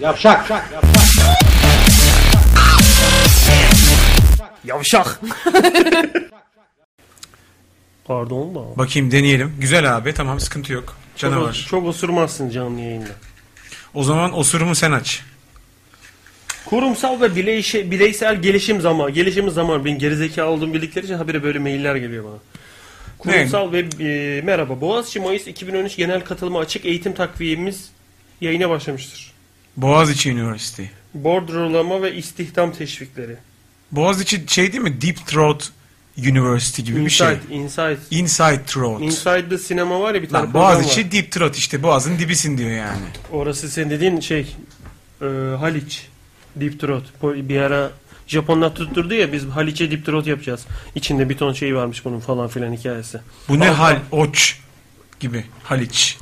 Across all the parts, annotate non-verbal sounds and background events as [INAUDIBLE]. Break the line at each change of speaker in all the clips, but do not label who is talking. Yavşak.
Yavşak. Pardon da.
Bakayım deneyelim. Güzel abi tamam sıkıntı yok.
Çok,
Canavar.
çok osurmazsın canlı yayında.
O zaman osurumu sen aç.
Kurumsal ve bileyşe, bireysel gelişim zamanı. Gelişimi zamanı. Benim gerizekalı olduğumu bildikleri için habire böyle mailler geliyor bana. Kurumsal ve e, merhaba. Boğaziçi Mayıs 2013 genel katılıma açık eğitim takvimimiz yayına başlamıştır.
Boğaziçi Üniversitesi.
Bordrolama ve istihdam teşvikleri.
Boğaziçi şey değil mi? Deep Throat University gibi bir şey.
Inside, inside.
Inside Throat.
Inside the sinema var ya bir tane
Lan
program var.
Boğaziçi Deep Throat işte. Boğazın dibisin diyor yani.
Orası senin dediğin şey e, Haliç Deep Throat Po- bir ara Japonlar tutturdu ya biz Haliç'e Deep Throat yapacağız. İçinde bir ton şey varmış bunun falan filan hikayesi.
Bu ne
Altın-
hal? Oç gibi. Haliç.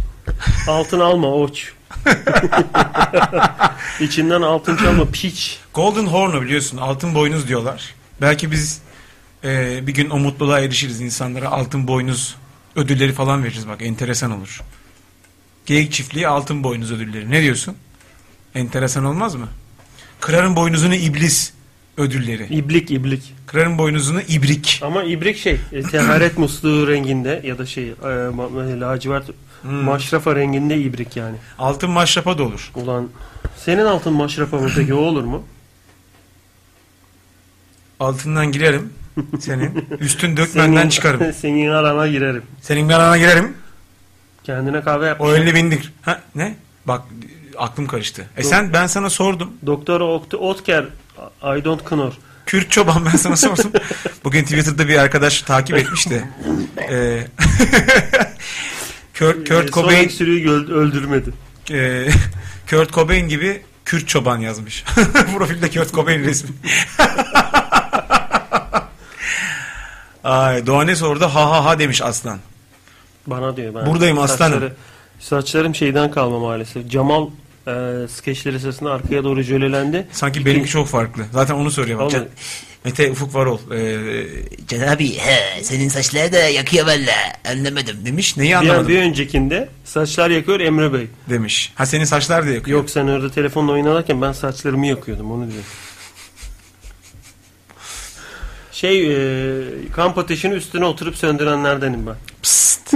Altın alma oç. [LAUGHS] İçinden altın çalma piç.
Golden Horn'u biliyorsun. Altın boynuz diyorlar. Belki biz e, bir gün o mutluluğa erişiriz. insanlara altın boynuz ödülleri falan veririz. Bak enteresan olur. Geyik çiftliği altın boynuz ödülleri. Ne diyorsun? Enteresan olmaz mı? Kırarım boynuzunu iblis ödülleri.
İblik iblik.
Kırarım boynuzunu ibrik.
Ama ibrik şey e, teharet musluğu renginde ya da şey e, ma- e, lacivert maşrafa renginde ibrik yani.
Altın maşrapa da olur.
Ulan senin altın maşrafa mı peki o olur mu?
Altından girerim. Senin. Üstün dökmenden
[LAUGHS]
çıkarım.
senin arana girerim.
Senin garana girerim.
Kendine kahve yap.
O 50 bindir. Ha, ne? Bak aklım karıştı. E sen ben sana sordum.
Doktor Okt- Otker I don't knor.
Kürt çoban ben
[LAUGHS]
sana sordum. Bugün Twitter'da bir arkadaş takip etmiş de. E, [LAUGHS] Kurt, Kurt Cobain
Sonic sürüyü öl- öldürmedi.
e, [LAUGHS] Kurt Cobain gibi Kürt çoban yazmış. [LAUGHS] Profilde Kurt Cobain resmi. [LAUGHS] Ay, Doğanes orada ha ha ha demiş aslan.
Bana diyor. Ben
Buradayım aslanım.
saçlarım şeyden kalma maalesef. Camal e, skeçleri sırasında arkaya doğru jölelendi.
Sanki benimki çok farklı. Zaten onu soruyor. Bak.
Oğlum.
Can- Mete Ufuk Varol. Ee,
Can abi he, senin saçları da yakıyor valla. Anlamadım.
demiş neyi
Bir, an,
anlamadım
bir öncekinde saçlar yakıyor Emre Bey.
demiş. Ha senin saçlar da yakıyor.
Yok sen orada telefonla oynarken ben saçlarımı yakıyordum onu diyor. Şey e, kamp ateşini üstüne oturup söndürenlerdenim ben.
Psst.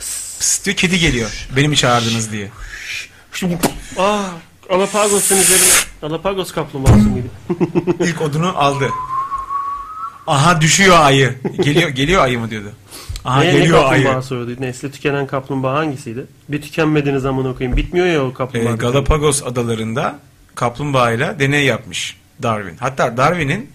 Psst diyor kedi geliyor. Beni mi çağırdınız diye.
Ah Alapagos'un üzerine Alapagos kaplumbağası mıydı?
İlk odunu aldı. Aha düşüyor ayı. Geliyor geliyor ayı mı diyordu. Aha
Ee, ne, ne
geliyor ayı.
kaplumbağası oydu? Nesli tükenen kaplumbağa hangisiydi? Bir tükenmediğiniz zaman okuyayım. Bitmiyor ya o
Ee,
kaplumbağa.
Galapagos adalarında kaplumbağayla deney yapmış Darwin. Hatta Darwin'in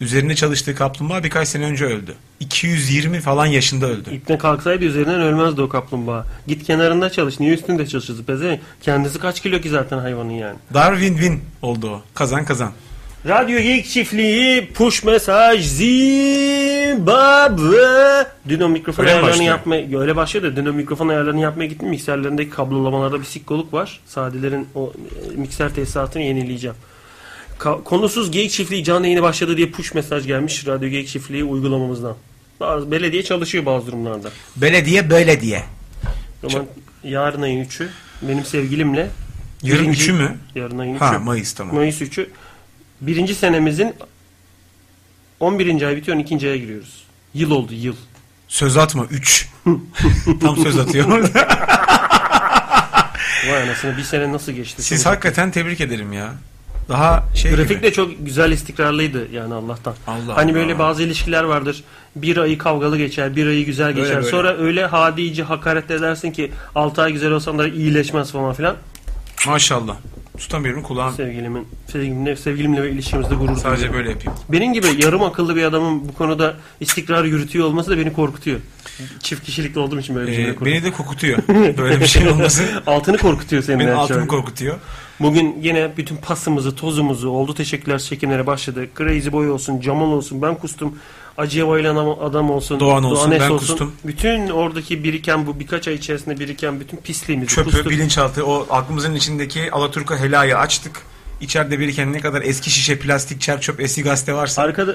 üzerinde çalıştığı kaplumbağa birkaç sene önce öldü. 220 falan yaşında öldü.
İpne kalksaydı üzerinden ölmezdi o kaplumbağa. Git kenarında çalış. Niye üstünde çalışırız pezevenk? Kendisi kaç kilo ki zaten hayvanın yani.
Darwin win oldu o. Kazan kazan.
Radyo Geek Çiftliği Push Mesaj Zimbabwe Dün o mikrofon
Öyle mi
ayarlarını
başlıyor?
yapmaya Öyle başlıyor da dün o mikrofon ayarlarını yapmaya gittim Mikserlerindeki kablolamalarda bir sikkoluk var Sadelerin o e, mikser tesisatını yenileyeceğim Ka- Konusuz Geek Çiftliği canlı yayını başladı diye push mesaj gelmiş Radyo Geek Çiftliği uygulamamızdan Bazı, Belediye çalışıyor bazı durumlarda
Belediye böyle diye.
Ama yarın ayın 3'ü benim sevgilimle
Yarın
birinci-
üçü mü?
Yarın ayın 3'ü
Ha Mayıs tamam.
Mayıs 3'ü birinci senemizin 11. ay bitiyor 12. aya giriyoruz. Yıl oldu yıl.
Söz atma 3. Tam söz atıyor.
Vay anasını bir sene nasıl geçti?
Siz
Tabii.
hakikaten tebrik ederim ya. Daha şey
Grafik
gibi.
de çok güzel istikrarlıydı yani Allah'tan.
Allah
hani
Allah.
böyle bazı ilişkiler vardır. Bir ayı kavgalı geçer, bir ayı güzel
Böyle
geçer.
böyle.
Sonra öyle hadici hakaret edersin ki 6 ay güzel olsan da iyileşmez falan filan.
Maşallah. Tutamıyorum kulağım.
Sevgilimin sevgilimle sevgilimle ve ilişkimizde gurur
Sadece
duyuyorum.
böyle yapayım.
Benim gibi yarım akıllı bir adamın bu konuda istikrar yürütüyor olması da beni korkutuyor. Çift kişilikli olduğum için böyle bir cümle
Ee,
kurdum.
beni de
[LAUGHS]
kokutuyor. Böyle bir şey olması
Altını korkutuyor senin
benim
her
altımı
şarkı.
korkutuyor.
Bugün yine bütün pasımızı, tozumuzu oldu teşekkürler çekimlere başladı. Crazy Boy olsun, Jamal olsun, ben kustum. Acıya ile adam olsun,
Doğan olsun,
Doğanes
ben
olsun.
kustum.
Bütün oradaki biriken bu birkaç ay içerisinde biriken bütün pisliğimizi
Çöpü,
kustuk.
bilinçaltı, o aklımızın içindeki Alaturka helayı açtık. İçeride biriken ne kadar eski şişe, plastik, çer çöp, eski gazete varsa
Arkada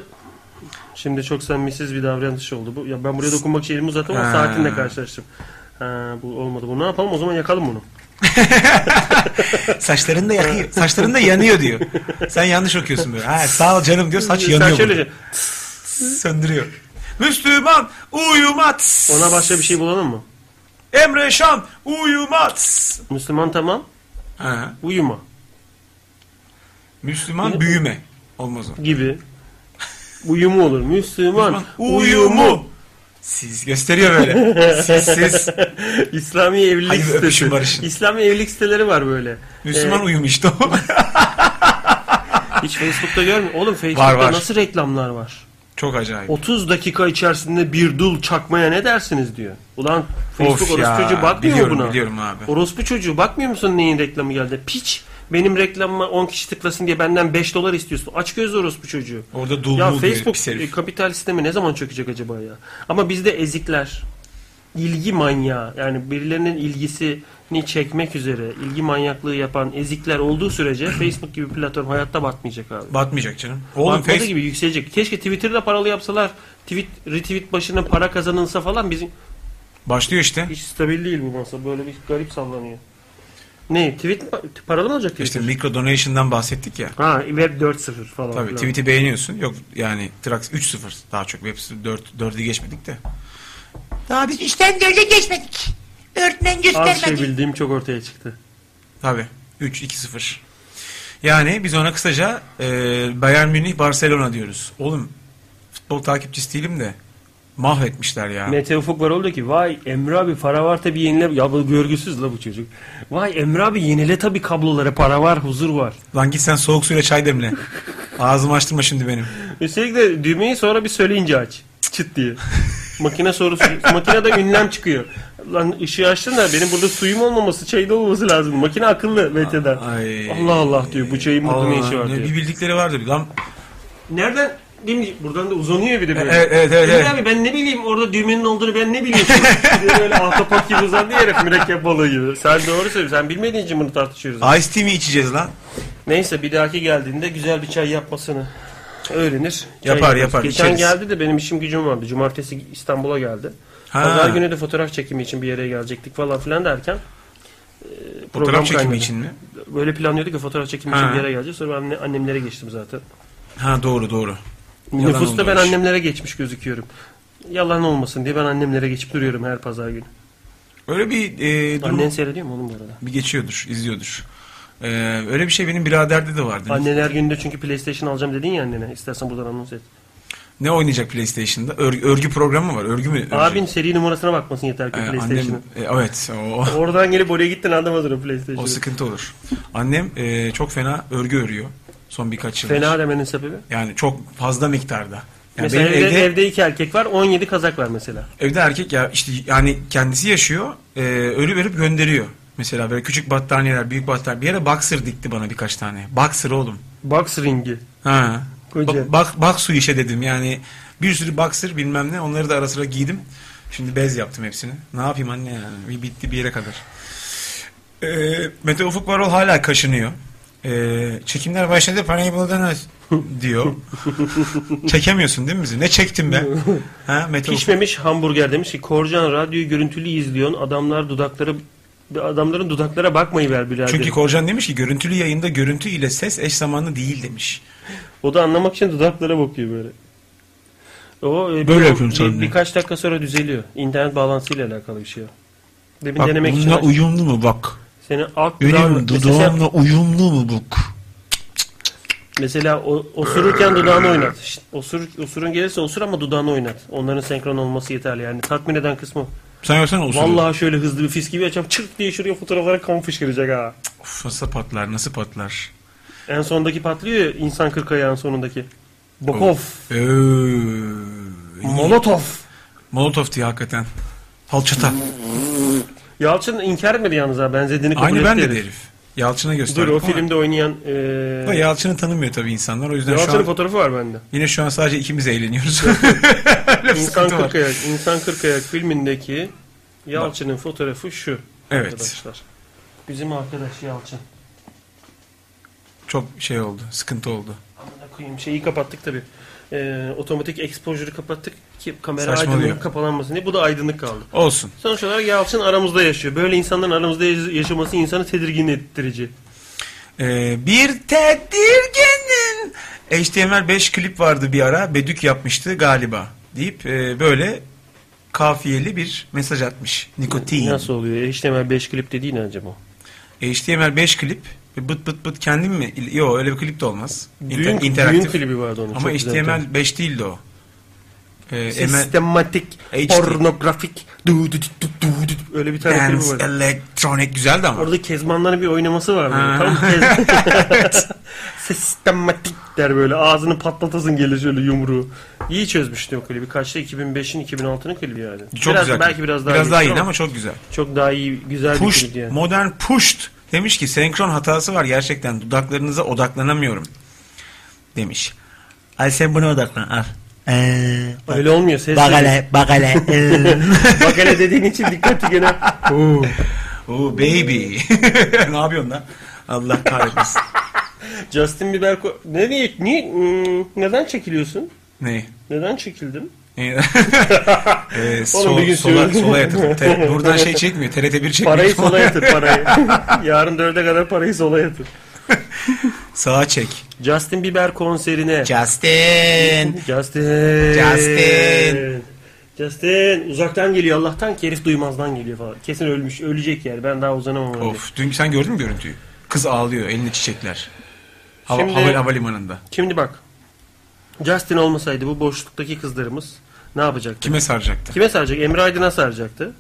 Şimdi çok samimiyetsiz bir davranış oldu bu. Ya ben buraya dokunmak için elimi uzattım ama
Ha.
saatinle karşılaştım. Ha, bu olmadı. Bu ne yapalım? O zaman yakalım bunu.
Saçların da
[LAUGHS]
yakıyor. Saçların da yanıyor diyor. Sen yanlış okuyorsun böyle. Ha, sağ ol canım diyor. Saç
Sen
yanıyor.
şöyle-
burada. Söndürüyor. Müslüman uyumat.
Ona başka bir şey bulalım mı?
Emre Şan uyumat.
Müslüman tamam.
Ha,
Uyuma.
Müslüman büyüme. Olmaz o.
Gibi. Uyumu olur. Müslüman.
Uyumu. Siz gösteriyor böyle. Siz siz.
[LAUGHS] İslami evlilik
Hayır, öpüşün
sitesi.
barışın.
İslami evlilik siteleri var böyle.
Müslüman
Ee,
uyum işte o. [LAUGHS]
hiç Facebook'ta görmüyor. Oğlum Facebook'ta
Var, var.
nasıl reklamlar var?
Çok acayip.
30 dakika içerisinde bir dul çakmaya ne dersiniz diyor. Ulan Facebook
Of
orospu
ya,
çocuğu bakmıyor
biliyorum,
buna.
biliyorum abi.
Orospu çocuğu bakmıyor musun neyin reklamı geldi? Piç. Benim reklamıma 10 kişi tıklasın diye benden 5 dolar istiyorsun. Aç göz orospu çocuğu.
Orada dul
ya
mul diyor
Facebook
pis herif.
e, kapital sistemi ne zaman çökecek acaba ya? Ama bizde ezikler, ilgi manyağı yani birilerinin ilgisini çekmek üzere ilgi manyaklığı yapan ezikler olduğu
[CLEARS THROAT]
sürece Facebook gibi platform hayatta batmayacak abi.
Batmayacak canım. Oğlum
Batmadığı
Facebook
e- gibi yükselecek. Keşke Twitter'da paralı yapsalar. Tweet, retweet başına para kazanılsa falan bizim
başlıyor işte.
hiç stabil değil bu masa. Böyle bir garip sallanıyor. Ne? Tweet mi- paralı mı olacak Twitter?
İşte mikro donation'dan bahsettik ya.
ha web 4.0 falan.
Tabii
filan.
tweet'i beğeniyorsun. Yok yani Trax 3-0 daha çok. Web 4, 4'ü geçmedik de. Daha biz
İşten dörde geçmedik. Dörtten
Az şey bildiğim çok ortaya çıktı.
Tabii. 3-2-0. Yani biz ona kısaca e, Bayern Münih Barcelona diyoruz. Oğlum futbol takipçisi değilim de mahvetmişler ya.
Mete Ufuk var oldu ki vay Emre abi para var tabi yenile. Ya bu görgüsüz la bu çocuk. Vay Emre abi yenile tabi kablolara para var huzur var.
Lan git sen soğuk suyla
[LAUGHS]
çay demle. Ağzımı açtırma şimdi benim.
Üstelik de düğmeyi sonra bir söyleyince aç. Çıt
[LAUGHS]
diye. Makine sorusu. Makinede ünlem çıkıyor. Lan ışığı açtın da benim burada suyum olmaması çayda olması lazım. Makine akıllı Mete'den.
Ay.
Allah Allah diyor bu çayın burada ne
Allah,
işi var
ne
diyor.
bir bildikleri vardır. Lan
Nereden değil mi? Buradan da uzanıyor bir de böyle.
Evet, evet, evet,
Emre
evet.
abi ben ne bileyim orada düğmenin olduğunu ben ne
[LAUGHS]
bileyim. Bir de böyle ahtapot gibi uzandı herif mürekkep balığı gibi. Sen doğru söylüyorsun. Sen bilmediğin için bunu tartışıyoruz.
Ice Tea mi içeceğiz lan?
Neyse bir dahaki geldiğinde güzel bir çay yapmasını öğrenir. Çay
Yapar,
yaparız.
yapar,
Geçen
içeriz.
geldi de benim işim gücüm vardı. Cumartesi İstanbul'a geldi.
Ha.
Pazar günü de fotoğraf çekimi için bir yere gelecektik falan filan derken. e, program
Fotoğraf çekimi
kaynadı.
için mi?
Böyle planlıyorduk ya fotoğraf çekimi
Ha.
için bir yere geleceğiz. Sonra ben anne- annemlere geçtim zaten.
Ha doğru doğru. Yalan
Nüfusta
oldu
ben
o iş.
annemlere geçmiş gözüküyorum. Yalan olmasın diye ben annemlere geçip duruyorum her pazar günü.
Öyle bir e, durum
Annen seyrediyor mu oğlum bu arada?
bir geçiyordur, izliyordur. Ee, öyle bir şey benim biraderde de vardı.
Annen her günde çünkü PlayStation alacağım dedin ya annene. İstersen buradan anons et.
Ne oynayacak PlayStation'da? Ör- örgü programı var. Örgü mü? örecek?
Abin seri numarasına bakmasın yeter ki
şey- Ee,
PlayStation'ın.
annem- e, evet. O,
Oradan gelip oraya gittin anlamadın o PlayStation'ı.
o sıkıntı olur. Annem e, çok fena örgü örüyor. Son birkaç yıl.
Fena demenin sebebi.
Yani çok fazla miktarda. Yani
mesela
benim
evde,
evde, evde,
evde iki erkek var 17 kazak var mesela.
erkek ya işte yani kendisi yaşıyor. E, örüp örüp gönderiyor. Mesela böyle küçük battaniyeler, büyük battaniyeler. Bir yere boxer dikti bana birkaç tane. Boxer oğlum.
Box ringi.
Ha.
Koca.
Bak, bak, bak su işe dedim yani. Bir sürü boxer bilmem ne onları da ara sıra giydim. Şimdi bez yaptım hepsini. Ne yapayım anne yani bir bitti bir yere kadar. Ee, Mete Ufuk Varol hala kaşınıyor. Ee, çekimler başladı parayı buldunuz diyor. Çekemiyorsun değil mi bizi? Ne çektim ben? ha, Mete Ufuk.
Pişmemiş hamburger demiş ki Korcan radyoyu görüntülü izliyorsun adamlar dudakları adamların dudaklara bakmayı ver birader.
Çünkü Korcan demiş ki görüntülü yayında görüntü ile ses eş zamanlı değil demiş.
O da anlamak için dudaklara bakıyor böyle. O e,
Böyle
bir-
yapıyorum
bir-
sanırım.
Birkaç dakika sonra düzeliyor. İnternet bağlantısıyla alakalı bir şey. o. Demin
Bak
denemek için
bununla
aç-
uyumlu mu bak?
Senin alt dudağın-
Benim
mesela sen-
dudağımla uyumlu mu bu?
Mesela o, osururken dudağını oynat. Şşt, osur, osurun gelirse osur ama dudağını oynat. Onların senkron olması yeterli yani. Tatmin eden kısmı. o.
Sen görsene usulü.
Vallahi şöyle hızlı bir fisk gibi açacağım. Çırp diye şuraya fotoğraflara kan fışkıracak ha.
Of, nasıl patlar nasıl patlar.
En sondaki patlıyor ya insan kırk ayağın sonundaki. Bokov.
Ee,
Molotov.
Molotov diye hakikaten. Falçata.
Yalçın inkar etmedi yalnız ha benzediğini kabul
Aynı
etti
ben de
herif.
herif. Yalçın'a
Dur
gösterdim
o
ama
filmde oynayan e,
da Yalçın'ı tanımıyor tabii insanlar. O yüzden şu
Yalçın'ın
an,
fotoğrafı var bende.
yine şu an sadece
[LAUGHS]
ikimiz eğleniyoruz.
İnsan
sıkıntı var.
Kırkayak, İnsan Kırkayak filmindeki Yalçın'ın fotoğrafı şu.
Evet.
Arkadaşlar. Bizim arkadaş Yalçın.
Çok şey oldu. Sıkıntı oldu.
Amına koyayım şeyi kapattık tabii. e, otomatik exposure'ı kapattık ki kamera
Saçmalıyor.
aydınlık kapanmasın diye. Bu da aydınlık kaldı.
Olsun.
Sonuç olarak Yalçın aramızda yaşıyor. Böyle insanların aramızda yaş- yaşaması insanı tedirgin ettirici.
Ee, bir E tedirginin HTML5 klip vardı bir ara. Bedük yapmıştı galiba deyip e, böyle kafiyeli bir mesaj atmış. Nikotin. E
Nasıl oluyor? E, HTML5 klip dediğin acaba?
HTML5 klip ve bıt bıt bıt kendim mi? Yok öyle bir klip de olmaz. İnter-
Düğün, düğün klibi vardı onun.
Ama
çok güzel tabii.
HTML5 değildi o. Ee, ML
Sistematik,
HD.
pornografik, du, du, du, du, du, du- öyle bir tane klibi
Dance
vardı.
Electronic güzeldi ama.
Orada Kezbanların bir oynaması var. Böyle.
Ha.
Tam kez...
[LAUGHS]
Sistematik der böyle. Ağzını patlatasın gelir şöyle yumruğu. İyi çözmüştü o klibi. Kaçta? 2005'in 2006'nın klibi yani.
Çok
biraz,
güzel.
Belki biraz daha,
biraz daha
iyidir
yeni ama çok güzel.
Çok daha iyi, güzel bir
Pushed,
klipti yani.
modern pushed demiş ki senkron hatası var gerçekten dudaklarınıza odaklanamıyorum demiş. Ay sen buna odaklan al.
Ee, bak-
Öyle olmuyor. Ses
bak hele bak
[LAUGHS]
hele. Ee.
Bak hele dediğin için dikkatli gene. [LAUGHS] Oo.
Oo baby. [LAUGHS] ne yapıyorsun lan?
[LAUGHS]
Allah kahretmesin.
Justin Bieber ko- ne diye niye hmm, neden çekiliyorsun? [LAUGHS]
ne?
Neden çekildin?
Ee, e, sol,
bir gün
sola,
söyleyeyim.
sola
[LAUGHS]
yatır. Te- buradan şey çekmiyor. TRT 1 çekmiyor.
Parayı sola yatır parayı. [LAUGHS] Yarın dörde kadar parayı sola yatır.
[LAUGHS] Sağa çek.
Justin Bieber konserine.
Justin.
Justin.
Justin.
Justin uzaktan geliyor Allah'tan ki herif duymazdan geliyor falan. Kesin ölmüş ölecek yani ben daha uzanamam. öyle.
of dün sen gördün mü görüntüyü? Kız ağlıyor elinde çiçekler. Hava,
Şimdi-
hava- havalimanında.
Şimdi bak Justin olmasaydı bu boşluktaki kızlarımız ne yapacaktı?
Kime saracaktı?
Kime saracak? Emre Aydın'a saracaktı.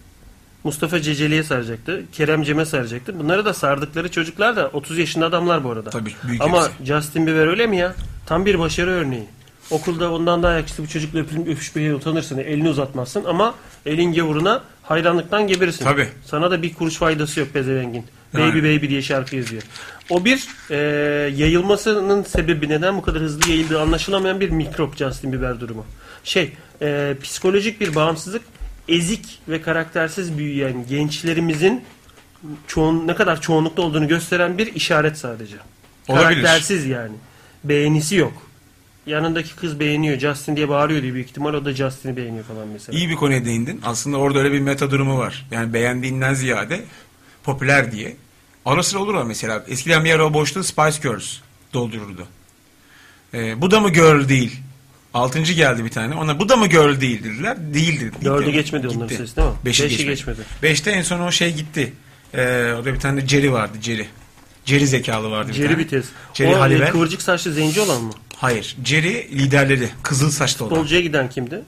Mustafa Ceceli'ye saracaktı. Kerem Cem'e saracaktı. Bunları da sardıkları çocuklar da 30 yaşında adamlar bu arada.
Tabii, büyük
Ama
hepsi.
Justin Bieber öyle mi ya? Tam bir başarı örneği. Okulda ondan daha yakışıklı bir çocukla öpülüp öpüşmeye utanırsın. Elini uzatmazsın ama elin gavuruna hayranlıktan geberirsin.
Tabii.
Sana da bir kuruş faydası yok pezevengin.
Yani.
Baby Baby diye şarkı yazıyor. O bir e, yayılmasının sebebi neden bu kadar hızlı yayıldığı anlaşılamayan bir mikrop Justin Bieber durumu. Şey e, psikolojik bir bağımsızlık ezik ve karaktersiz büyüyen gençlerimizin çoğun, ne kadar çoğunlukta olduğunu gösteren bir işaret sadece.
Olabilir.
Karaktersiz yani. Beğenisi yok. Yanındaki kız beğeniyor Justin diye bağırıyor diye büyük ihtimal o da Justin'i beğeniyor falan mesela.
İyi bir konuya değindin. Aslında orada öyle bir meta durumu var. Yani beğendiğinden ziyade popüler diye. Ara sıra olur o mesela. Eskiden bir ara o boşluğu Spice Girls doldururdu. Ee, bu da mı girl değil? Altıncı geldi bir tane. Ona bu da mı girl değil dediler. Değildi.
Dördü
Gitti.
geçmedi onların
Gitti.
sesi değil mi?
Beşi,
Beşi
geçmedi.
geçmedi.
Beşte en son o şey gitti. Ee, orada bir tane Jerry vardı. Jerry. Jerry zekalı vardı bir
Jerry
tane.
Vites.
Jerry
o e,
Halliwell.
kıvırcık saçlı zenci olan mı?
Hayır. Jerry liderleri. Kızıl saçlı olan.
Bolcuya giden kimdi?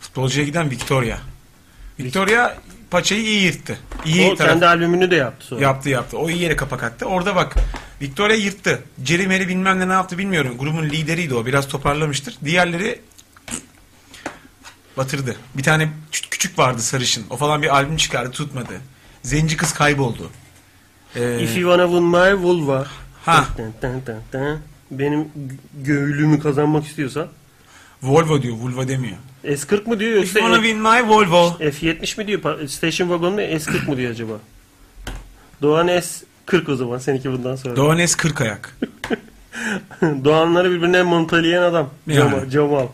Futbolcuya giden Victoria. Victoria paçayı iyi yırttı. İyi
o
taraf-
kendi albümünü de yaptı sonra.
yaptı yaptı. O iyi yere kapak attı. Orada bak Victoria yırttı. Jerry Mary bilmem ne ne yaptı bilmiyorum. Grubun lideriydi o. Biraz toparlamıştır. Diğerleri batırdı. Bir tane küçük- küçük vardı sarışın. O falan bir albüm çıkardı tutmadı. Zenci kız kayboldu. Ee,
If you wanna win my vulva.
Ha.
Tın tın tın tın. Benim göğülümü kazanmak istiyorsa.
Volvo diyor. Vulva demiyor.
S40 mı diyor
If you
yoksa
wanna win my Volvo.
F70 mi diyor? Pa- Station wagon mu S40 mı diyor acaba? Doğan S40 o zaman seninki bundan sonra.
Doğan S 40 ayak.
[LAUGHS] Doğanları birbirine montalayan adam. Cemal.
Yani. [LAUGHS]
Cemal.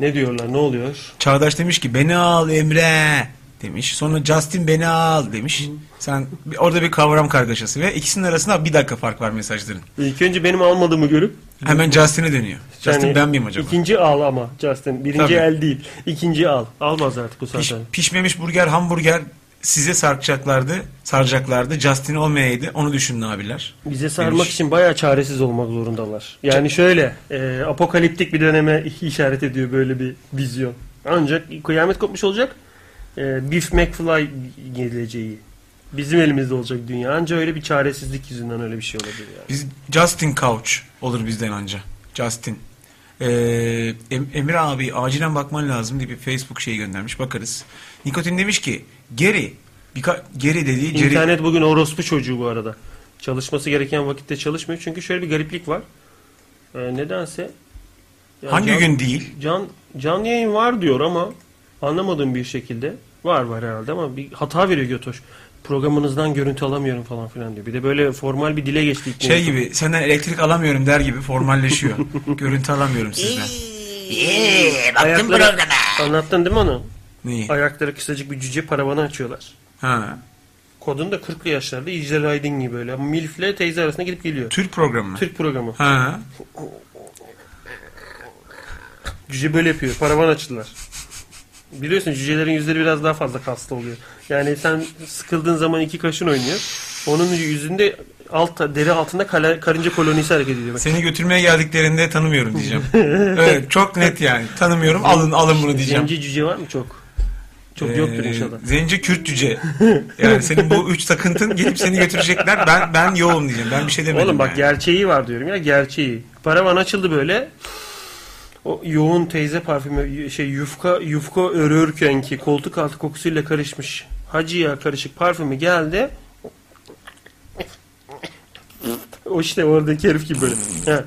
ne diyorlar? Ne oluyor?
Çağdaş demiş ki beni al Emre demiş. Sonra Justin beni al demiş. Sen bir- orada bir kavram kargaşası ve ikisinin arasında bir dakika fark var mesajların.
İlk önce benim almadığımı görüp
Hemen Justin'e dönüyor. Justin
Yani
ben miyim acaba?
İkinci al ama Justin. Birinci
Tabii.
el değil. İkinci al. Almaz artık bu
Piş-
saatten.
pişmemiş burger, hamburger size saracaklardı. Saracaklardı. Justin olmayaydı. Onu düşünün abiler.
Bize sarmak
Demiş.
için bayağı çaresiz olmak zorundalar. Yani şöyle e, apokaliptik bir döneme [LAUGHS] işaret ediyor böyle bir vizyon. Ancak kıyamet kopmuş olacak. E, Beef McFly geleceği. Bizim elimizde olacak dünya. Ancak öyle bir çaresizlik yüzünden öyle bir şey olabilir yani.
Biz Justin Couch olur bizden anca. Justin. Ee, Em- Emir abi acilen bakman lazım diye bir Facebook şeyi göndermiş. Bakarız. Nikotin demiş ki geri. Birka- geri dediği Jerry-
İnternet bugün orospu çocuğu bu arada. Çalışması gereken vakitte çalışmıyor. Çünkü şöyle bir gariplik var. E, nedense ya
Hangi
can-
gün değil?
Can canlı yayın var diyor ama anlamadığım bir şekilde var var herhalde ama bir hata veriyor Götoş. programınızdan görüntü alamıyorum falan filan diyor. Bir de böyle formal bir dile geçti. ilk
Şey
mevzu.
gibi senden elektrik alamıyorum der
[LAUGHS]
gibi formalleşiyor. Görüntü alamıyorum sizden.
İyi, baktım
Ayakları-
Ee, programa.
Anlattın değil mi onu?
Neyi?
Ayakları kısacık bir cüce paravanı açıyorlar.
Ha.
Kodun da 40'lı yaşlarda İcdel Aydın gibi böyle. Milf'le teyze arasında gidip geliyor.
Türk programı mı?
Türk programı.
Ha.
Cüce böyle yapıyor. Paravan açtılar. Biliyorsun cücelerin yüzleri biraz daha fazla kaslı oluyor. Yani sen sıkıldığın zaman iki kaşın oynuyor. Onun yüzünde altta deri altında kale- karınca kolonisi hareket ediyor. Bak,
Seni götürmeye geldiklerinde
[LAUGHS]
tanımıyorum diyeceğim. evet çok net yani. Tanımıyorum alın alın bunu diyeceğim.
Zenci cüce var mı çok? Çok yoktur
Ee,
inşallah.
Zenci Kürt cüce.
[LAUGHS]
Yani senin bu üç takıntın gelip seni götürecekler. Ben ben yoğum diyeceğim. Ben bir şey demedim.
Oğlum bak
yani.
gerçeği var diyorum ya gerçeği. Paravan açıldı böyle. O yoğun teyze parfümü y- şey yufka yufka örürken ki koltuk altı kokusuyla karışmış hacıya karışık parfümü geldi. O işte oradaki herif gibi böyle. Ha.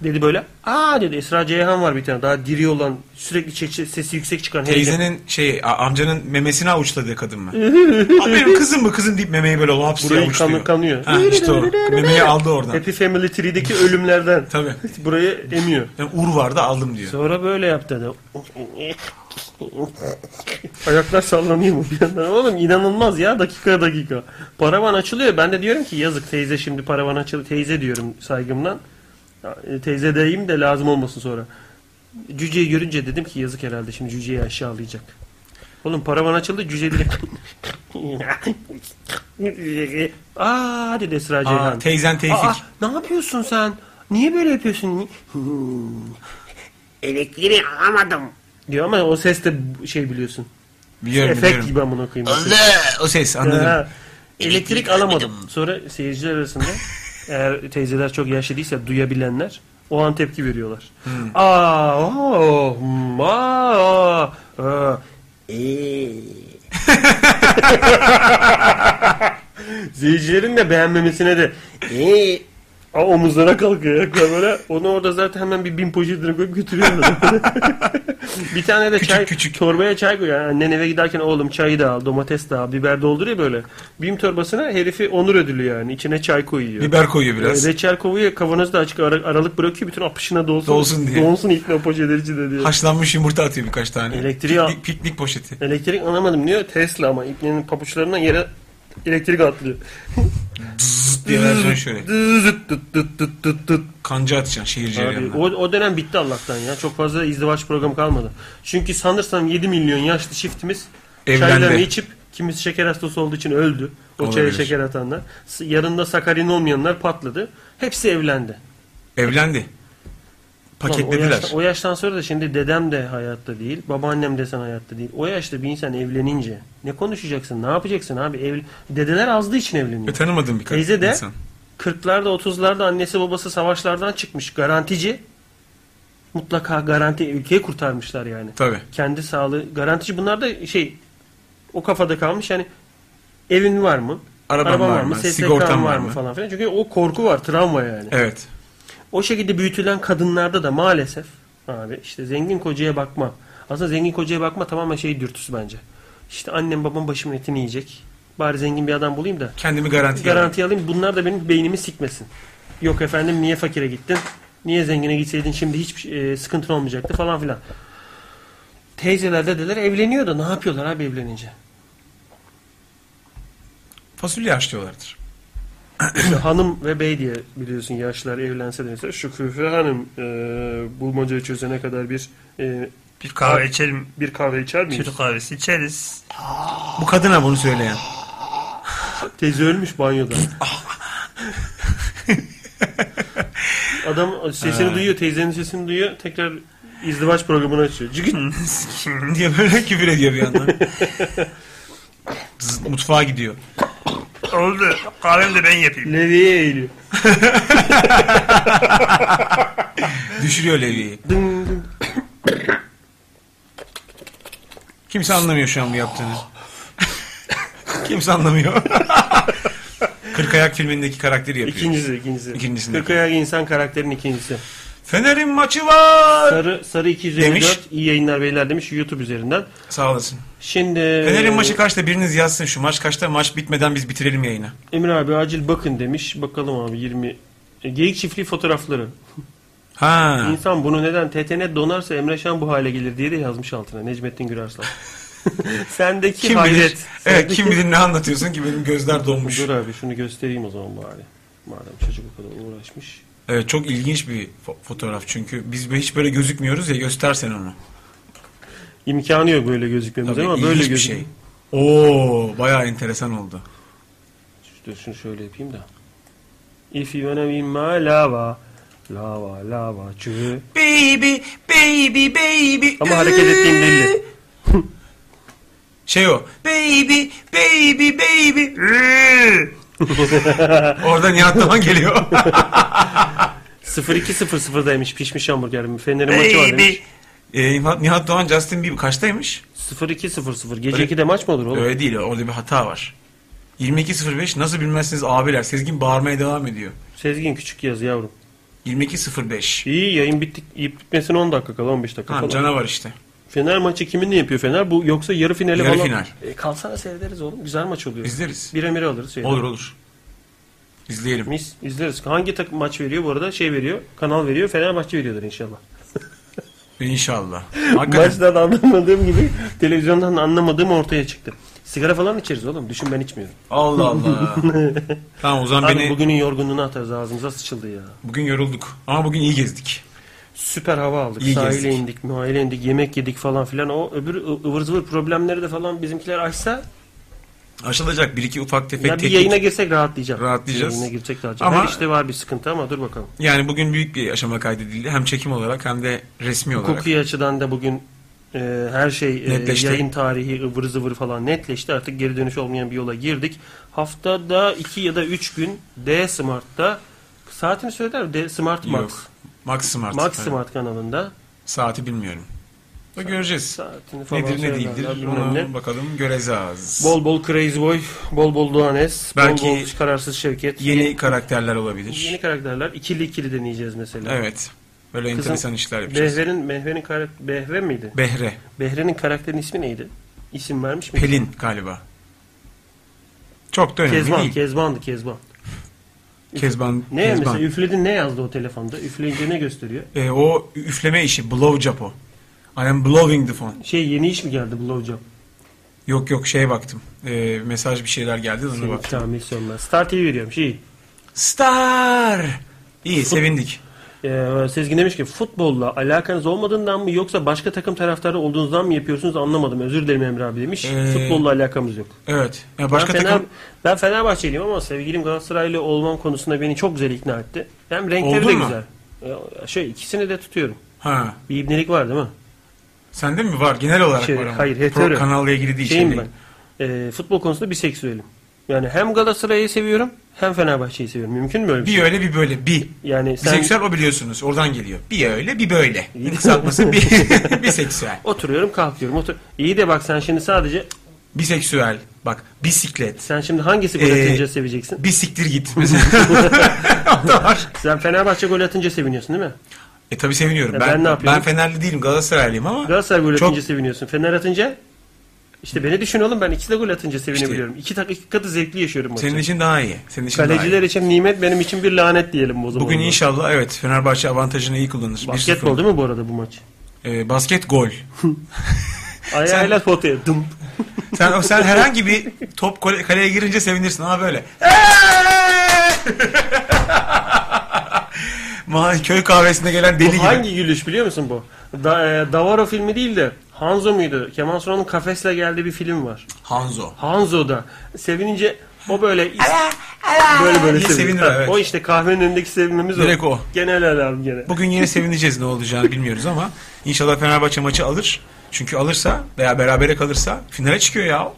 dedi böyle. Aa dedi Esra Ceyhan var bir tane daha diri olan sürekli çe- sesi yüksek çıkan heyecan.
Teyzenin şey a- amcanın memesini avuçladığı
[LAUGHS]
kadın mı? Aa, benim kızım mı kızım deyip memeyi böyle laps diye
Burayı
avuçluyor.
kanı kanıyor.
Ha, işte o. Memeyi aldı oradan.
Happy Family 3'deki ölümlerden.
Tabii.
Burayı emiyor.
Yani ur vardı aldım diyor.
Sonra böyle yap dedi. Ayaklar sallanıyor mu bir yandan? Oğlum inanılmaz ya dakika dakika. Paravan açılıyor. Ben de diyorum ki yazık teyze şimdi paravan açılıyor. Teyze diyorum saygımdan. E, Teyze deyim de lazım olmasın sonra. Cüceyi görünce dedim ki yazık herhalde şimdi cüceyi aşağılayacak. Oğlum paravan açıldı cüce direkt. Aa dedi Esra Ceyhan.
Aa, teyzen tevfik.
Aa, ne yapıyorsun sen? Niye böyle yapıyorsun? Ni-
Elektriği alamadım.
Diyor ama o ses de şey biliyorsun.
biliyorum
Efekt
biliyorum.
gibi amına koyayım.
Oldu.
O ses anladım.
Ha, elektrik
Elektrik
alamadım.
alamadım.
Sonra seyirciler arasında eğer teyzeler çok yaşlı değilse duyabilenler o an tepki veriyorlar. Aa, ah. oo, hmm, aa, aa. Ee,
İyi.
Seyircilerin de beğenmemesine de ee.
İyi.
Aa, omuzlara kalkıyor ayaklar böyle. Onu orada zaten hemen bir bin poşetine koyup götürüyorlar. [LAUGHS] bir tane de çay,
küçük.
torbaya çay koyuyor. Yani annen eve giderken oğlum çayı da al, domates de al, biber dolduruyor böyle. Bim torbasına herifi onur ödülü yani. İçine çay koyuyor.
Biber koyuyor biraz.
Ee, Reçel kovuyor, kavanozı da açık ara- aralık bırakıyor. Bütün apışına dolsun.
Dolsun diye.
Dolsun ikna poşetleri içinde diye.
Haşlanmış yumurta atıyor birkaç tane.
Elektriği al-
piknik, piknik poşeti.
Elektrik alamadım diyor. Tesla ama ipnenin pabuçlarından yere elektrik atlıyor.
Zıt
[LAUGHS]
diye vereceksin şöyle.
Dıt dıt dıt dıt dıt dıt.
Kanca atacaksın şehirciye
Abi,
yanına.
o, o dönem bitti Allah'tan ya. Çok fazla izdivaç programı kalmadı. Çünkü sanırsam 7 milyon yaşlı çiftimiz
Evlendi.
çaylarını içip kimisi şeker hastası olduğu için öldü. O çaya
Olabilir.
şeker atanlar. S- Yanında sakarin olmayanlar patladı. Hepsi evlendi.
Evlendi.
Ulan O,
Paketlediler.
yaşta- o yaştan sonra da şimdi dedem de hayatta değil, babaannem desen hayatta değil. O yaşta bir insan evlenince ne konuşacaksın, ne yapacaksın abi? Ev, dedeler azdığı için evleniyor.
Ve tanımadığım bir kadın.
Teyze de
insan.
40'larda 30'larda annesi babası savaşlardan çıkmış garantici. Mutlaka garanti ülkeyi kurtarmışlar yani.
Tabii.
Kendi sağlığı garantici bunlar da şey o kafada kalmış yani evin var mı?
Araban
Araban
var mı?
SSK'n
Sigortan var mı?
falan filan. Çünkü o korku var, travma yani.
Evet.
O şekilde büyütülen kadınlarda da maalesef abi işte zengin kocaya bakma. Aslında zengin kocaya bakma tamamen şey dürtüsü bence. İşte annem babam başımın etini yiyecek. Bari zengin bir adam bulayım da
Kendimi garanti
Garanti alayım bunlar da benim beynimi sikmesin. Yok efendim niye fakire gittin? Niye zengine gitseydin şimdi hiçbir e, sıkıntın olmayacaktı falan filan. Teyzeler dedeler evleniyor da ne yapıyorlar abi evlenince?
Fasulye haşlıyorlardır.
İşte hanım ve bey diye biliyorsun yaşlılar evlense de mesela Şüküfe Hanım e, bulmacayı çözene kadar bir e,
Bir kahve içelim.
bir kahve içer miyiz?
Türk kahvesi içeriz.
Bu kadına bunu söyleyen. [LAUGHS]
Teyze ölmüş banyoda. [LAUGHS] Adam sesini duyuyor, teyzenin sesini duyuyor. Tekrar izdivaç programını açıyor. Cıgıt.
diye böyle küfür ediyor bir
[LAUGHS]
yandan. Zzz, Mutfağa gidiyor.
Oldu. Kahvemi de ben yapayım.
Levi'ye eğiliyor.
Düşürüyor Levi'yi.
Dın dın.
Kimse anlamıyor şu an bu yaptığını. Kimse anlamıyor. [LAUGHS] Kırk Ayak filmindeki karakteri yapıyor.
İkincisi, ikincisi.
İkincisinde.
Kırkayak insan karakterin ikincisi.
Fener'in maçı var.
Sarı, sarı 254
Demiş.
iyi yayınlar beyler demiş YouTube üzerinden.
Sağ olasın.
Şimdi
Fener'in maçı kaçta biriniz yazsın şu maç kaçta maç bitmeden biz bitirelim yayını.
Emir abi acil bakın demiş. Bakalım abi 20 E, Geyik çiftliği fotoğrafları.
Ha.
İnsan bunu neden TTN donarsa Emre Şan bu hale gelir diye de yazmış altına Necmettin
[LAUGHS]
Gürarslan. Sendeki
Kim bilir?
hayret.
Evet
Sendeki-
kim bilir ne anlatıyorsun ki benim gözler donmuş.
Dur abi şunu göstereyim o zaman bari. Madem çocuk o kadar uğraşmış.
Evet çok ilginç bir fo- fotoğraf çünkü biz hiç böyle gözükmüyoruz ya göstersen onu.
İmkanı yok böyle gözükmemiz
Tabii
ama
ilginç
böyle
bir
gözüküyor.
şey. Oo bayağı enteresan oldu.
Dur şunu şöyle yapayım da. If you wanna be my lava. Lava lava çığ.
Baby baby baby. ee.
Ama hareket ettiğim belli.
[LAUGHS] Şey o. Baby baby baby.
Iıı.
Ee. [LAUGHS] Orada Nihat Doğan geliyor. [LAUGHS]
02.00'daymış pişmiş hamburger. mi? Fener'in maçı var
Baby.
demiş.
e, Nihat Doğan Justin Bieber kaçtaymış?
02.00. Gece
Öyle-
2'de maç mı olur oğlum?
Öyle değil orada bir hata var. 22.05 nasıl bilmezsiniz abiler Sezgin bağırmaya devam ediyor.
Sezgin küçük yaz yavrum.
22.05
İyi yayın bittik. İyi bitmesine 10 dakika kala 15 dakika
Tamam
falan.
canavar işte.
Fener maçı kiminle yapıyor Fener? Bu yoksa yarı finale
Yarı
falan.
final.
E, kalsana seyrederiz oğlum. Güzel maç oluyor.
İzleriz.
Bir emiri alırız. Şey.
Olur olur. İzleyelim.
Mis izleriz. Hangi takım maç veriyor bu arada? Şey veriyor. Kanal veriyor. Fenerbahçe veriyordur inşallah.
İnşallah. Hakikaten.
Maçtan anlamadığım gibi televizyondan anlamadığım ortaya çıktı. Sigara falan içeriz oğlum. Düşün ben içmiyorum.
Allah Allah. tamam o zaman
Abi
beni bugün...
bugünün yorgunluğunu atarız ağzımıza sıçıldı ya.
yorulduk. Ama bugün iyi gezdik.
Süper hava aldık.
İyi
Sahile
gezdik.
indik, muayene indik, yemek yedik falan filan. O öbür ı- ıvır zıvır problemleri de falan bizimkiler açsa
Aşılacak bir iki ufak tefek
ya bir
teknik.
yayına girsek rahatlayacağız.
Rahatlayacağız.
Yayına girsek rahatlayacağız.
Ama-
Her işte var bir sıkıntı ama dur bakalım.
Yani bugün büyük bir aşama kaydedildi. Hem çekim olarak hem de resmi olarak.
Hukuki açıdan da bugün e, her şey e,
Netleşti.
yayın tarihi ıvır zıvır falan netleşti. Artık geri dönüş olmayan bir yola girdik. Haftada 2 ya da 3 gün D Smart'ta saatini söyler mi? D Smart Max.
Yok. Max Smart.
Max
Evet.
Smart kanalında
Saati bilmiyorum. Da göreceğiz.
saatini falan
Nedir ne
söylerler,
değildir.
bilmem
Onu
ne.
bakalım göreceğiz.
Bol bol Crazy Boy, bol bol Doğan Es,
Belki
bol bol Kararsız Şevket.
Yeni karakterler olabilir.
yeni karakterler. ikili ikili deneyeceğiz mesela.
Evet. Böyle
Kızın-
enteresan işler yapacağız.
Behve'nin, Behve'nin karak- Behve miydi?
Behre.
Behre'nin karakterin ismi neydi? İsim vermiş mi?
Pelin galiba. Çok da önemli
Kezban,
değil.
Kezban'dı Kezban.
Kezban.
Ne
Kezban.
mesela üfledin ne yazdı o telefonda? Üfleyince ne gösteriyor?
E, o üfleme işi. Blowjob o. I am blowing the phone.
Şey yeni iş mi geldi blowjob?
Yok yok şeye baktım. E, mesaj bir şeyler geldi. de Ona
Senin
baktım.
Kamil Sönmez. Star TV veriyorum şey.
Star. İyi sevindik.
Ee, Sezgin demiş ki futbolla alakanız olmadığından mı yoksa başka takım taraftarı olduğunuzdan mı yapıyorsunuz anlamadım. Özür dilerim Emre abi demiş.
Ee,
Futbolla alakamız yok.
Evet. Ya başka
ben, Fener-
takım
ben Fenerbahçeliyim ama sevgilim Galatasaraylı olmam konusunda beni çok güzel ikna etti. Hem renkleri
Oldu
de
mu?
güzel. Ee, şey ikisini de tutuyorum.
Ha.
Bir ibnelik var değil mi?
Sende mi var? Genel olarak
Şey,
var ama.
hayır,
Pro-
hetero.
kanalla ilgili değil.
Şeyim
şey
ben.
değil.
Ee, futbol konusunda biseksüelim. Yani hem Galatasaray'ı seviyorum hem Fenerbahçe'yi seviyorum. Mümkün mü öyle bir
Bir
şey?
öyle bir böyle. Bir.
Yani sen
Biseksüel o biliyorsunuz. Oradan geliyor. Bir öyle bir böyle.
[LAUGHS]
Kısaltması bir. [LAUGHS] biseksüel.
oturuyorum kalkıyorum. Otur. İyi de bak sen şimdi sadece
Biseksüel. Bak bisiklet.
sen şimdi hangisi gol
Ee,
atınca seveceksin? [LAUGHS]
Bisiktir git mesela. O da var.
Sen Fenerbahçe gol atınca seviniyorsun değil mi?
e tabi seviniyorum.
E,
ben,
ben
ben,
ne yapıyorum?
Fenerli değilim Galatasaraylıyım ama.
Galatasaray gol
Çok-
atınca seviniyorsun. Fener atınca işte beni düşün oğlum ben ikisi de gol atınca sevinebiliyorum. İki tak iki katı zevkli yaşıyorum maçı.
Senin için daha iyi. Senin için daha
Kaleciler
iyi.
için nimet benim için bir lanet diyelim o zaman.
Bugün
da.
inşallah evet Fenerbahçe avantajını iyi kullanır.
Basketbol
1-0.
değil mi bu arada bu maç?
Ee, basket gol.
Ayağıyla potaya dımp.
[LAUGHS] Sen, sen herhangi bir top kole- kaleye girince sevinirsin ama böyle. Ee! [LAUGHS] Ma köy kahvesine gelen deli
Bu
gibi.
hangi gülüş biliyor musun bu? Da, e, Davaro filmi değil de Hanzo muydu? Kemal Sunal'ın kafesle geldiği bir film var.
Hanzo.
Hanzo'da sevinince o böyle böyle böyle
İyi sevinir,
Ha,
evet.
O işte kahvenin önündeki sevinmemiz
Direkt o.
Genel alarm gene.
Bugün yine sevineceğiz ne olacağını bilmiyoruz ama inşallah Fenerbahçe maçı alır. Çünkü alırsa veya berabere kalırsa finale çıkıyor ya.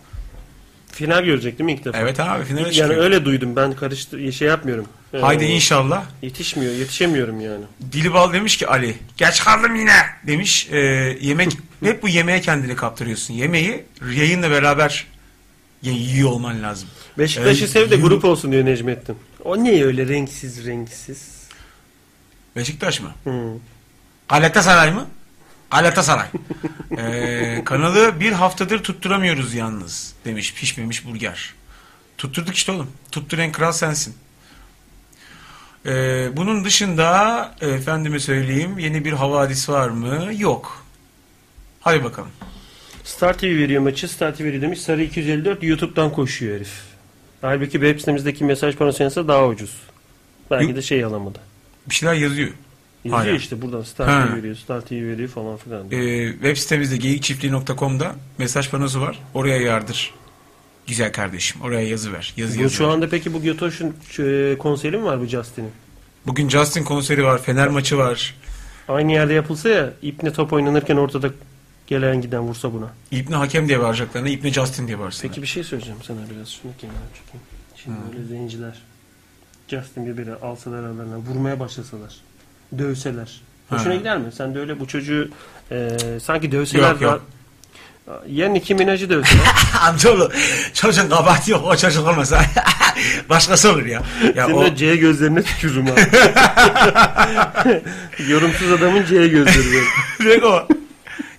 Final görecek değil mi ilk defa?
Evet abi finale çıkıyor.
Yani öyle duydum ben karıştır şey yapmıyorum. Ee,
Haydi inşallah.
Yetişmiyor, yetişemiyorum yani.
Dilibal demiş ki Ali geç kaldım yine demiş. Ee,
[LAUGHS]
yemek hep bu yemeğe kendini kaptırıyorsun. Yemeği yayınla beraber ye- yiyor olman lazım. Ee,
Beşiktaş'ı
Evet,
sev de
Euro-
grup olsun diyor Necmettin. O ne öyle renksiz renksiz?
Beşiktaş mı?
Hmm.
Galatasaray mı?
[LAUGHS]
Galatasaray. ee, kanalı bir haftadır tutturamıyoruz yalnız demiş pişmemiş burger. Tutturduk işte oğlum. Tutturan kral sensin. Ee, bunun dışında efendime söyleyeyim yeni bir havadis var mı? Yok. Hadi bakalım.
Star TV veriyor maçı. Star TV veriyor demiş. Sarı 254 YouTube'dan koşuyor herif. Halbuki web sitemizdeki mesaj panosu yansa daha ucuz. Belki de şey alamadı.
Bir şeyler yazıyor.
Yazıyor
Aynen.
işte buradan Star
Ha.
TV veriyor, Star TV veriyor falan filan. diyor.
Ee, web sitemizde geyikçiftliği.com'da mesaj panosu var. Oraya yardır. Güzel kardeşim. Oraya yazı ver. Yazı
bu
yazı
şu
ver.
anda peki bu Götoş'un e, konseri mi var bu Justin'in?
Bugün Justin konseri var. Fener maçı var.
Aynı yerde yapılsa ya ipne top oynanırken ortada gelen giden vursa buna.
İbni Hakem diye bağıracaklarına İbni Justin diye bağırsınlar.
Peki bir şey söyleyeceğim sana biraz şunu kenara çekeyim. Şimdi böyle zenciler Justin Bieber'i alsalar aralarına vurmaya başlasalar. Dövseler. Hoşuna
Ha.
gider mi? Sen de öyle bu çocuğu e, sanki dövseler
Yok, yok.
da ya Nicki Minaj'ı dövseler.
Amcaoğlu çocuğun kabahati yok. O çocuk olmasa [LAUGHS] başkası olur ya. [LAUGHS] ya
Senin
o,
o C gözlerine tükürürüm ha. Yorumsuz adamın C gözleri böyle.
[LAUGHS] direkt o.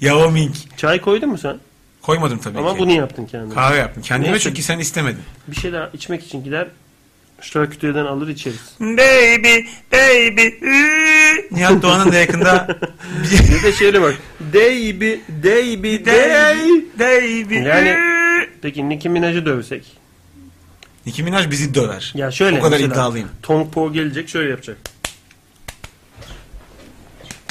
Yao Ming.
Çay koydun mu sen?
Koymadım tabii
Ama
ki.
bunu yaptın kendine.
Kahve yaptım. Kendime
Neyse.
çünkü sen istemedin.
Bir şeyler içmek için gider. Şarküteriden alır içeriz.
Baby, baby. ıı.
Nihat Doğan'ın
[LAUGHS]
da yakında
Bir de şöyle bak. Day bi, day bi, day.
Baby.
Yani-
ıı.
Peki Nicki Minaj'ı dövsek.
Nicki Minaj bizi döver.
Ya şöyle.
O kadar
mesela
iddialıyım.
Tong Po gelecek şöyle yapacak.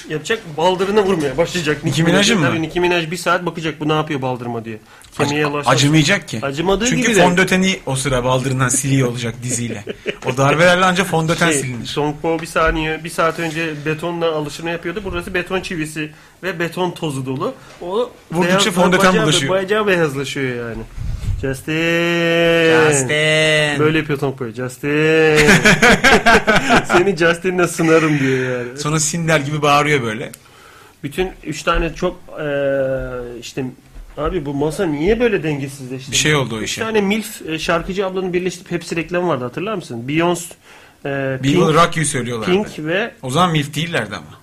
Yapacak baldırına vurmaya başlayacak.
Nicki Minaj'ın mı?
Tabii Nicki Minaj bir saat bakacak bu ne yapıyor baldırıma diye. Kemiğe
Ac-
ulaşacak.
acımayacak ki.
Acımadığı
Çünkü
gibi de-
fondöteni o sıra baldırından siliyor olacak diziyle. O darbelerle ancak fondöten
Şey,
silinir.
Song Po bir saniye, bir saat önce betonla alışını yapıyordu. Burası beton çivisi ve beton tozu dolu. O
Vurdukça
beyaz-
fondöten
bacağı-
bulaşıyor.
Bacağı beyazlaşıyor yani. Justin. Böyle yapıyor Song Po. Justin. Seni Justin'le sınarım diyor yani.
Sonra sinler gibi bağırıyor böyle.
Bütün üç tane çok eee, işte abi bu masa niye böyle dengesizleşti?
Bir şey oldu o
Üç
işe.
tane MILF e, şarkıcı ablanın birleştirip hepsi reklam vardı hatırlar mısın? Beyoncé, e,
Bir yıl
Pink,
Rocky'yi söylüyorlardı.
Pink ve
O zaman milf değillerdi ama.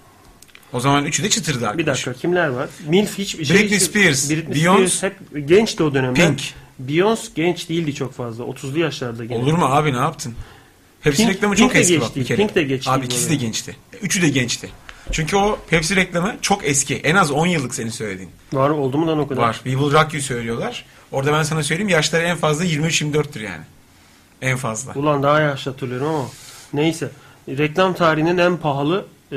O zaman üçü de çıtırdı arkadaş.
Bir dakika kimler var? Milf hiç bir
Britney Spears,
Britney
Beyoncé,
Spears hep gençti o dönemde.
Pink.
Beyoncé genç değildi çok fazla. 30'lu yaşlarda gene.
Olur mu abi ne yaptın? Pepsi
Pink-
reklamı
Pink
çok
de
eski bak
geçti,
bir kere.
Pink de geçti
Abi
bu
ikisi de
arada.
gençti. Üçü de gençti. Çünkü o Pepsi reklamı çok eski. En az 10 yıllık senin söylediğin.
Var oldu mu lan o kadar?
Var. We Will Rock You söylüyorlar. Orada ben sana söyleyeyim yaşları en fazla 23-24'tür yani. En fazla.
Ulan daha yaşlı hatırlıyorum ama. Neyse. Reklam tarihinin en pahalı e,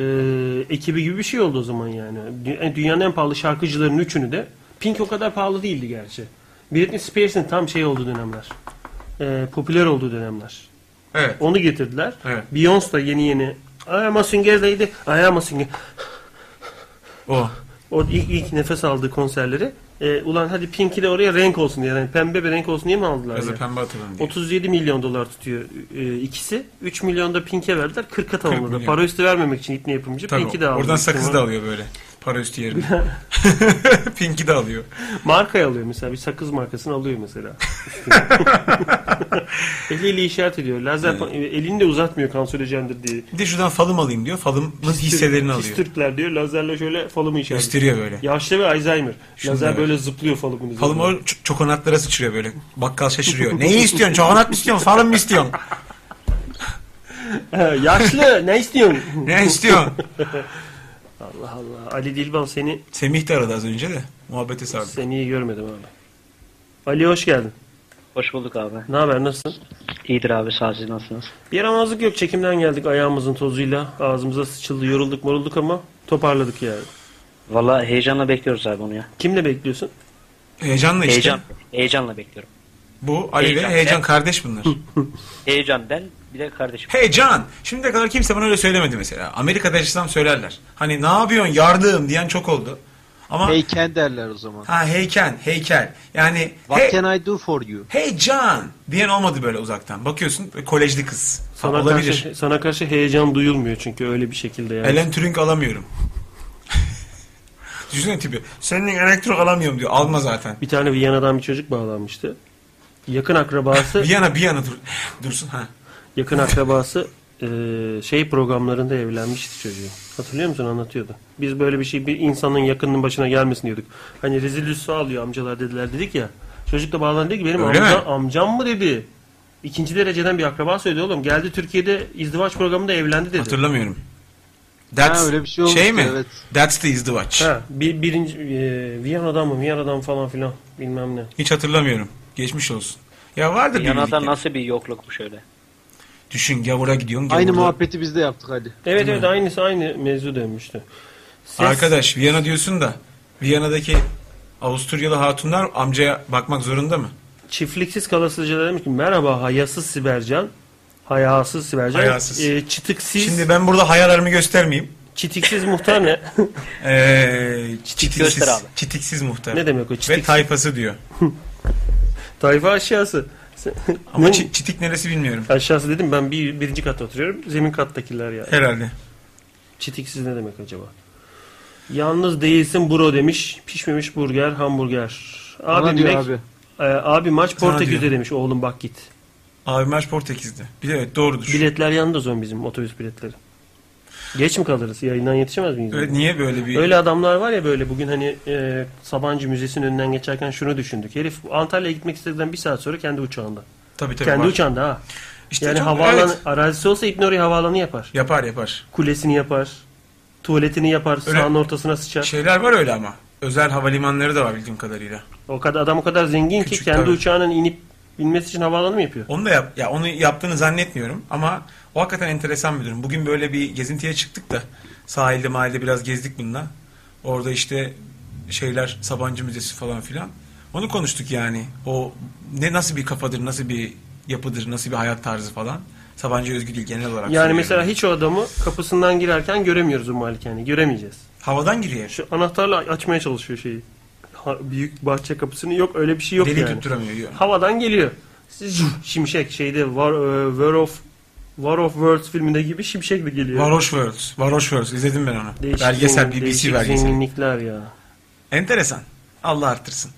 ekibi gibi bir şey oldu o zaman yani. Dü- e, Dünyanın en pahalı şarkıcıların üçünü de. Pink o kadar pahalı değildi gerçi. Britney Spears'in tam şey olduğu dönemler. E, popüler olduğu dönemler.
Evet.
Onu getirdiler.
Evet.
Beyoncé da yeni yeni. Ay ama süngerleydi. Ay ama sünger.
O.
O ilk, ilk nefes aldığı konserleri. E, ulan hadi Pink'i de oraya renk olsun diye. Yani pembe bir renk olsun diye mi aldılar?
Biraz da
ya?
pembe atalım diye.
37 milyon dolar tutuyor e, ikisi. 3 milyon da Pink'e verdiler. 40'a tamamladı.
milyon.
Para üstü vermemek için ikna yapımcı
Tabii,
Pink'i de aldı.
Oradan
İşte
sakız
mar-
da alıyor böyle. Para
[LAUGHS]
üstü yerine. [LAUGHS] Pink'i de alıyor.
Markayı alıyor mesela. Bir sakız markasını alıyor
[LAUGHS]
mesela. Eliyle işaret ediyor. Lazer pa- elini de uzatmıyor kanserojendir diye.
Bir de şuradan falım alayım diyor. Falımın hisselerini
Pis
alıyor.
Türkler diyor. Lazerle şöyle falımı işaret ediyor.
Gösteriyor böyle.
Yaşlı ve Alzheimer.
Şunu
Lazer
da ver.
böyle zıplıyor falımın üzerinde.
Falım o ç- çokonatlara sıçrıyor böyle. Bakkal şaşırıyor. Neyi istiyorsun? Çokonat mı istiyorsun? Falım mı istiyorsun?
Yaşlı ne istiyorsun?
Ne istiyorsun?
Allah Allah. Ali Dilban seni
Semih de aradı az önce de. Muhabbete sardı.
seni iyi görmedim abi. Ali hoş geldin.
Hoş bulduk abi.
Ne haber nasılsın?
İyidir abi sağ ol, siz nasılsınız?
Bir yaramazlık yok. Çekimden geldik ayağımızın tozuyla. Ağzımıza sıçıldı, yorulduk, morulduk ama toparladık yani.
Valla heyecanla bekliyoruz abi onu ya.
Kimle bekliyorsun?
Heyecanla E işte.
Heyecan. Heyecanla bekliyorum.
Bu Ali ile
Heyecan.
heyecan kardeş bunlar.
Heyecan ben bir de kardeşim.
Heyecan. Şimdiye kadar kimse bana öyle söylemedi mesela. Amerika'da yaşasam söylerler. Hani ne yapıyorsun yardım diyen çok oldu. Ama
Heyken derler o zaman.
ha heyken, heykel. Yani
What
he-
can I do for you?
heyecan diyen olmadı böyle uzaktan. Bakıyorsun kolejli kız. Ha,
Sana
olabilir.
karşı sana karşı heyecan duyulmuyor çünkü öyle bir şekilde yani.
Elen Turing alamıyorum. [LAUGHS] Düşünsene tipi. Senin elektrik alamıyorum diyor. Alma zaten.
Bir tane Viyana'dan bir çocuk bağlanmıştı. Yakın akrabası
[LAUGHS] Bir yana bir yana dur. Dursun ha.
yakın akrabası eee, şey programlarında evlenmişti çocuğu. Hatırlıyor musun anlatıyordu. Biz böyle bir şey bir insanın yakınının başına gelmesin diyorduk. Hani rezil rüsva alıyor amcalar dediler dedik ya. Çocuk da bağlandı dedi ki benim
Öyle
amca,
mi?
amcam mı dedi. İkinci dereceden bir akraba söyledi oğlum. Geldi Türkiye'de izdivaç programında evlendi dedi.
Hatırlamıyorum. That's,
Ha, öyle bir şey olmuştu,
mi?
evet.
That's the izdivaç.
Ha, bir, birinci eee, Viyana'dan mı Viyana'dan falan filan bilmem ne.
Hiç hatırlamıyorum. Geçmiş olsun. Ya vardı bir
Yanada
bildikleri.
nasıl bir yoklukmuş öyle.
Düşün gavura gidiyorsun.
Aynı
gavurda-
muhabbeti biz de yaptık hadi.
Evet evet aynısı aynı mevzu dönmüştü. Ses-
Arkadaş Viyana diyorsun da Viyana'daki Avusturyalı hatunlar amcaya bakmak zorunda mı?
Çiftliksiz kalasıcılar demiş ki merhaba hayasız Sibercan. Hayasız Sibercan.
Hayasız.
Ee, çıtıksız,
Şimdi ben burada hayalarımı göstermeyeyim.
çitiksiz muhtar
[LAUGHS]
ne? [LAUGHS]
Ee,
göster abi.
çitiksiz, çitiksiz muhtar.
Ne demek o
Ve
çitiksiz?
tayfası diyor.
Tayfa aşağısı. Sen-
[LAUGHS] Ama
Ne-
çi- çitik neresi bilmiyorum.
aşağısı dedim ben bir, birinci katta oturuyorum. Zemin kattakiler yani.
Herhalde.
Çitiksiz ne demek acaba? Yalnız değilsin bro demiş. Pişmemiş burger, hamburger.
Abi
Abi,
diyor
Mac-
abi.
e, abi maç
Sana
Portekiz'de
diyor.
demiş. Oğlum bak git.
Abi maç Portekiz'de. Bir de evet doğrudur.
Biletler yanında zon bizim otobüs biletleri. Geç mi kalırız? Yayından yetişemez miyiz?
Öyle- niye böyle bir...
Öyle adamlar var ya böyle bugün hani e, Sabancı Müzesi'nin önünden geçerken şunu düşündük. Herif Antalya'ya gitmek istediğinden bir saat sonra kendi uçağında.
Tabii tabii.
kendi
var.
uçağında ha.
İşte
yani
çok-
havaalanı,
evet.
arazisi olsa İbn Oraya havaalanı yapar.
Yapar yapar.
Kulesini yapar. Tuvaletini yapar.
Öyle- Şey-
Sahanın ortasına sıçar.
Şeyler var öyle ama. Özel havalimanları da var bildiğim kadarıyla.
O kadar adam o kadar zengin ki
Küçük
kendi
tabii.
uçağının inip binmesi için havaalanı mı yapıyor?
Onu da yap, ya onu yaptığını zannetmiyorum ama o hakikaten enteresan bir durum. Bugün böyle bir gezintiye çıktık da sahilde mahallede biraz gezdik bununla. Orada işte şeyler Sabancı Müzesi falan filan. Onu konuştuk yani. O ne nasıl bir kafadır, nasıl bir yapıdır, nasıl bir hayat tarzı falan. Sabancı özgü değil genel olarak.
Yani
söylüyorum.
mesela hiç o adamı kapısından girerken göremiyoruz o malikaneyi. Göremeyeceğiz.
havadan giriyor.
Şu anahtarla açmaya çalışıyor şeyi. Ha- büyük bahçe kapısını yok öyle bir şey yok
Deli
yani.
tutturamıyor.
Havadan geliyor. Şimşek şeyde War, e, War of War of Worlds filminde gibi şimşek de geliyor.
Varoş Worlds. Varoş Worlds. izledim ben onu. belgesel,
zengin-
BBC
değişik
belgeseli.
zenginlikler ya.
Enteresan. Allah arttırsın.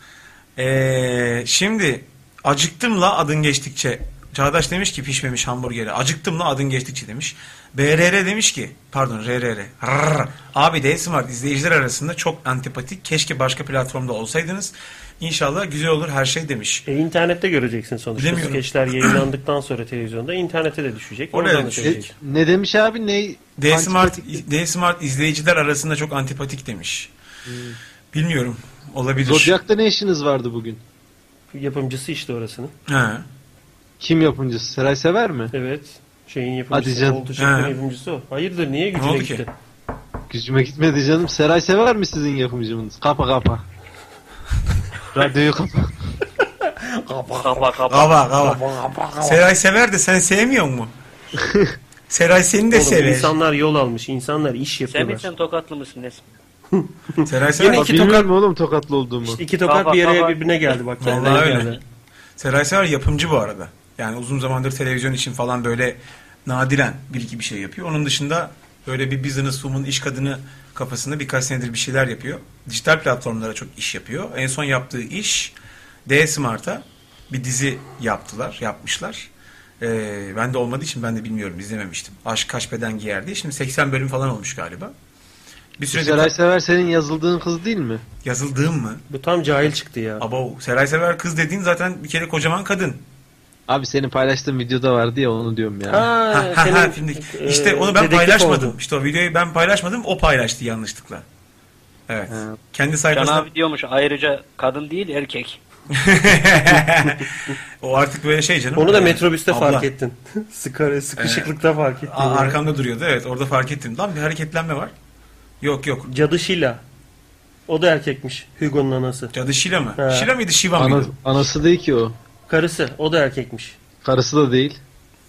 Ee, şimdi acıktımla adın geçtikçe Çağdaş demiş ki pişmemiş hamburgeri. Acıktımla adın geçtikçe demiş. BRR demiş ki pardon RRR. Rrr. Abi de Smart izleyiciler arasında çok antipatik. Keşke başka platformda olsaydınız. İnşallah güzel olur her şey demiş.
E, internette göreceksin sonuçta.
Bilemiyorum.
Skeçler yayınlandıkla sonra televizyonda internete de düşecek.
Oraya
oradan da
düşecek.
görecek.
E, Ne demiş abi ne?
D Smart,
Antipatik-
D Smart izleyiciler arasında çok antipatik demiş. Bilmiyorum. Olabilir.
Zodyak'ta ne işiniz vardı bugün?
Yapımcısı işte orasının.
Ha.
Kim yapımcısı? Seray Sever mi?
Evet. Şeyin yapımcısı.
Hadi canım.
Oldu Şef'in
He.
yapımcısı o. Hayırdır niye gücüne
oldu ki?
gitti?
Gücüme gitmedi canım. Seray Sever mi sizin yapımcınız? Kapa kapa. Radyoyu kapa.
Kapa kapa.
Kaba kaba. Seray sever de sen
[LAUGHS]
sevmiyor mu? Seray seni de
Oğlum
sever.
insanlar yol almış. insanlar iş
Sen
yapıyorlar.
mi sen tokatlı mısın nesin?
Seray sever.
Yine-
Bak,
İki
Bilmiyorum oğlum tokatlı olduğumu.
İşte iki tokat
Kafa,
bir araya
kafa.
birbirine geldi bak.
Vallahi
kendine
öyle.
geldi.
Seray sever yapımcı bu arada. Yani uzun zamandır televizyon için falan böyle nadiren bir iki bir şey yapıyor. Onun dışında böyle bir business woman, iş kadını kafasında birkaç senedir bir şeyler yapıyor. Dijital platformlara çok iş yapıyor. En son yaptığı iş D Smart'a bir dizi yaptılar, yapmışlar. Ee, ben de olmadığı için ben de bilmiyorum, izlememiştim. Aşk kaç beden giyer diye. Şimdi 80 bölüm falan olmuş galiba. Bir süredir
Seray Sever senin yazıldığın kız değil mi?
yazıldığım mı?
Bu tam cahil çıktı ya.
Abo, Seray Sever kız dediğin zaten bir kere kocaman kadın.
Abi senin paylaştığın videoda vardı ya onu diyorum ya.
Ha,
Ha, ha,
senin,
ha, filmdeki.
e,
İşte onu ben
dedektif
paylaşmadım.
oldun.
İşte o videoyu ben paylaşmadım. O paylaştı yanlışlıkla. Evet. Kendi
Can
sayfasına
abi diyormuş ayrıca kadın değil erkek.
[LAUGHS] o artık böyle şey canım.
Onu da
Ee,
metrobüste
abla.
fark ettin. [LAUGHS] Sıkar, sıkışıklıkta fark ettin.
Aa,
ya.
arkamda duruyordu. Evet, orada fark ettim. Lan bir hareketlenme var. Yok yok.
Cadı Şila. O da erkekmiş. Hugo'nun anası.
Cadı Şila mı?
He.
Şila mıydı, Şiva
Ana,
mıydı?
anası değil ki o.
Karısı. O da erkekmiş.
Karısı da değil.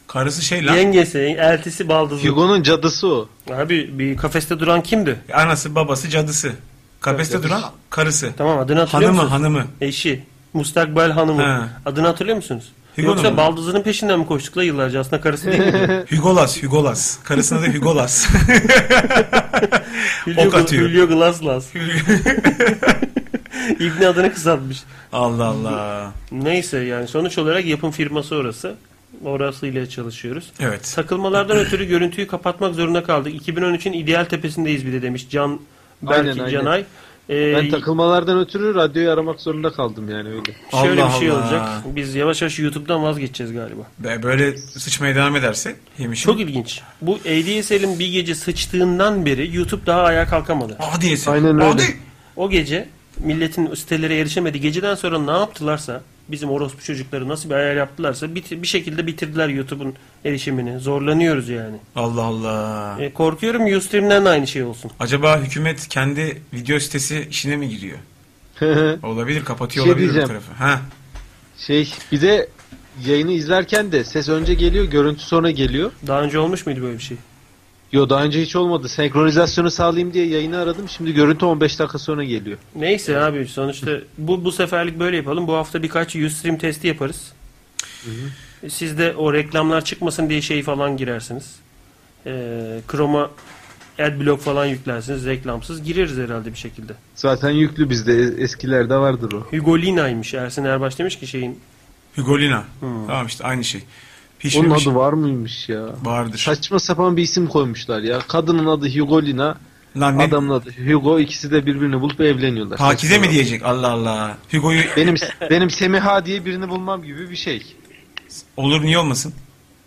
Karısı şey lan.
Yengesi, eltisi, baldızı.
Hugo'nun cadısı o.
Abi bir kafeste duran kimdi?
Anası, babası, cadısı. Kafeste
Evet,
duran karısı.
Tamam adını hatırlıyor
Hanımı,
musunuz?
hanımı.
Eşi. Mustakbel hanımı.
He.
Adını hatırlıyor musunuz?
Hugo'nun
Yoksa
mu?
baldızının peşinden mi koştuk la yıllarca? Aslında karısı değil
[LAUGHS]
miydi?
Hugolas, Hugolas. Karısına da Hugolas. [LAUGHS]
Hülyo,
Ok atıyor.
Hülyo
[LAUGHS]
Glaslas. İbni adını kısaltmış.
Allah Allah.
Neyse yani sonuç olarak yapım firması orası. orasıyla çalışıyoruz.
Evet.
Takılmalardan ötürü görüntüyü kapatmak zorunda kaldık. 2013'ün ideal tepesindeyiz bir de demiş Can Berk
Aynen, aynen.
Canay. Ee,
Şey-
Ben takılmalardan ötürü radyoyu aramak zorunda kaldım yani öyle. [LAUGHS]
şöyle
Allah
bir şey
Allah.
olacak. Biz yavaş yavaş YouTube'dan vazgeçeceğiz galiba.
Be- Böyle sıçmaya devam ederse yemişim.
Çok ilginç. Bu ADSL'in bir gece sıçtığından beri YouTube daha ayağa kalkamadı.
Adi yesin.
Aynen öyle.
Adi.
O gece milletin sitelere erişemedi. Geceden sonra ne yaptılarsa bizim orospu çocukları nasıl bir ayar yaptılarsa bit- bir, şekilde bitirdiler YouTube'un erişimini. Zorlanıyoruz yani.
Allah Allah.
E, korkuyorum Ustream'den de aynı şey olsun.
Acaba hükümet kendi video sitesi işine mi giriyor? Olabilir kapatıyor
Şey
olabilir bu
diyeceğim.
tarafı. Ha.
şey bir de yayını izlerken de ses önce geliyor, görüntü sonra geliyor.
Daha önce olmuş muydu böyle bir şey?
Yo daha önce hiç olmadı. Senkronizasyonu sağlayayım diye yayını aradım. Şimdi görüntü 15 dakika sonra geliyor.
Neyse abi sonuçta bu bu seferlik böyle yapalım. Bu hafta birkaç Ustream testi yaparız. Siz de o reklamlar çıkmasın diye şey falan girersiniz. Ee, Chrome'a adblock falan yüklersiniz reklamsız. Gireriz herhalde bir şekilde.
Zaten yüklü bizde. Es- Eskilerde vardır o.
Hugo Lina'ymış. Ersin Erbaş demiş ki şeyin
Hugolina. Tamam işte aynı şey.
Hmm. Onun
Pişmemiş
adı var mıymış ya?
vardır.
Saçma sapan bir isim koymuşlar ya. Kadının adı Hugolina,
Lan ne?
adamın adı Hugo. İkisi de birbirini bulup evleniyorlar.
Pakize
Saçma
mi diyecek? Allah Allah. Hugo'yu
Benim benim Semiha diye birini bulmam gibi bir şey.
olur niye olmasın?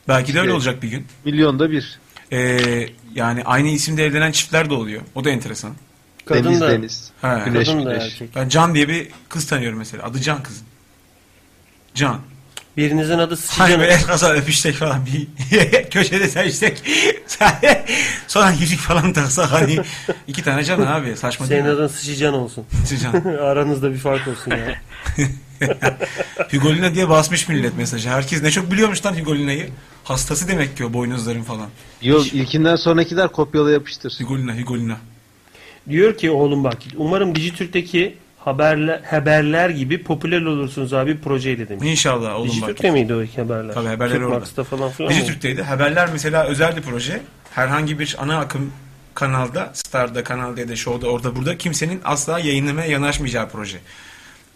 Belki de öyle
İşte.
olacak bir gün.
Milyonda bir.
Ee, yani aynı isimde evlenen çiftler de oluyor. O da enteresan.
kadın
deniz
da
deniz.
Ha.
Güneş
kadın da
güneş.
erkek.
Ben Can diye bir kız tanıyorum mesela. Adı Can kızın. Can.
Birinizin adı
Hani
Sıçıcan.
böyle nasıl öpüşsek falan bir [LAUGHS] köşede sevişsek [LAUGHS] sonra yüzük falan taksak hani iki tane can abi saçma
Senin
değil mi?
adın Sıçıcan olsun. [LAUGHS]
İki can.
Aranızda bir fark olsun
[LAUGHS]
ya.
Hugolina diye basmış millet mesajı. Herkes ne çok biliyormuş lan Hugolina'yı. Hastası demek ki o boynuzların falan.
Yok ilkinden sonrakiler kopyala yapıştır.
Hugolina, Hugolina.
Diyor ki oğlum bak umarım Dijitürk'teki haberler, haberler gibi popüler olursunuz abi projeyle demiş.
İnşallah oğlum bak.
Dijitürk'te miydi o haberler?
Tabii haberler orada.
Türkmarks'ta falan filan mı?
Dijitürk'teydi. Haberler mesela özel bir proje. Herhangi bir ana akım kanalda, Star'da, Kanal D'de, Show'da, orada burada kimsenin asla yayınlamaya yanaşmayacağı proje.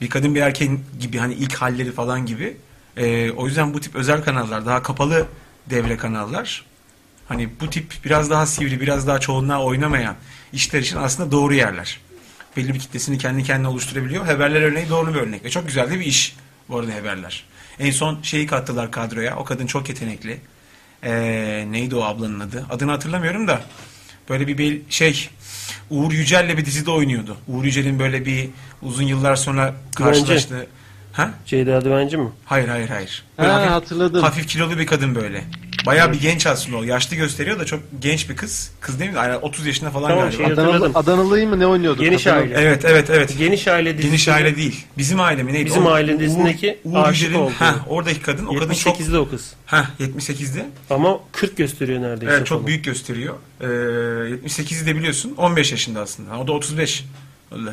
Bir kadın bir erkeğin gibi hani ilk halleri falan gibi. Ee, o yüzden bu tip özel kanallar, daha kapalı devre kanallar. Hani bu tip biraz daha sivri, biraz daha çoğunluğa oynamayan işler için aslında doğru yerler. Belli bir kitlesini kendi kendine oluşturabiliyor. Haberler örneği doğru bir örnek. Ve çok güzel de bir iş bu arada haberler. En son şeyi kattılar kadroya. O kadın çok yetenekli. Ee, neydi o ablanın adı? Adını hatırlamıyorum da. Böyle bir bel- şey Uğur Yücel'le bir dizide oynuyordu. Uğur Yücel'in böyle bir uzun yıllar sonra karşılaştığı... Ha?
Ceyda Düvenci mi?
Hayır hayır hayır. Böyle
Ha,
hafif-
hatırladım.
Hafif kilolu bir kadın böyle. Bayağı bir genç aslında o. Yaşlı gösteriyor da çok genç bir kız. Kız değil mi? Aynen 30 yaşında falan
Tamam,
galiba.
şey-
Adanalı,
hatırladım.
Adanalı'yı mı ne oynuyordu?
Geniş
Kadın- [LAUGHS]
aile.
Evet evet evet.
Geniş aile dizisi.
Geniş aile değil. Bizim aile mi neydi?
Bizim
O-
aile dizisindeki
Uğur, Uğur
aşık
Yücel'in-
olduğu.
heh, oradaki kadın o kadın çok
78'de o kız.
heh, 78'de.
Ama 40 gösteriyor neredeyse.
Evet çok
falan.
büyük gösteriyor. Ee, 78'i de biliyorsun 15 yaşında aslında. Ha, O da 35. Allah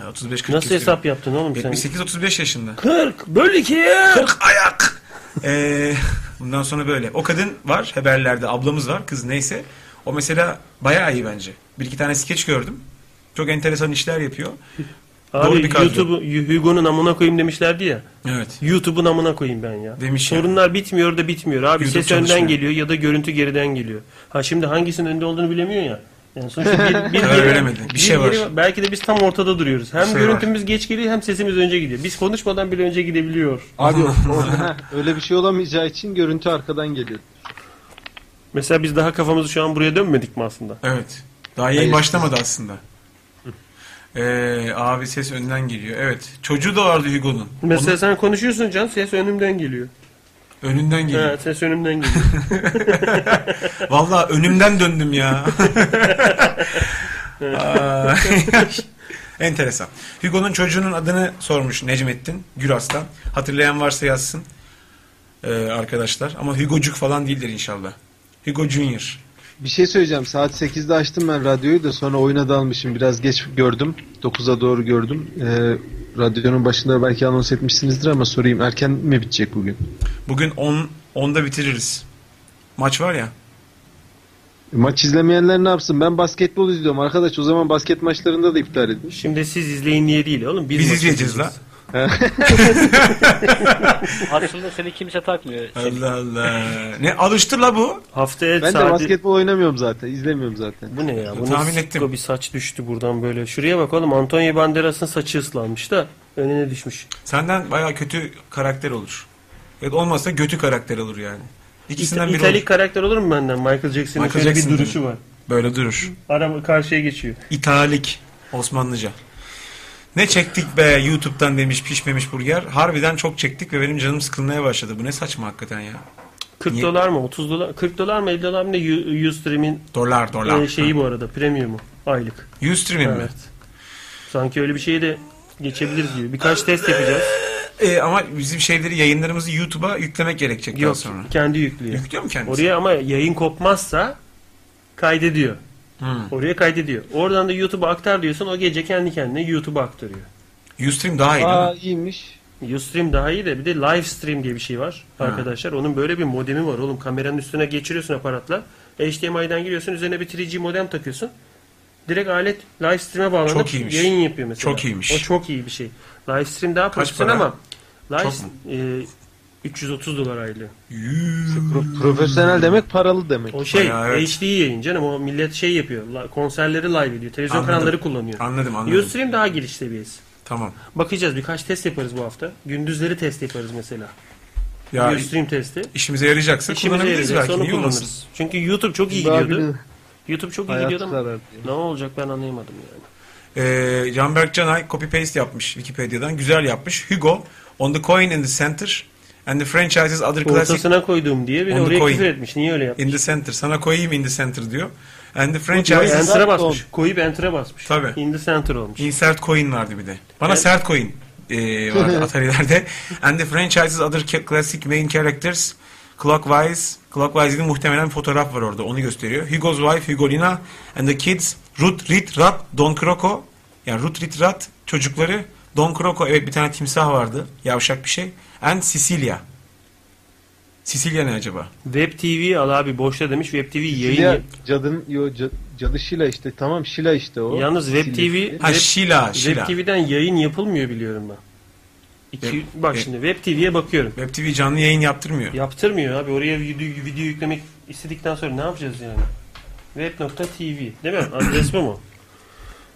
Allah 35 40
Nasıl hesap yaptın oğlum sen?
78 35 yaşında. [LAUGHS]
40 böl 2'ye.
40 ayak. Ee, bundan sonra böyle. O kadın var haberlerde ablamız var kız neyse. O mesela bayağı iyi bence. Bir iki tane skeç gördüm. Çok enteresan işler yapıyor. Doğru
Abi
bir kadro.
YouTube'u Hugo'nun amına koyayım demişlerdi ya.
Evet.
YouTube'un amına koyayım ben ya.
Demiş ya.
Sorunlar bitmiyor da bitmiyor. Abi
YouTube
ses önden
çalışmıyor.
geliyor ya da görüntü geriden geliyor. Ha şimdi hangisinin önde olduğunu bilemiyorsun ya. Yani sonuçta
[LAUGHS]
bir, bir
Karar veremedi. Bir şey var.
Belki de biz tam ortada duruyoruz. Hem
Bir şey
görüntümüz geç geliyor hem sesimiz önce gidiyor. Biz konuşmadan bile önce gidebiliyor.
[LAUGHS]
Abi orada- öyle bir şey olamayacağı için görüntü arkadan geliyor.
Mesela biz daha kafamızı şu an buraya dönmedik mi aslında?
Evet. Daha yayın
Hayır.
başlamadı aslında. Ee, abi ses önden geliyor. Evet. Çocuğu da vardı Hugo'nun.
Mesela sen konuşuyorsun Can ses önümden geliyor.
Onun önünden geliyor.
Ha, ses önümden geliyor.
Vallahi önümden döndüm ya. [LAUGHS] Aa, [LAUGHS] Enteresan. Hugo'nun çocuğunun adını sormuş Necmettin Güras'tan. Hatırlayan varsa yazsın ee, arkadaşlar. Ama Hugo'cuk falan değildir inşallah. Hugo Junior.
Bir şey söyleyeceğim. Saat 8'de açtım ben radyoyu da sonra oyuna dalmışım. Biraz geç gördüm. 9'a doğru gördüm. Ee, radyonun başında belki anons etmişsinizdir ama sorayım. Erken mi bitecek bugün?
Bugün 10 10'da bitiririz. Maç var ya.
E, Maç izlemeyenler ne yapsın? Ben basketbol izliyorum arkadaş. O zaman basket maçlarında da iptal edin.
Şimdi siz izleyin niye değil oğlum.
Biz
maçı
izleyeceğiz la.
izleyeceğiz.
Aslında seni kimse takmıyor.
[LAUGHS] Allah Allah. Şey. [LAUGHS] Ne alıştı la bu?
Haftaya
Ben de
saati-
basketbol oynamıyorum zaten. izlemiyorum zaten.
Bu ne ya? Bu
Tahmin
ne
ettim.
sikko bir saç düştü buradan böyle. Şuraya bak oğlum Antonio Banderas'ın saçı ıslanmış da önüne düşmüş.
Senden baya kötü karakter olur. Ya da olmazsa götü karakter olur yani. İkisinden
İta-
biri
İtalik
olur.
karakter olur mu benden? Michael Jackson'ın
Michael
şöyle
Jackson
bir duruşu
dedi.
var.
Böyle durur.
Araba karşıya geçiyor.
İtalik. Osmanlıca. Ne çektik be YouTube'dan demiş pişmemiş burger. Harbiden çok çektik ve benim canım sıkılmaya başladı. Bu ne saçma hakikaten ya.
40
Niye?
dolar mı? 30 dolar? 40 dolar mı? 50 dolar mı? ne? U- Ustream'in
Dolar dolar.
e, şeyi bu arada. Premium'u. Aylık.
Ustream'in mi?
Evet. Sanki öyle bir şeyi de geçebiliriz diyor. Birkaç test yapacağız.
E, ama bizim şeyleri yayınlarımızı YouTube'a yüklemek gerekecek daha
Yok.
sonra.
Kendi yüklüyor.
Yüklüyor mu kendisi?
Oraya ama yayın kopmazsa kaydediyor.
Hmm.
Oraya kaydediyor. Oradan da YouTube'a aktar diyorsun. O gece kendi kendine YouTube'a aktarıyor.
Ustream daha iyi değil mi?
Aa iyiymiş.
Ustream daha iyi de bir de live stream diye bir şey var arkadaşlar. Onun böyle bir modemi var oğlum. Kameranın üstüne geçiriyorsun aparatla. HDMI'den giriyorsun. Üzerine bir 3G modem takıyorsun. Direkt alet live stream'e bağlanıp
Çok iyiymiş.
yayın yapıyor mesela.
Çok iyiymiş.
O çok iyi bir şey. Live stream daha
para?
profesyonel ama live
Çok mu?
e, 330 dolar aylığı.
Yuu.
Pro- profesyonel demek paralı demek.
O şey
Bayağı evet.
HD yayın canım. O millet şey yapıyor. la- Konserleri live ediyor. Televizyon
Anladım.
kanalları kullanıyor.
Anladım anladım.
Ustream daha giriş seviyesi.
Tamam.
Bakacağız birkaç test yaparız bu hafta. Gündüzleri test yaparız mesela.
Ya
Ustream testi.
işimize yarayacaksa
İşimize
kullanabiliriz
yarayacak.
belki.
Onu
Niye olmasın?
kullanırız. Çünkü YouTube çok iyi
Daha
gidiyordu.
bir
YouTube çok iyi
hayat
gidiyordu ama
karardı.
ne olacak ben anlayamadım yani.
Ee, Canberk Canay copy paste yapmış Wikipedia'dan. Güzel yapmış. Hugo on the coin in the center and the franchises other classic
Ortasına koyduğum diye bir
On
de
the
oraya
coin.
küfür etmiş. Niye öyle yapmış?
in the center. Sana koyayım in the center diyor. And the franchises
Enter'a basmış. Koyup enter'a basmış.
Tabii.
In the center olmuş.
insert coin vardı bir de. Bana sert coin
[LAUGHS]
ee, vardı Atari'lerde. And the franchises other ca- classic main characters Clockwise. Clockwise'in muhtemelen fotoğraf var orada. Onu gösteriyor. Hugo's wife, Hugolina and the kids. Ruth, Rit, Rat, Don Croco. Yani Ruth, Rit, Rat çocukları. Don Croco evet bir tane timsah vardı. Yavşak bir şey. And Sicilia. Sicilia ne acaba?
Web TV al abi boşta demiş. Web TV yayın.
Şila, cadın, yo, ca- cadı Şila işte tamam Şila işte o.
Yalnız Web
Şilesi.
TV
Ha
Web-
Şila, Şila.
Web TV'den yayın yapılmıyor biliyorum ben. İki,
Web- e-
bak
Web-
şimdi Web TV'ye bakıyorum.
Web TV canlı yayın yaptırmıyor.
Yaptırmıyor abi. Oraya video, video yüklemek istedikten sonra ne yapacağız yani? Web.tv değil mi? Adres bu mu?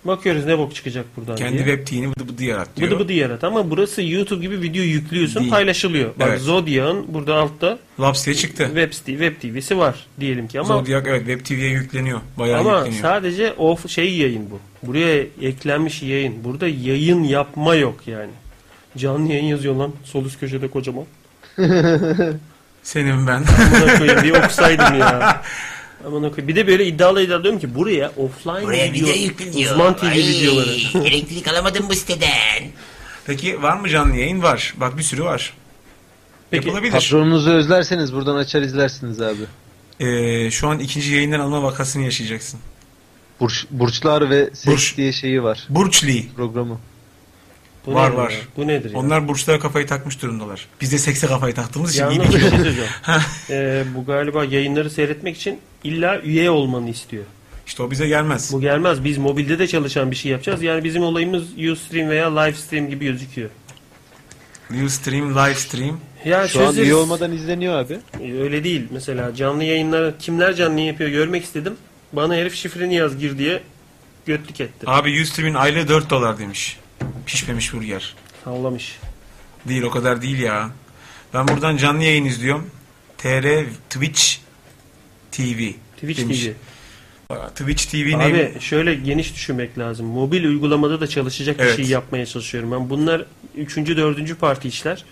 Bakıyoruz ne bok çıkacak buradan
Kendi
diye.
web TV'ni bıdı bıdı yaratıyor.
Bıdı bıdı yarat ama burası YouTube gibi video yüklüyorsun
Değil.
paylaşılıyor. Bak
Evet.
Zodiac'ın burada altta
Laps diye çıktı.
web, site- web TV'si var diyelim ki ama
Zodiac evet Web TV'ye yükleniyor. Bayağı
ama
yükleniyor.
sadece off şey yayın bu. Buraya eklenmiş yayın. Burada yayın yapma yok yani. Canlı yayın yazıyor lan sol üst köşede kocaman.
Senin ben. [LAUGHS]
Amına koyayım diye okusaydım ya. Amına koyayım. Bir de böyle iddialı iddialı diyorum ki buraya offline
Buraya
video,
video yükleniyor.
uzman TV
Ay,
videoları.
Elektrik alamadım bu siteden.
Peki var mı canlı yayın? Var. Bak bir sürü var.
Peki,
Yapılabilir.
Patronunuzu özlerseniz buradan açar izlersiniz abi.
Ee, şu an ikinci yayından alma vakasını yaşayacaksın.
Burç, burçlar ve seks
Burç.
diye şeyi var
Burçli.
programı.
Bu
Var,
nedir
var.
ya? Bu nedir ya?
Onlar burçlara kafayı takmış durumdalar. Biz de sekse kafayı taktığımız için iyi
Yalnız bir şey
değil. [LAUGHS]
söyleyeceğim. Ee, bu galiba yayınları seyretmek için illa üye olmanı istiyor.
İşte o bize gelmez.
Bu gelmez. Biz mobilde de çalışan bir şey yapacağız. Yani bizim olayımız Ustream veya Livestream gibi gözüküyor.
Livestream, livestream.
Ya
Şu an
çözeriz.
iyi olmadan izleniyor abi.
Ee, Öyle değil. Mesela canlı yayınları kimler canlı yapıyor görmek istedim. Bana herif şifreni yaz gir diye götlük etti.
Abi Ustream'in aylığı 4 dolar demiş. Pişmemiş burger.
Sallamış.
Değil o kadar değil ya. Ben buradan canlı yayın izliyorum. TR Twitch TV.
Twitch
demiş.
TV.
Aa, Twitch TV ne?
Abi şöyle geniş düşünmek lazım. Mobil uygulamada da çalışacak
Evet.
bir şey yapmaya çalışıyorum ben. Bunlar üçüncü, dördüncü parti işler.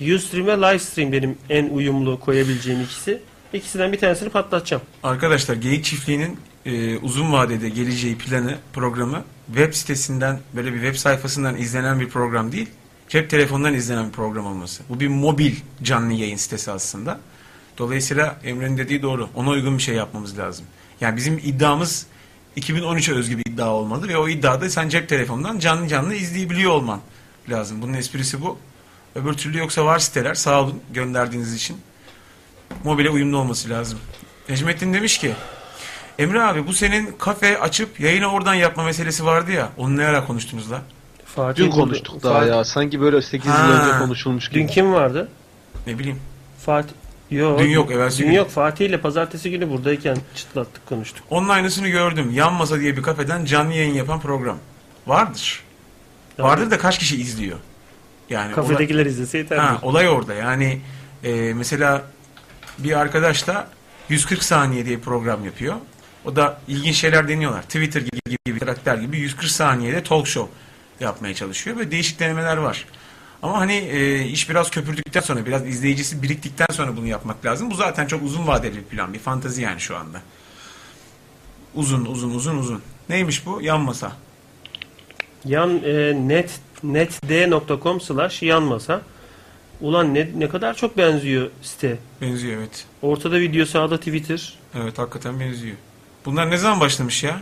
Ustream ve Livestream benim en uyumlu koyabileceğim ikisi. İkisinden bir tanesini patlatacağım.
Arkadaşlar Geyik Çiftliği'nin e, uzun vadede geleceği planı programı web sitesinden böyle bir web sayfasından izlenen bir program değil. Cep telefonundan izlenen bir program olması. Bu bir mobil canlı yayın sitesi aslında. Dolayısıyla Emre'nin dediği doğru. Ona uygun bir şey yapmamız lazım. Yani bizim iddiamız 2013'e özgü bir iddia olmalı ve o iddiada sen cep telefonundan canlı canlı izleyebiliyor olman lazım. Bunun esprisi bu. Öbür türlü yoksa var siteler sağ olun gönderdiğiniz için mobile uyumlu olması lazım. Necmettin demiş ki Emre abi bu senin kafe açıp yayını oradan yapma meselesi vardı ya. Onu ne ara konuştunuz la?
Fatih
Dün
buldu.
konuştuk daha
Fatih-
ya. Sanki böyle 8 yıl
Ha.
önce konuşulmuş gibi.
Dün kim vardı?
Ne bileyim.
Fatih. Yok.
Dün yok, evvelsi
Dün
gün.
yok. Fatih ile pazartesi günü buradayken çıtlattık konuştuk.
Onun aynısını gördüm. Yan Masa diye bir kafeden canlı yayın yapan program. Vardır. Vardır da kaç kişi izliyor? Yani olay-
Kafedekiler izlese yeterli.
Ee, Ha, olay orada. Yani e, mesela bir arkadaş da 140 saniye diye program yapıyor. O da ilginç şeyler deniyorlar. Twitter gibi, gibi, gibi karakter gibi 140 saniyede talk show yapmaya çalışıyor ve değişik denemeler var. Ama hani e, iş biraz köpürdükten sonra, biraz izleyicisi biriktikten sonra bunu yapmak lazım. Bu zaten çok uzun vadeli bir plan, bir fantazi yani şu anda. Uzun, uzun, uzun, uzun. Neymiş bu? Yan masa.
Yan e, net netd.com slash yan masa. Ulan ne, ne kadar çok benziyor site.
Benziyor evet.
Ortada video sağda Twitter.
Evet hakikaten benziyor. Bunlar ne zaman başlamış ya?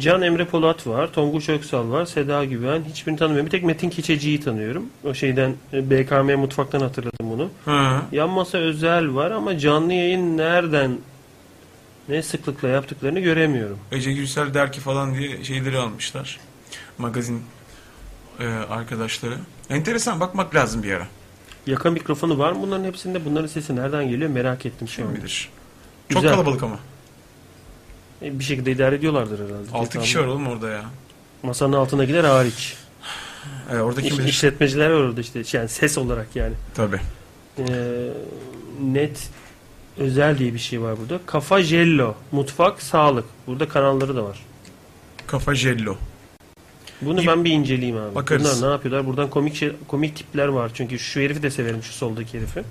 Can Emre Polat var, Tonguç Öksal var, Seda Güven. Hiçbirini tanımıyorum. Bir tek Metin Keçeci'yi tanıyorum. O şeyden e, BKM mutfaktan hatırladım bunu.
Hı.
Yan masa özel var ama canlı yayın nereden ne sıklıkla yaptıklarını göremiyorum.
Ece Gürsel der ki falan diye şeyleri almışlar. Magazin e, arkadaşları. Enteresan bakmak lazım bir ara.
Yaka mikrofonu var mı bunların hepsinde? Bunların sesi nereden geliyor merak ettim şu
Kim
an.
bilir. Çok
Güzel.
kalabalık ama.
E, Bir şekilde idare ediyorlardır herhalde.
6 kişi var
Tamam.
oğlum orada ya.
Masanın altındakiler hariç.
E, orada kim
İş,
bilir.
işletmeciler var orada işte. Yani ses olarak yani.
Tabii.
Ee, net özel diye bir şey var burada. Kafa Jello, mutfak, sağlık. Burada kanalları da var.
Kafa jello.
Bunu
İyi.
ben bir inceleyeyim abi.
Bakarız.
Bunlar ne yapıyorlar? Buradan komik şey- komik tipler var. Çünkü şu herifi de severim şu soldaki herifi.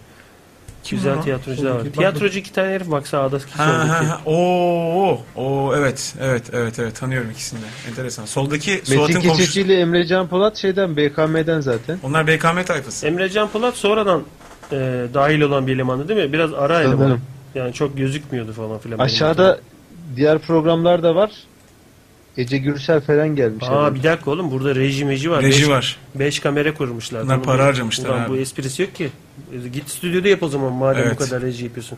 Kim
Güzel
lan?
tiyatrocular var.
Soldaki, bak-
Tiyatrocu iki tane herif bak sağdaki
Ha ha
soldaki.
ha. Oo, oo, evet, evet, evet, evet. Tanıyorum ikisini de. Enteresan. Soldaki
Metin
Suat'ın
Keçeci
komşusu.
ile Emre Can Polat şeyden BKM'den zaten.
Onlar BKM tayfası.
Emre Can Polat sonradan e, dahil olan bir elemandı değil mi? Biraz ara eleman.
Sanırım.
Yani çok gözükmüyordu falan filan. benim
Aşağıda
hatırladığım.
diğer programlar da var. Ece Gürsel falan gelmiş.
Aa
herhalde.
bir dakika oğlum burada reji meji var.
Reji
Beş-
var.
Beş kamera kurmuşlar.
Bunlar
Oğlum,
para
bu-
harcamışlar
ulan
abi.
bu esprisi yok ki. E, Git stüdyoda yap o zaman madem
Evet.
bu kadar reji yapıyorsun.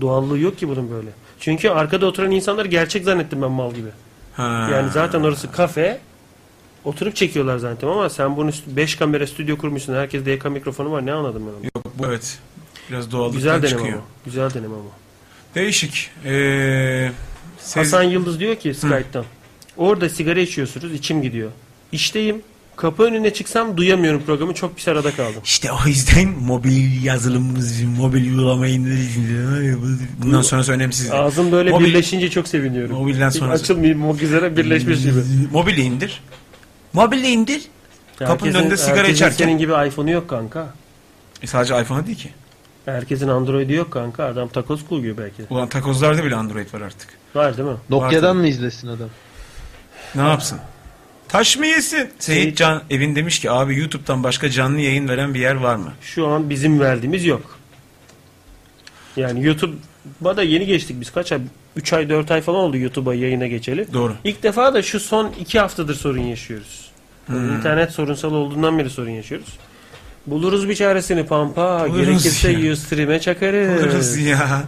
Doğallığı yok ki bunun böyle. Çünkü arkada oturan insanları gerçek zannettim ben mal gibi.
Ha.
Yani zaten orası kafe. Oturup çekiyorlar zaten ama sen bunu 5 kamera stüdyo kurmuşsun. Herkes DK mikrofonu var. Ne anladım ben onu?
Yok, bu evet. Biraz doğallıktan
Güzel deneme
çıkıyor.
ama. Güzel deneme ama.
Değişik. Ee, Sez-
Hasan Yıldız diyor ki Skype'tan. Orada sigara içiyorsunuz. içim gidiyor. İşteyim. Kapı önüne çıksam duyamıyorum programı. Çok pis arada kaldım.
İşte o yüzden mobil yazılımımız, mobil uygulama indirildi.
Bundan sonrası önemsiz.
Ağzım böyle
Mobil-
birleşince çok seviniyorum.
Mobilden sonrası.
Açılmayayım o güzele birleşmiş gibi.
Mobili indir.
Mobili indir.
Hmm. Kapının
Herkesin-
önünde sigara
herkesin
içerken-
senin gibi iPhone'u yok kanka.
E sadece iPhone'a değil ki.
Herkesin Android'i yok kanka. Adam takoz kullanıyor belki. de.
Ulan takozlarda bile Android var artık.
Var değil mi?
Var
Nokia'dan mı izlesin adam?
Ne yapsın? Taş mı yesin? Seyit Can Evin demiş ki abi YouTube'dan başka canlı yayın veren bir yer var mı?
Şu an bizim verdiğimiz yok. Yani YouTube'a da yeni geçtik biz. Kaç ay? 3 ay 4 ay falan oldu YouTube'a yayına geçeli.
Doğru.
İlk defa da şu son 2 haftadır sorun yaşıyoruz.
Hmm.
İnternet sorunsal olduğundan beri sorun yaşıyoruz. Buluruz bir çaresini pampa.
Buluruz
Gerekirse
[LAUGHS] ya.
Ustream'e çakarız.
Buluruz ya.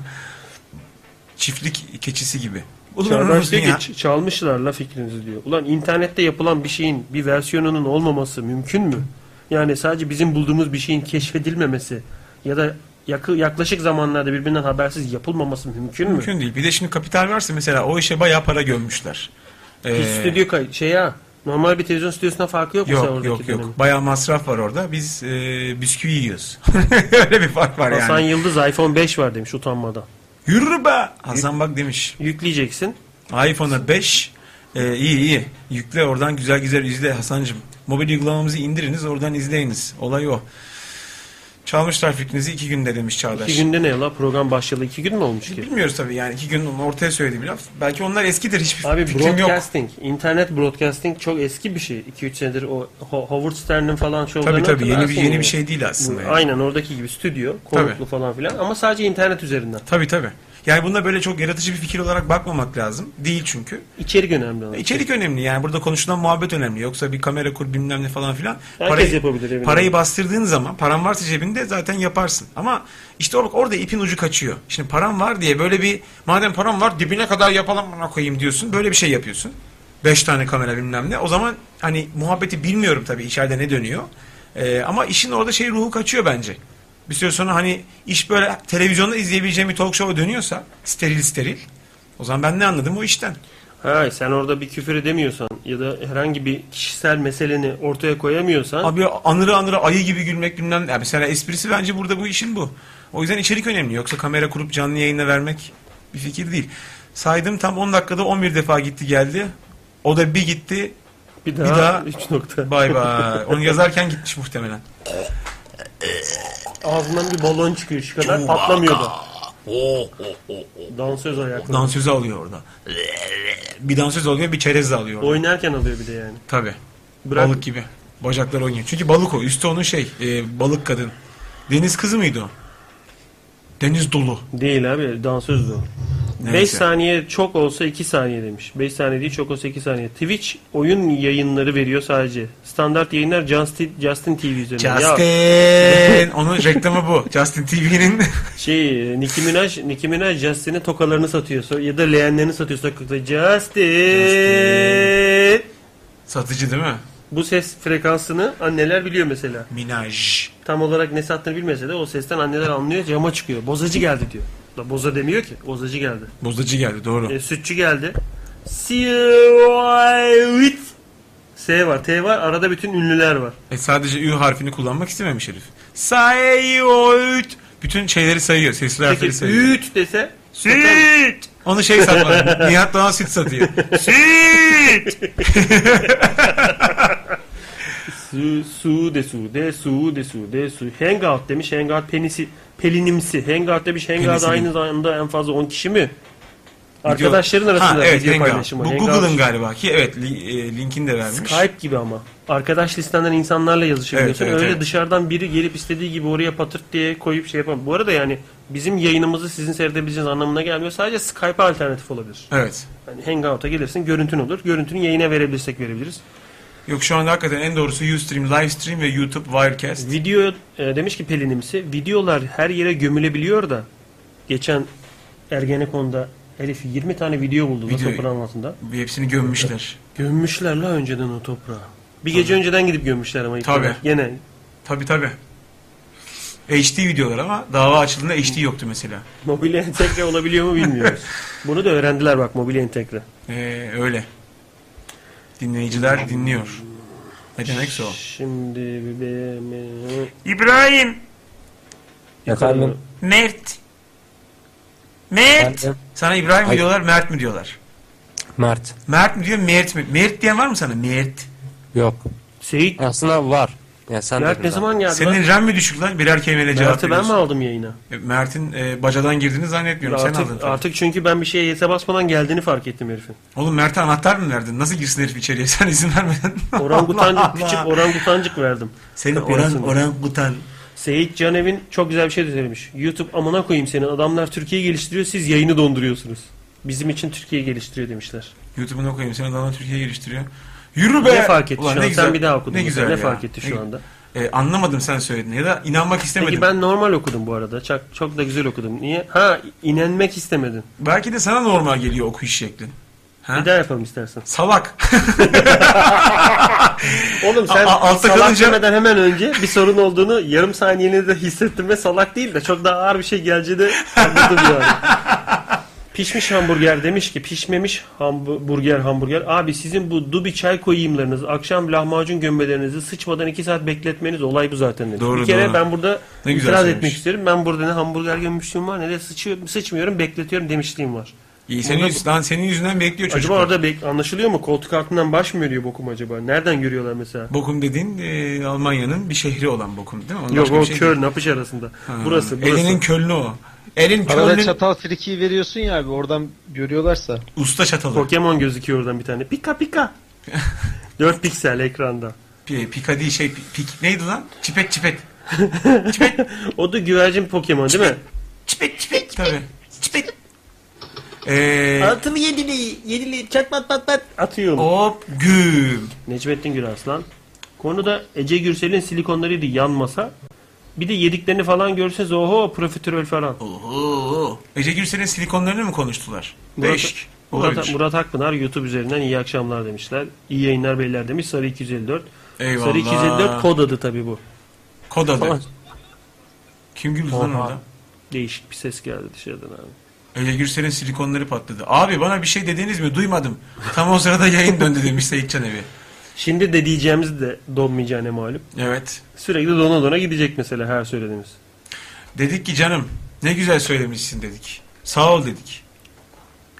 Çiftlik keçisi gibi.
Çağdaş
Buluruz
diyor ki,
ya.
"Ç- çalmışlar la fikrinizi diyor. Ulan internette yapılan bir şeyin bir versiyonunun olmaması mümkün mü? Yani sadece bizim bulduğumuz bir şeyin keşfedilmemesi ya da yakı, yaklaşık zamanlarda birbirinden habersiz yapılmaması mümkün mü?
Mümkün değil. Bir de şimdi kapital varsa mesela o işe bayağı para gömmüşler.
Bir
Ee,
stüdyo kay şey ya normal bir televizyon stüdyosuna farkı yok, mesela
Yok
oradaki
yok
dönemin.
yok. Bayağı masraf var orada. Biz e, bisküvi yiyoruz. [LAUGHS] Öyle bir fark var
Hasan
yani.
Yıldız iPhone 5 var demiş utanmadan.
Yürü be. Hasan bak demiş.
Yükleyeceksin.
iPhone'a 5 e, iyi iyi. Yükle oradan güzel güzel izle Hasancım. Mobil uygulamamızı indiriniz oradan izleyiniz. Olay o. Çalmışlar fikrinizi iki günde demiş Çağdaş.
İki günde ne la program başlayalı iki gün mü olmuş ki?
Bilmiyoruz tabii yani iki gün onun ortaya söylediği bir laf. Belki onlar eskidir hiçbir
Abi
fikrim yok.
broadcasting, internet broadcasting çok eski bir şey. 2-3 senedir o Ho- Howard Stern'in falan şovlarını
Tabii tabii yeni bir,
hatırlarsın
yeni
yani.
bir şey değil aslında. Yani.
Aynen oradaki gibi stüdyo, konuklu
Tabii.
falan filan ama sadece internet üzerinden.
Tabii tabii. Yani bunda böyle çok yaratıcı bir fikir olarak bakmamak lazım. Değil çünkü.
İçerik önemli olan.
İçerik önemli yani burada konuşulan muhabbet önemli. Yoksa bir kamera kur bilmem ne falan filan.
Herkes yapabilir, eminim.
Parayı bastırdığın zaman paran varsa cebinde zaten yaparsın. Ama işte or- orada ipin ucu kaçıyor. Şimdi param var diye böyle bir madem param var dibine kadar yapalım bana koyayım diyorsun. Böyle bir şey yapıyorsun. Beş tane kamera bilmem ne. O zaman hani muhabbeti bilmiyorum tabii içeride ne dönüyor. Ee, ama işin orada şey ruhu kaçıyor bence. Bir süre sonra hani iş böyle televizyonda izleyebileceğim bir talk show'a dönüyorsa steril steril. O zaman ben ne anladım o işten?
Ha, sen orada bir küfür edemiyorsan ya da herhangi bir kişisel meseleni ortaya koyamıyorsan
Abi anıra anıra ayı gibi gülmek bilmem ne. Ya Mesela esprisi bence burada bu işin bu. O yüzden içerik önemli. Yoksa kamera kurup canlı yayına vermek bir fikir değil. Saydım tam 10 dakikada 11 defa gitti geldi. O da bir gitti.
bir daha,
daha-
[LAUGHS] üç nokta.
Bay bay. Onu yazarken gitmiş muhtemelen.
[LAUGHS] Ağzından bir balon çıkıyor şu kadar patlamıyordu.
Oh, oh, oh, oh.
Dansöz ayakları.
Dansözü alıyor orada. Bir dansöz alıyor bir çerez de alıyor. Orada.
Oynarken alıyor bir de yani.
Tabii.
Bırak.
Balık gibi. Bacaklar oynuyor. Çünkü balık o. Üstü onun şey. e, balık kadın. Deniz kızı mıydı o? Deniz dolu.
Değil abi dansözdü o. 5
Neyse.
saniye çok olsa 2 saniye demiş. 5 saniye değil çok olsa 2 saniye. Twitch oyun yayınları veriyor sadece. Standart yayınlar Justin, Justin TV üzerinden. Ya
Justin. Onun reklamı bu. Justin TV'nin
şey Nicki Minaj, Nicki Minaj Justin'in tokalarını satıyor. So- Ya da leğenlerini satıyor sokakta. Justin.
[LAUGHS] satıcı değil mi?
Bu ses frekansını anneler biliyor mesela.
Minaj.
Tam olarak ne sattığını bilmese de o sesten anneler anlıyor cama çıkıyor. Bozacı geldi diyor. La boza demiyor ki. Bozacı geldi.
Bozacı geldi doğru.
E, sütçü geldi. Sirvit. S var, T var. Arada bütün ünlüler var.
E, sadece Ü harfini kullanmak istememiş herif. Sayıyorut. Bütün şeyleri sayıyor. Sesli harfleri
Peki
sayıyor.
üt dese
Süt.
Onu
[LAUGHS]
şey satmadı. Nihat Doğan süt satıyor.
Süt.
su, su de su de su de su de su. Hangout demiş. Hangout penisi pelinimsi. Hangout demiş. Hangout
Penisi mi?
aynı zamanda en fazla 10 kişi mi? Arkadaşların arasında
ha, evet,
video
hangout.
paylaşımı.
Bu
Hangout. şey-
Google'ın galiba ki evet li- e, linkini de vermiş.
Skype gibi ama. Arkadaş listenden insanlarla yazışabiliyorsun.
Evet, evet,
Öyle
evet.
dışarıdan biri gelip istediği gibi oraya patırt diye koyup şey yapamıyor. Bu arada yani bizim yayınımızı sizin seyredebileceğiniz anlamına gelmiyor. Sadece Skype'a alternatif olabilir.
Evet.
Yani Hangout'a gelirsin görüntün olur. Görüntünü yayına verebilirsek verebiliriz.
Yok şu anda hakikaten en doğrusu Ustream, Livestream ve YouTube Wirecast.
Video e, demiş ki Pelinimsi videolar her yere gömülebiliyor da geçen Ergenekon'da Elif 20 tane video buldu
Video-
video. toprağın altında.
Hepsini gömmüşler.
Gömmüşler la önceden o toprağı. Bir gece önceden gidip gömmüşler ama. ilk
Tabii.
olarak. Gene
Tabi tabi. HD videolar ama dava açıldığında HD yoktu mesela.
Mobilya entegre olabiliyor mu
[LAUGHS]
bilmiyoruz. Bunu da öğrendiler bak mobilya entegre.
Ee, öyle. Dinleyiciler dinliyor. Ne demekse o.
Şimdi bir-
İbrahim.
Efendim
Mert.
ben
Mert.
de
Sana İbrahim mi
Hayır.
diyorlar, Mert mi diyorlar?
Mert.
Mert mi diyor, Mert mi? Mert diyen var mı sana? Mert.
Yok.
Seyit
Aslında var. Ya sen
Mert
dedin
ne
daha.
zaman geldi lan?
Senin ren mi düşük lan? Birer kelimeyle cevap
Mert'i ben mi
veriyorsun.
aldım yayına?
E, Mert'in e, bacadan girdiğini zannetmiyorum. Sen aldın.
Artık,
tabii.
artık çünkü ben bir şeye yese basmadan geldiğini fark ettim herifin.
Oğlum Mert'e anahtar mı verdin? Nasıl girsin herif içeriye? [LAUGHS] Sen izin vermeden. [LAUGHS] Allah
Orangutancık küçük
Allah.
orangutancık verdim.
Senin
Orası
oran,
mı?
orangutan.
Seyit Canev'in çok güzel bir şey de söylemiş. YouTube amına koyayım senin adamlar Türkiye'yi geliştiriyor siz yayını donduruyorsunuz. Bizim için Türkiye geliştiriyor demişler.
YouTube'unu okuyayım. Sen adamı Türkiye'ye geliştiriyor. Yürü be!
Ne fark etti
Ulan
şu
ne
an?
güzel-
Sen bir daha okudun.
Ne
mesela.
güzel
Ne
ya.
fark etti şu
Ne-
anda?
E, anlamadım sen söyledin ya da inanmak istemedim.
Peki ben normal okudum bu arada. Çok, çok da güzel okudum. Niye? Ha inenmek istemedin.
Belki de sana normal geliyor okuyuş şeklin. Ha?
Bir daha yapalım istersen.
Salak.
Oğlum sen
A- a- altta
salak
kalınca-
demeden hemen önce bir sorun olduğunu yarım saniyeni de hissettim ve salak değil de çok daha ağır bir şey geleceğini de anladım
[LAUGHS]
yani. Pişmiş hamburger demiş ki pişmemiş hamburger hamburger. Abi sizin bu dubi çay koyayımlarınız, akşam lahmacun gömbelerinizi sıçmadan iki saat bekletmeniz olay bu zaten demiş.
Doğru,
bir kere
doğru.
ben burada
Ne güzel
itiraz
söylemiş.
etmek isterim. Ben burada ne hamburger gömmüşlüğüm var ne de sıçıyorum, sıçmıyorum bekletiyorum demişliğim var.
İyi, senin,
Burada-
yüz- lan senin yüzünden bekliyor çocuk.
Acaba orada bek- anlaşılıyor mu? Koltuk altından baş mı veriyor bokum acaba? Nereden görüyorlar mesela?
Bokum dediğin e, Almanya'nın bir şehri olan Bokum değil mi? Onun
Yok
başka
o
bir şey
kör
değil.
napış arasında.
Ha,
Burası burası.
Elinin kölnü o. Elin
Arada
kölnü
çatal frikiyi veriyorsun ya abi oradan görüyorlarsa.
usta çatalı.
Pokemon gözüküyor oradan bir tane. Pika
[LAUGHS]
pika. 4 piksel ekranda. [LAUGHS]
Pi- Pika değil şey pi- pik neydi lan? Çipet çipet.
O da güvercin Pokemon
[LAUGHS]
değil mi?
Çipet çipet. Tabii. Çipet. Ee,
Altımı yedili, yedili, çat pat pat pat.
Atıyorum.
hop güm.
Necmettin Güraslan. Konuda Ece Gürsel'in silikonlarıydı yanmasa. Bir de yediklerini falan görseniz oho profiterol falan.
Oho. Ece Gürsel'in silikonlarını mı konuştular?
Murat-
Değişik.
Murat,
Olabilir.
Murat Akpınar YouTube üzerinden iyi akşamlar demişler. İyi yayınlar beyler demiş. Sarı 254.
Eyvallah.
Sarı 254 kod adı tabii bu.
Kod adı.
Falan.
Kim güldü lan
Oha.
orada?
Değişik bir ses geldi dışarıdan abi.
Ege Gürsel'in silikonları patladı. Abi bana bir şey dediniz mi? Duymadım. Tam o sırada yayın döndü demiş Seyit Evi.
Şimdi de diyeceğimiz de donmayacağına malum.
Evet.
Sürekli dona dona gidecek mesela her söylediğimiz.
Dedik ki canım ne güzel söylemişsin dedik. Sağ ol dedik.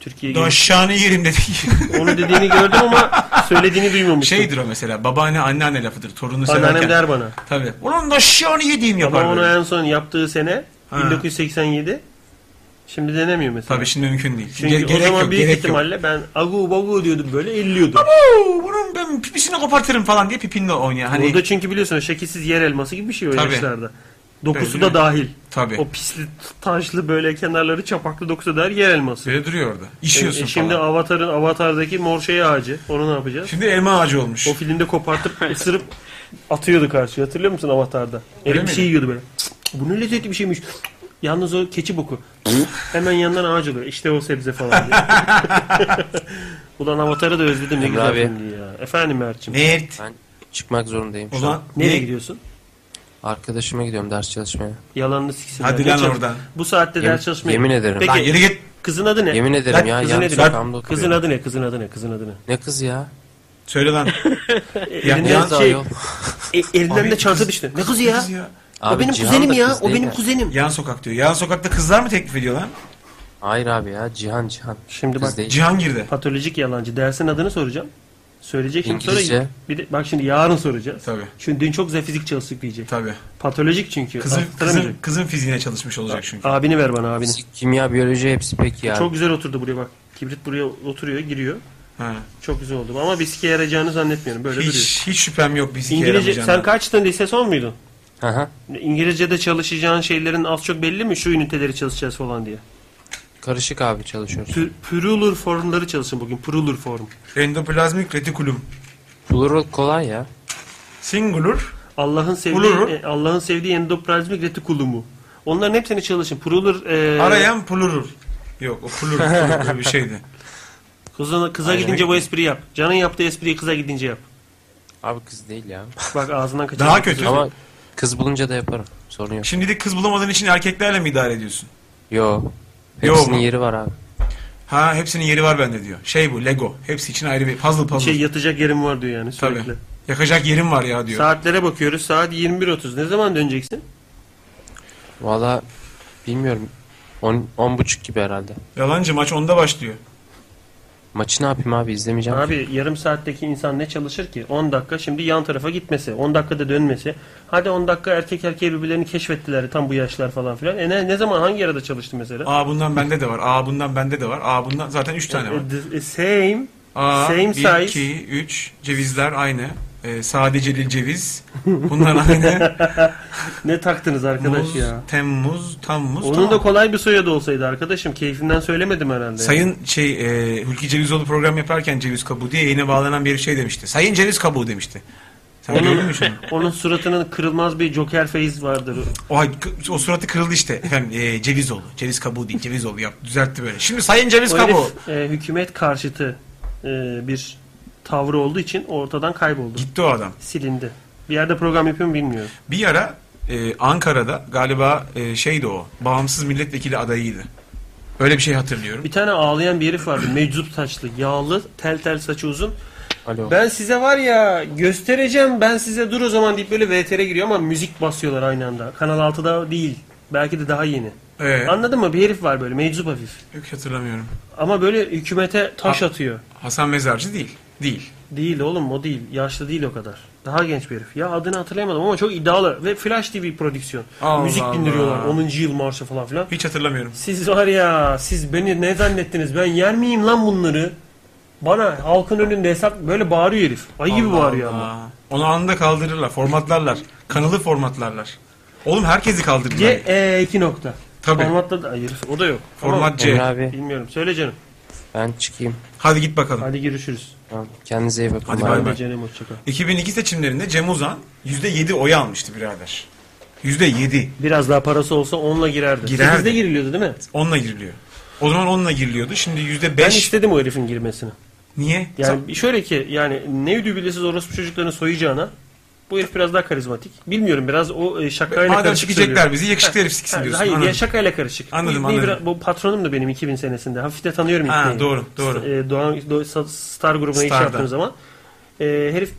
Türkiye'ye gelip-
Daşşanı
[LAUGHS]
yerim dedik.
Onu dediğini gördüm ama söylediğini duymamıştım.
Şeydir o mesela babaanne anneanne lafıdır. Torunu
Anneannem
severken.
der bana.
Tabii. Ulan daşşanı yediğim yapar.
Ama onu
böyle.
en son yaptığı sene
Ha.
1987. Şimdi denemiyor mesela.
Tabii şimdi mümkün değil.
Çünkü
Ge-
o zaman
yok,
büyük
gerek yok.
ihtimalle ben agu bagu diyordum böyle elliyordum.
Oo, bunun ben pipisini kopartırım falan diye pipinle oynuyor. Hani
Burada çünkü biliyorsun şekilsiz yer elması gibi bir şey o
Tabii.
yaşlarda. Dokusu
Tabii,
da dahil.
tabii.
O pisli taşlı böyle kenarları çapaklı dokusu dair yer elması.
Böyle duruyor orada. İşiyorsun
E, şimdi
falan.
Avatar'ın Avatar'daki mor şey ağacı. Onu ne yapacağız?
Şimdi elma ağacı olmuş.
O filmde kopartıp ısırıp atıyordu karşıya. Hatırlıyor musun Avatar'da?
Öyle
Herif bir
miydi?
şey yiyordu böyle. Cık, Bu ne lezzetli bir şeymiş. Cık, Yalnız o keçi boku. Cık, Hemen yandan ağaç oluyor. İşte o sebze falan
[LAUGHS]
diye. Ulan Avatar'ı da özledim. Ne
Emre
güzel
abi.
filmdi ya. Efendim Mert'cim.
Mert.
Ben çıkmak zorundayım şu an.
Ulan
Nereye
ne-
gidiyorsun?
Arkadaşıma gidiyorum ders çalışmaya.
Yalanını siksin.
Hadi
ya.
lan
Geçen-
oradan.
Bu saatte
Yemin-
ders çalışmayın.
yemin ederim.
Peki
Lan yürü git.
kızın adı ne?
Yemin ederim
Lan
ya
kızın
yanlış
ne diyor?
rakamda oturuyor.
Kızın adı ne? Kızın adı ne? Kızın adı ne?
Ne kız ya?
Söyle
[LAUGHS]
lan.
E, elinden
ya-
Kız
şey,
ayol.
e, elinden
Abi
de çanta
kız-
düştü. Ne kızı ya?
Kız ya.
O
Abi
benim
Cihan
kuzenim
da
ya.
kız
O
değil
benim
mi?
kuzenim.
Yan sokak diyor. Yan sokakta kızlar mı teklif ediyor lan?
Hayır abi ya Cihan Cihan.
Şimdi
Kız
bak.
değil.
Cihan girdi.
Patolojik yalancı. Dersin adını soracağım. Söyleyecek şimdi sonra.
İngilizce.
Bir de, bak şimdi yarın soracağız.
Tabii.
Çünkü dün çok zefizik çalıştık diyecek.
Tabii.
Patolojik çünkü.
Kızın,
Arttıramayacak.
kızın, kızın fiziğine çalışmış olacak çünkü.
Abini ver bana abini.
Fizik, Kimya, biyoloji hepsi peki ya.
Çok güzel oturdu buraya bak. Kibrit buraya oturuyor, giriyor.
Ha.
Çok güzel oldu. Ama bir sike yarayacağını zannetmiyorum. Böyle duruyor.
Hiç, hiç şüphem yok biz
İngilizce, sen kaçtın? Lise son muydun?
Hı hı.
İngilizce'de çalışacağın şeylerin az çok belli mi? Şu üniteleri çalışacağız falan diye.
Karışık abi çalışıyoruz.
Pü- Pürulur formları çalışın bugün. Pürulur form.
Endoplazmik retikulum.
Plural kolay ya.
Singular.
Allah'ın sevdiği
Puluru.
e, Allah'ın sevdiği endoplazmik retikulumu. Onların hepsini çalışın. Purulur e,
Arayan plurur. Yok o plurur.
[LAUGHS]
plurur öyle bir şeydi.
kızına- kıza gidince bu espri yap. Can'ın yaptığı espriyi kıza gidince yap.
Abi kız değil ya.
Bak ağzından kaçan.
Daha kötü.
[LAUGHS] Ama kız bulunca da yaparım. Sorun yok.
Şimdi de kız bulamadığın için erkeklerle mi idare ediyorsun?
Yo.
Yo
Hepsinin
mu?
yeri var abi.
Ha hepsinin yeri var bende diyor. Şey bu Lego. Hepsi için ayrı bir puzzle puzzle.
Şey yatacak yerim var diyor yani
Tabii.
sürekli.
Yakacak yerim var ya diyor.
Saatlere bakıyoruz. Saat 21.30. Ne zaman döneceksin?
Valla bilmiyorum. 10 on, buçuk gibi herhalde.
Yalancı maç onda başlıyor.
Maçı ne yapayım abi izlemeyeceğim. ki.
Abi yarım saatteki insan ne çalışır ki? 10 dakika şimdi yan tarafa gitmesi. 10 dakikada dönmesi. Hadi 10 dakika erkek erkeğe birbirlerini keşfettiler tam bu yaşlar falan filan. E ne, ne zaman hangi arada çalıştı mesela?
Aa bundan bende de var. Aa bundan bende de var. Aa bundan zaten 3 tane var.
E, the- e, Same.
Aa,
Same
1,
size.
2, 3. Cevizler aynı. Ee, Sade Celil ceviz. Bunlar aynı.
Ne taktınız [LAUGHS] arkadaş
Muz,
ya?
Temmuz, Tammuz.
Onun
tamam.
da kolay bir soyadı olsaydı arkadaşım. Keyfinden söylemedim herhalde.
Sayın şey e, Hülki Cevizoğlu program yaparken ceviz kabuğu diye yayına bağlanan bir şey demişti. Sayın ceviz kabuğu demişti. Sen gördün mü şunu?
Onun suratının kırılmaz bir joker face vardır.
O, o suratı kırıldı işte. Efendim e, Cevizoğlu. Ceviz kabuğu değil Cevizoğlu yap. Düzeltti böyle. Şimdi Sayın Ceviz
O
kabuğu.
herif, e, hükümet karşıtı e, bir tavrı olduğu için ortadan kayboldu.
Gitti o adam.
Silindi. Bir yerde program yapıyor mu bilmiyorum.
Bir ara e, Ankara'da galiba e, şeydi o. Bağımsız milletvekili adayıydı. Öyle bir şey hatırlıyorum.
Bir tane ağlayan bir herif vardı. Meczup saçlı, yağlı, tel tel saçı uzun.
Alo.
Ben size var ya göstereceğim ben size dur o zaman deyip böyle VTR'e giriyor ama müzik basıyorlar aynı anda. Kanal 6'da değil. Belki de daha yeni.
Ee,
Anladın mı? Bir herif var böyle meczup hafif.
yok hatırlamıyorum.
Ama böyle hükümete taş
Ha.
atıyor.
Hasan Mezarcı değil. Değil.
Değil oğlum o değil. Yaşlı değil o kadar. Daha genç bir herif. Ya adını hatırlayamadım ama çok iddialı. Ve Flash TV prodüksiyon.
Allah
Müzik
Allah.
dinleniyorlar. 10. yıl marşı falan filan.
Hiç hatırlamıyorum.
Siz var ya siz beni ne zannettiniz? Ben yer miyim lan bunları? Bana halkın önünde hesap böyle bağırıyor herif. Ayı gibi
Allah
bağırıyor
Allah.
ama.
Onu anında kaldırırlar. Formatlarlar. Kanalı formatlarlar. Oğlum herkesi kaldırırlar.
C, E, iki nokta.
Tabii.
Formatta da hayır. O da yok. Tamam.
Format
Emre
C.
abi
Bilmiyorum. Söyle canım.
ben çıkayım.
Hadi git bakalım.
Hadi görüşürüz.
Tamam. Kendinize iyi bakın.
Hadi
Bay
bay
bay.
bay.
Canım hoşça kal.
2002 seçimlerinde Cem Uzan %7 oy almıştı birader. %7.
Biraz daha parası olsa onunla girerdi.
Girerdi.
Sekizde giriliyordu değil mi?
Onunla giriliyor. O zaman onunla giriliyordu. Şimdi yüzde
Ben
beş.
istedim o herifin girmesini.
Niye?
Yani şöyle ki yani ne dübilesiz orospu çocuklarını soyacağına bu herif biraz daha karizmatik. Bilmiyorum biraz o e, şakayla
Madem
karışık
çıkacaklar
söylüyorum.
bizi yakışıklı herif siksin
Ha,
diyorsun.
Hayır
Anladım.
ya şakayla karışık.
Anladım,
Bu, İbni'yi
anladım.
biraz- bu patronumdu benim 2000 senesinde. Hafif de tanıyorum
Ha,
İbni'yi.
doğru, doğru.
St- e, Doğan, Do- Star grubuna iş
Star'da.
yaptığım zaman. E, herif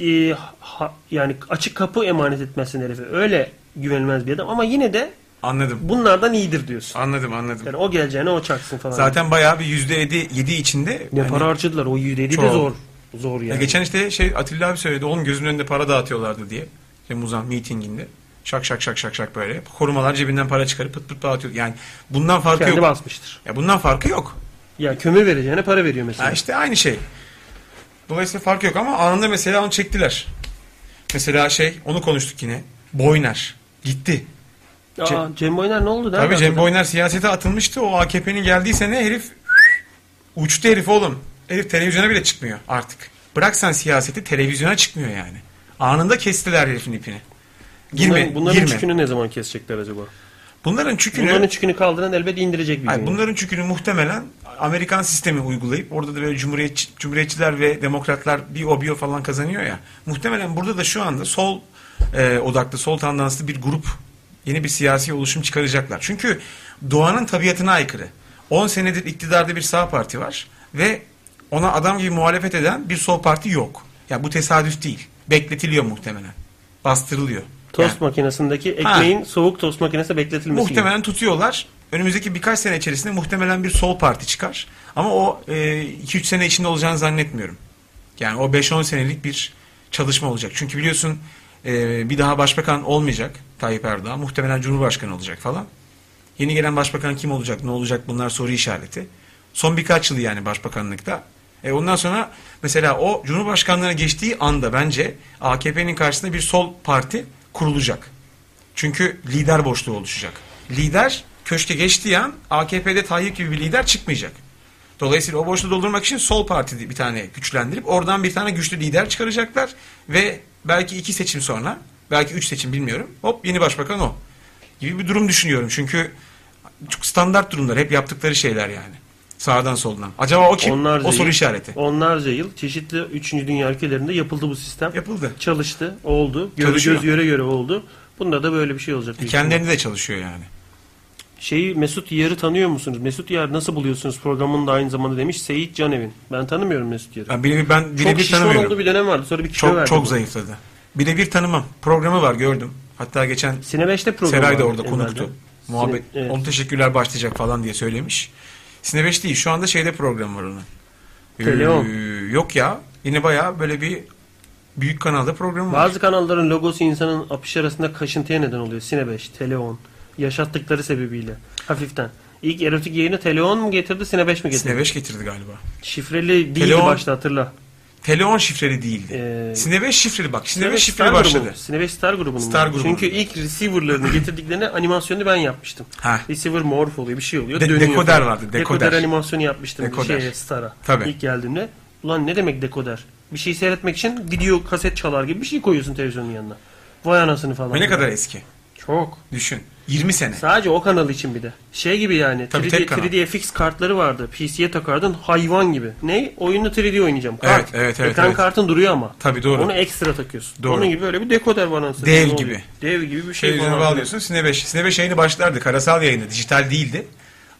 e, ha- yani açık kapı emanet etmezsin herife. Öyle güvenilmez bir adam ama yine de
Anladım.
bunlardan iyidir diyorsun.
Anladım anladım.
Yani o geleceğine o çaksın falan.
Zaten bayağı bir yüzde yedi, yedi içinde.
ne
hani-
para harcadılar o %7 de
Çok.
zor. Zor yani.
Ya geçen işte şey Atilla abi söyledi. Oğlum gözümün önünde para dağıtıyorlardı diye. İşte Muzan mitinginde. Şak şak şak şak şak böyle. Korumalar cebinden para çıkarıp pıt pıt dağıtıyor. Yani bundan farkı
Kendi
yok.
basmıştır.
Ya bundan farkı yok.
Ya kömür vereceğine para veriyor mesela.
Ha işte aynı şey. Dolayısıyla fark yok ama anında mesela onu çektiler. Mesela şey onu konuştuk yine. Boyner. Gitti.
Aa,
Ce-
Cem Boyner ne oldu? Nerede
Tabii Cem
hakikaten?
Boyner siyasete atılmıştı. O AKP'nin geldiği sene herif uçtu herif oğlum. Herif televizyona bile çıkmıyor artık. Bıraksan siyaseti televizyona çıkmıyor yani. Anında kestiler herifin ipini. Girme,
Bunların, bunların
girme.
çükünü ne zaman kesecekler acaba?
bunların çükünü,
Bunların çükünü kaldıran elbet indirecek bir
Hayır,
gün.
bunların çükünü muhtemelen Amerikan sistemi uygulayıp orada da böyle cumhuriyetçi, cumhuriyetçiler ve demokratlar bir obiyo falan kazanıyor ya. Muhtemelen burada da şu anda sol e, odaklı, sol tandanslı bir grup yeni bir siyasi oluşum çıkaracaklar. Çünkü doğanın tabiatına aykırı. 10 senedir iktidarda bir sağ parti var ve ona adam gibi muhalefet eden bir sol parti yok. Ya bu tesadüf değil. Bekletiliyor muhtemelen. Bastırılıyor.
Tost
Yani-
makinesindeki ekmeğin soğuk tost makinesinde bekletilmesi
Muhtemelen tutuyorlar. Önümüzdeki birkaç sene içerisinde muhtemelen bir sol parti çıkar. Ama o 2-3 sene içinde olacağını zannetmiyorum. Yani o 5-10 senelik bir çalışma olacak. Çünkü biliyorsun e, bir daha başbakan olmayacak Tayyip Erdoğan. Muhtemelen Cumhurbaşkanı olacak falan. Yeni gelen başbakan kim olacak, ne olacak bunlar soru işareti. Son birkaç yıl yani başbakanlıkta. E ondan sonra mesela o Cumhurbaşkanlığına geçtiği anda bence AKP'nin karşısında bir sol parti kurulacak. Çünkü lider boşluğu oluşacak. Lider köşke geçtiği an AKP'de Tayyip gibi bir lider çıkmayacak. Dolayısıyla o boşluğu doldurmak için sol parti bir tane güçlendirip oradan bir tane güçlü lider çıkaracaklar ve belki iki seçim sonra belki üç seçim bilmiyorum hop yeni başbakan o gibi bir durum düşünüyorum. Çünkü çok standart durumlar hep yaptıkları şeyler yani sağdan soldan. Acaba o kim?
Onlarca
o soru
yıl-
işareti.
Onlarca yıl çeşitli 3. dünya ülkelerinde yapıldı bu sistem.
Yapıldı.
Çalıştı, oldu. Göz,
Çalışıyor.
göz göre göre oldu. Bunda da böyle bir şey olacak.
E,
büyük
kendileri de çalışıyor yani.
Şeyi Mesut Yar'ı tanıyor musunuz? Mesut Yar nasıl buluyorsunuz programında aynı zamanda demiş Seyit Canevin. Ben tanımıyorum Mesut Yar'ı.
Ben birebir ben
Çok
birebir
şişman
tanımıyorum.
olduğu bir dönem vardı. Sonra bir kilo
Çok
verdi.
çok zayıfladı. Birebir tanımam. Programı var gördüm. Hatta geçen
Sine 5'te program
Seray da
vardı
orada
Enver'de.
konuktu. Muhabbet.
Sine- evet.
Onu teşekkürler başlayacak falan diye söylemiş. Sine 5 değil. Şu anda şeyde program var onun.
Teleon.
Ee, yok ya. Yine bayağı böyle bir büyük kanalda programı var.
Bazı kanalların logosu insanın apış arasında kaşıntıya neden oluyor. Sine 5, Teleon. Yaşattıkları sebebiyle. Hafiften. İlk erotik yayını Teleon mu getirdi, Sine 5 mi getirdi?
Sine 5 getirdi galiba.
Şifreli değildi
Teleon-
başta hatırla.
Teleon şifreli değildi.
Ee,
Sine 5 şifreli bak. Sine 5
Star
şifreli başladı.
Grubu. Sine 5 Star grubunun.
Star grubunun.
Çünkü ilk receiver'larını getirdiklerine animasyonunu ben yapmıştım.
Ha.
Receiver morph oluyor, bir şey oluyor.
De-
dönüyor
dekoder
falan.
vardı,
Dekoder.
dekoder.
animasyonu yapmıştım
Dekoder.
şeye, Star'a.
Tabii.
İlk geldiğimde. Ulan ne demek dekoder? Bir şey seyretmek için video kaset çalar gibi bir şey koyuyorsun televizyonun yanına. Vay anasını falan.
Ve ne kadar eski?
Çok.
Düşün. 20 sene.
Sadece o kanal için bir de. Şey gibi yani.
Tabii,
3D,
tek kanal.
3D FX kartları vardı. PC'ye takardın hayvan gibi. Ne? Oyunu 3D oynayacağım. Kart.
Evet, evet, evet,
Ekran
evet.
kartın duruyor ama.
Tabii, doğru.
Onu ekstra takıyorsun.
Doğru.
Onun gibi böyle bir dekoder var anasını.
Dev
Ne
gibi.
oluyor? Dev gibi bir şey.
Şey
falan.
bağlıyorsun Sine 5. Sine 5 yayını başlardı. Karasal yayını. Dijital değildi.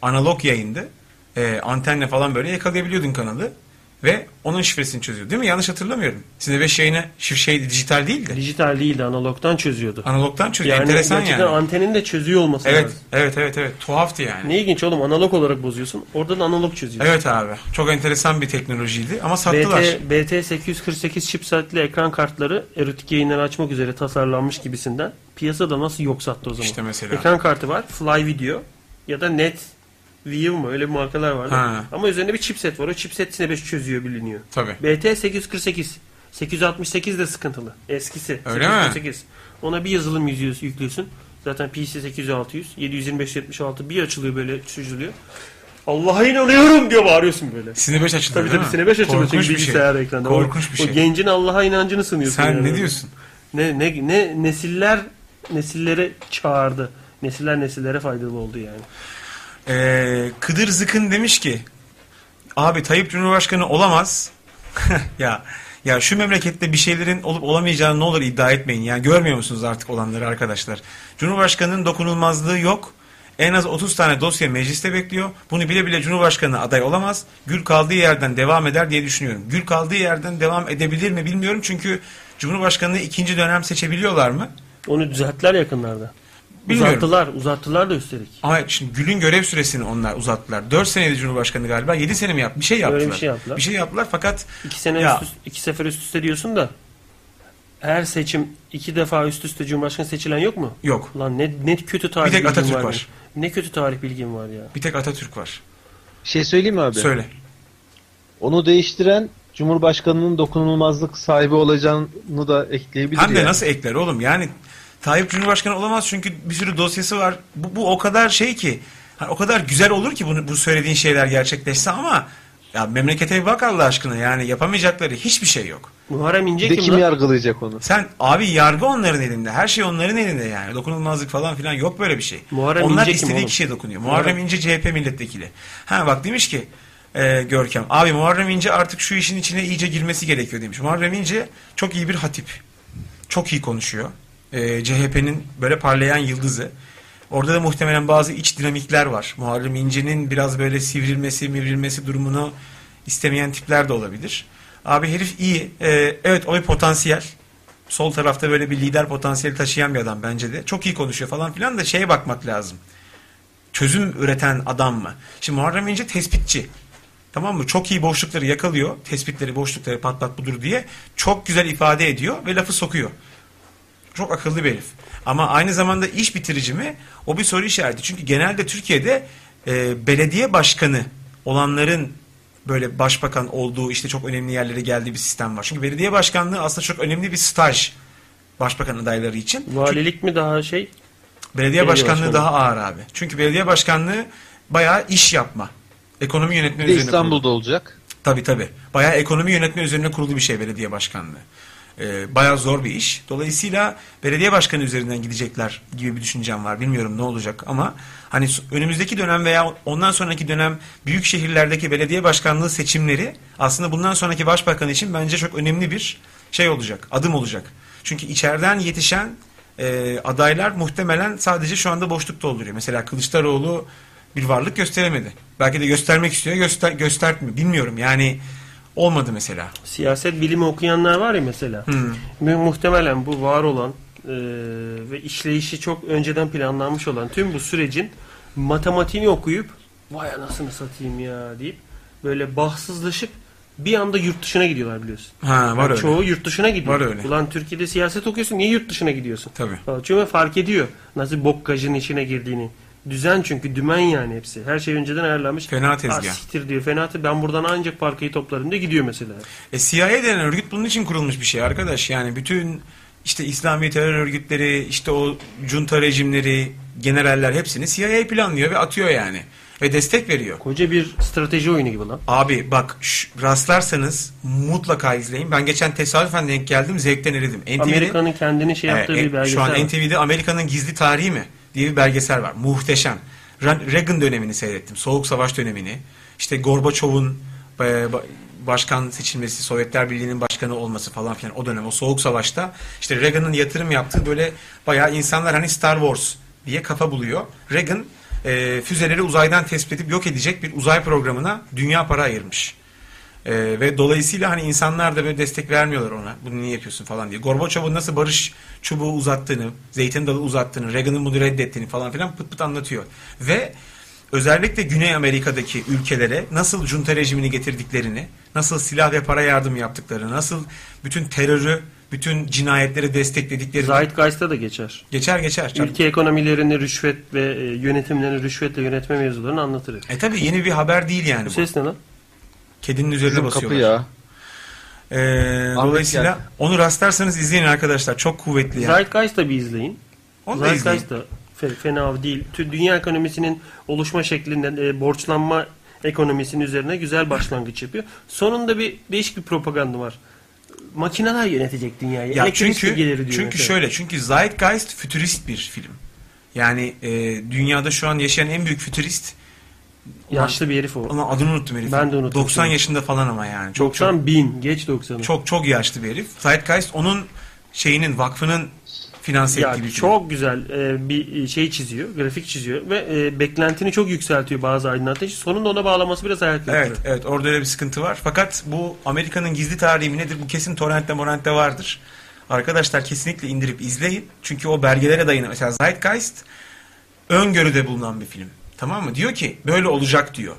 Analog yayındı. Ee, antenle falan böyle yakalayabiliyordun kanalı. Ve onun şifresini çözüyor. Değil mi? Yanlış hatırlamıyorum. Sine 5 yayını şif şey dijital değildi.
Dijital değildi analogtan çözüyordu.
Analogtan çözüyor.
yani
Enteresan
gerçekten
yani.
antenin de çözüyor olması
Evet,
lazım.
evet, evet, evet. Tuhaftı yani.
Ne ilginç oğlum analog olarak bozuyorsun. Oradan analog çözüyorsun.
Evet abi. Çok enteresan bir teknolojiydi ama sattılar.
BT, BT 848 chipsetli ekran kartları erotik yayınları açmak üzere tasarlanmış gibisinden piyasada nasıl yok sattı o zaman?
İşte mesela.
Ekran kartı var, Fly Video ya da Net View mu öyle bir markalar vardı.
Ha.
Ama üzerinde bir chipset var. O chipset Cinebeş çözüyor biliniyor.
Tabii.
BT 848 868 de sıkıntılı. Eskisi.
Öyle
848. Ona bir yazılım yüzü- yüklüyorsun. Zaten PC 800 600 725 76 bir açılıyor böyle çözülüyor. Allah'a inanıyorum diyor bağırıyorsun böyle.
Sine 5 açıldı
Tabii
değil
tabii
mi?
Sine 5 açılıyor çünkü
Korkunç bir şey.
bilgisayar ekranda.
Korkunç
O-
bir şey.
O gencin Allah'a inancını sınıyorsun.
Sen
yani.
ne diyorsun?
Ne, ne, ne nesiller nesillere çağırdı. Nesiller nesillere faydalı oldu yani.
Ee, Kıdır Zıkın demiş ki abi Tayyip Cumhurbaşkanı olamaz. [LAUGHS] ya ya şu memlekette bir şeylerin olup olamayacağını ne olur iddia etmeyin. Yani görmüyor musunuz artık olanları arkadaşlar? Cumhurbaşkanının dokunulmazlığı yok. En az 30 tane dosya mecliste bekliyor. Bunu bile bile Cumhurbaşkanı aday olamaz. Gül kaldığı yerden devam eder diye düşünüyorum. Gül kaldığı yerden devam edebilir mi bilmiyorum. Çünkü Cumhurbaşkanını ikinci dönem seçebiliyorlar mı?
Onu düzelttiler yakınlarda.
Bilmiyorum.
Uzattılar. Uzattılar da üstelik.
Ama şimdi Gül'ün görev süresini onlar uzattılar. 4 seneydi Cumhurbaşkanı galiba. 7 sene mi yaptı? Bir şey
Öyle bir
yaptılar.
şey yaptılar.
Bir şey yaptılar fakat
İki sene
Ya.
üst üste, iki sefer üst üste diyorsun da her seçim iki defa üst üste Cumhurbaşkanı seçilen yok mu?
yok.
Lan ne, ne kötü tarih
Bir tek
bilgin
Atatürk
var.
var.
benim. Ne kötü tarih bilgim var ya.
Bir tek Atatürk var.
Bir şey söyleyeyim mi abi?
Söyle.
Onu değiştiren Cumhurbaşkanının dokunulmazlık sahibi olacağını da ekleyebilir
Hem de
yani.
nasıl ekler oğlum? Yani Tayyip Cumhurbaşkanı olamaz çünkü bir sürü dosyası var. Bu, bu o kadar şey ki hani o kadar güzel olur ki bunu bu söylediğin şeyler gerçekleşse ama ya memlekete bir bak Allah aşkına yani yapamayacakları hiçbir şey yok.
Muharrem İnce
Bir de
kim,
kim
lan?
yargılayacak onu?
Sen abi yargı onların elinde. Her şey onların elinde yani. Dokunulmazlık falan filan yok böyle bir şey.
Muharrem
Onlar
İnce kim
istediği
oğlum?
kişiye dokunuyor.
Muharrem-
Muharrem İnce CHP milletvekili. Ha bak demiş ki e, Görkem abi Muharrem İnce artık şu işin içine iyice girmesi gerekiyor demiş. Muharrem İnce çok iyi bir hatip. Çok iyi konuşuyor. Ee, CHP'nin böyle parlayan yıldızı. Orada da muhtemelen bazı iç dinamikler var. Muharrem İnce'nin biraz böyle sivrilmesi, mivrilmesi durumunu istemeyen tipler de olabilir. Abi herif iyi. E, evet oy potansiyel sol tarafta böyle bir lider potansiyeli taşıyan bir adam bence de. Çok iyi konuşuyor falan filan da şeye bakmak lazım. Çözüm üreten adam mı? Şimdi Muharrem İnce tespitçi. Tamam mı? Çok iyi boşlukları yakalıyor. Tespitleri, boşlukları pat pat budur diye. Çok güzel ifade ediyor ve lafı sokuyor. Çok akıllı bir herif. Ama aynı zamanda iş bitirici mi? O bir soru işareti. Çünkü genelde Türkiye'de e, belediye başkanı olanların böyle başbakan olduğu işte çok önemli yerlere geldiği bir sistem var. Çünkü belediye başkanlığı aslında çok önemli bir staj başbakan adayları için.
Valilik mi daha şey?
Belediye başkanlığı
başkanı.
daha ağır abi. Çünkü belediye başkanlığı bayağı iş yapma. Ekonomi yönetmeni
Bir de
üzerine kurulu.
İstanbul'da olacak.
Tabii tabii. Bayağı ekonomi yönetme üzerine kurulu bir şey belediye başkanlığı. Ee, bayağı zor bir iş. Dolayısıyla belediye başkanı üzerinden gidecekler gibi bir düşüncem var. Bilmiyorum ne olacak ama hani s- önümüzdeki dönem veya ondan sonraki dönem büyük şehirlerdeki belediye başkanlığı seçimleri aslında bundan sonraki başbakan için bence çok önemli bir şey olacak. Adım olacak. Çünkü içeriden yetişen e, adaylar muhtemelen sadece şu anda boşluk dolduruyor. Mesela Kılıçdaroğlu bir varlık gösteremedi. Belki de göstermek istiyor, göster göstertmiyor. Bilmiyorum yani olmadı mesela.
Siyaset bilimi okuyanlar var ya mesela. Mu- Muhtemelen bu var olan e, ve işleyişi çok önceden planlanmış olan tüm bu sürecin matematiğini okuyup vay anasını satayım ya deyip böyle bahtsızlaşıp bir anda yurt dışına gidiyorlar biliyorsun.
Ha
Yani
var öyle.
Çoğu yurt dışına gidiyor.
Var öyle.
Ulan Türkiye'de siyaset okuyorsun niye yurt dışına gidiyorsun?
Tabii.
Çünkü fark ediyor nasıl bokkacın içine girdiğini. Düzen çünkü dümen yani hepsi. Her şey önceden ayarlanmış.
Fena
Ah,
tezgah.
siktir diyor. Fena te- ben buradan ancak parkayı toplarım diye gidiyor mesela.
E, CIA denen örgüt bunun için kurulmuş bir şey arkadaş. Yani bütün işte İslami terör örgütleri, işte o junta rejimleri, generaller hepsini CIA planlıyor ve atıyor yani. Ve destek veriyor.
Koca bir strateji oyunu gibi lan.
Abi bak şş, rastlarsanız mutlaka izleyin. Ben geçen tesadüfen denk geldim zevkten eridim. NTV'de
Amerika'nın kendini şey yaptığı
Evet,
bir belgesel.
E, Şu
var.
an NTV'de Amerika'nın Gizli Tarihi mi diye bir belgesel var. Muhteşem. Re- Reagan dönemini seyrettim. Soğuk Savaş dönemini. İşte Gorbaçov'un e, ba- başkan seçilmesi, Sovyetler Birliği'nin başkanı olması falan filan o dönem o Soğuk Savaş'ta işte Reagan'ın yatırım yaptığı böyle bayağı insanlar hani Star Wars diye kafa buluyor. Reagan e, füzeleri uzaydan tespit edip yok edecek bir uzay programına dünya para ayırmış. Ee, ve dolayısıyla hani insanlar da böyle destek vermiyorlar ona. Bunu niye yapıyorsun falan diye. Gorbaçov'un nasıl barış çubuğu uzattığını, zeytin dalı uzattığını, Reagan'ın bunu reddettiğini falan filan pıt pıt anlatıyor. Ve özellikle Güney Amerika'daki ülkelere nasıl junta rejimini getirdiklerini, nasıl silah ve para yardımı yaptıklarını, nasıl bütün terörü, bütün cinayetleri desteklediklerini
Zeitgeist'te de geçer.
geçer geçer.
Ülke ekonomilerini rüşvet ve e, yönetimlerini rüşvetle yönetme mevzularını anlatır. hep.
E tabi yeni bir haber değil yani
Bu
bu.
ses ne lan?
Kedinin üzerine
Bizim kapı
basıyorlar.
ya.
Ee, dolayısıyla
geldi.
onu rastlarsanız izleyin arkadaşlar. Çok kuvvetli yani.
Zeitgeist da bir izleyin.
Onu da izleyin.
Zeitgeist da fe- fena değil. Tü- Dünya ekonomisinin oluşma şeklinden e, borçlanma ekonomisinin üzerine güzel başlangıç yapıyor. Sonunda bir değişik bir propaganda var. Makineler yönetecek dünyayı.
Ya
Elektrik
çünkü
süpürgeleri diyor
çünkü
mesela.
şöyle çünkü Zeitgeist fütürist bir film. Yani e, dünyada şu an yaşayan en büyük fütürist
Yaşlı bir herif o.
Ama adını unuttum herifin.
Ben de unuttum.
90 yaşında falan ama yani. Çok çok
90 bin. Geç 90'ı.
çok çok yaşlı bir herif. Zeitgeist onun şeyinin vakfının finanse
Ya
ettiği bir film.
çok güzel e, bir şey çiziyor, grafik çiziyor ve e, beklentini çok yükseltiyor bazı aydınlatıcı. Sonunda ona bağlaması biraz ayak kırıklığı.
Evet, evet orada öyle bir sıkıntı var. Fakat bu Amerika'nın gizli tarihi mi nedir? Bu kesin torrentte morentte vardır. Arkadaşlar kesinlikle indirip izleyin. Çünkü o belgelere dayanıyor. Mesela Zeitgeist öngörüde bulunan bir film. Tamam mı? Diyor ki böyle olacak diyor.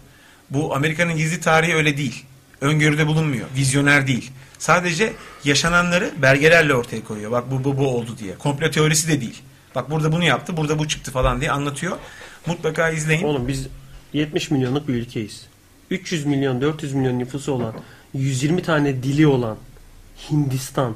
Bu Amerika'nın gizli tarihi öyle değil. Öngörüde bulunmuyor. Vizyoner değil. Sadece yaşananları belgelerle ortaya koyuyor. Bak bu bu bu oldu diye. Komplo teorisi de değil. Bak burada bunu yaptı, burada bu çıktı falan diye anlatıyor. Mutlaka izleyin.
Oğlum biz 70 milyonluk bir ülkeyiz. 300 milyon, 400 milyon nüfusu olan, 120 tane dili olan Hindistan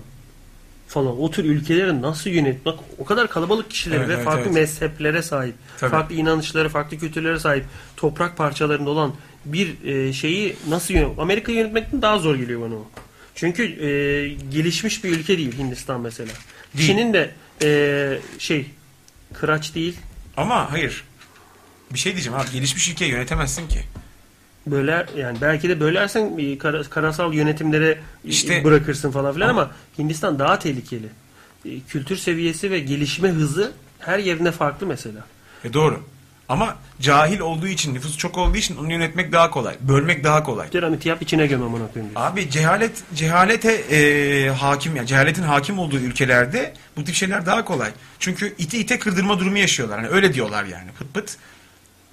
falan o tür ülkelerin nasıl yönet bak o kadar kalabalık kişilere
Evet,
ve
evet,
farklı
evet.
mezheplere sahip,
Tabii.
farklı inanışlara, farklı kültürlere sahip toprak parçalarında olan bir e, şeyi nasıl yönet Amerika yönetmekten daha zor geliyor bana o. Çünkü e, gelişmiş bir ülke değil Hindistan mesela.
Değil.
Çin'in de e, şey kıraç değil
Ama hayır. Bir şey diyeceğim abi. Gelişmiş ülkeyi yönetemezsin ki.
Böler yani belki de bölersen e, kara- karasal yönetimlere e,
İşte-
bırakırsın falan filan ama, Hindistan daha tehlikeli. E, Kültür seviyesi ve gelişme hızı her yerinde farklı mesela.
E doğru. Ama cahil olduğu için, nüfusu çok olduğu için onu yönetmek daha kolay. Bölmek daha kolay.
Piramit yap içine göm amına koyayım diyor.
Abi cehalet cehalete e, hakim ya cehaletin hakim olduğu ülkelerde bu tip şeyler daha kolay. Çünkü ite ite kırdırma durumu yaşıyorlar. Hani öyle diyorlar yani. Pıt pıt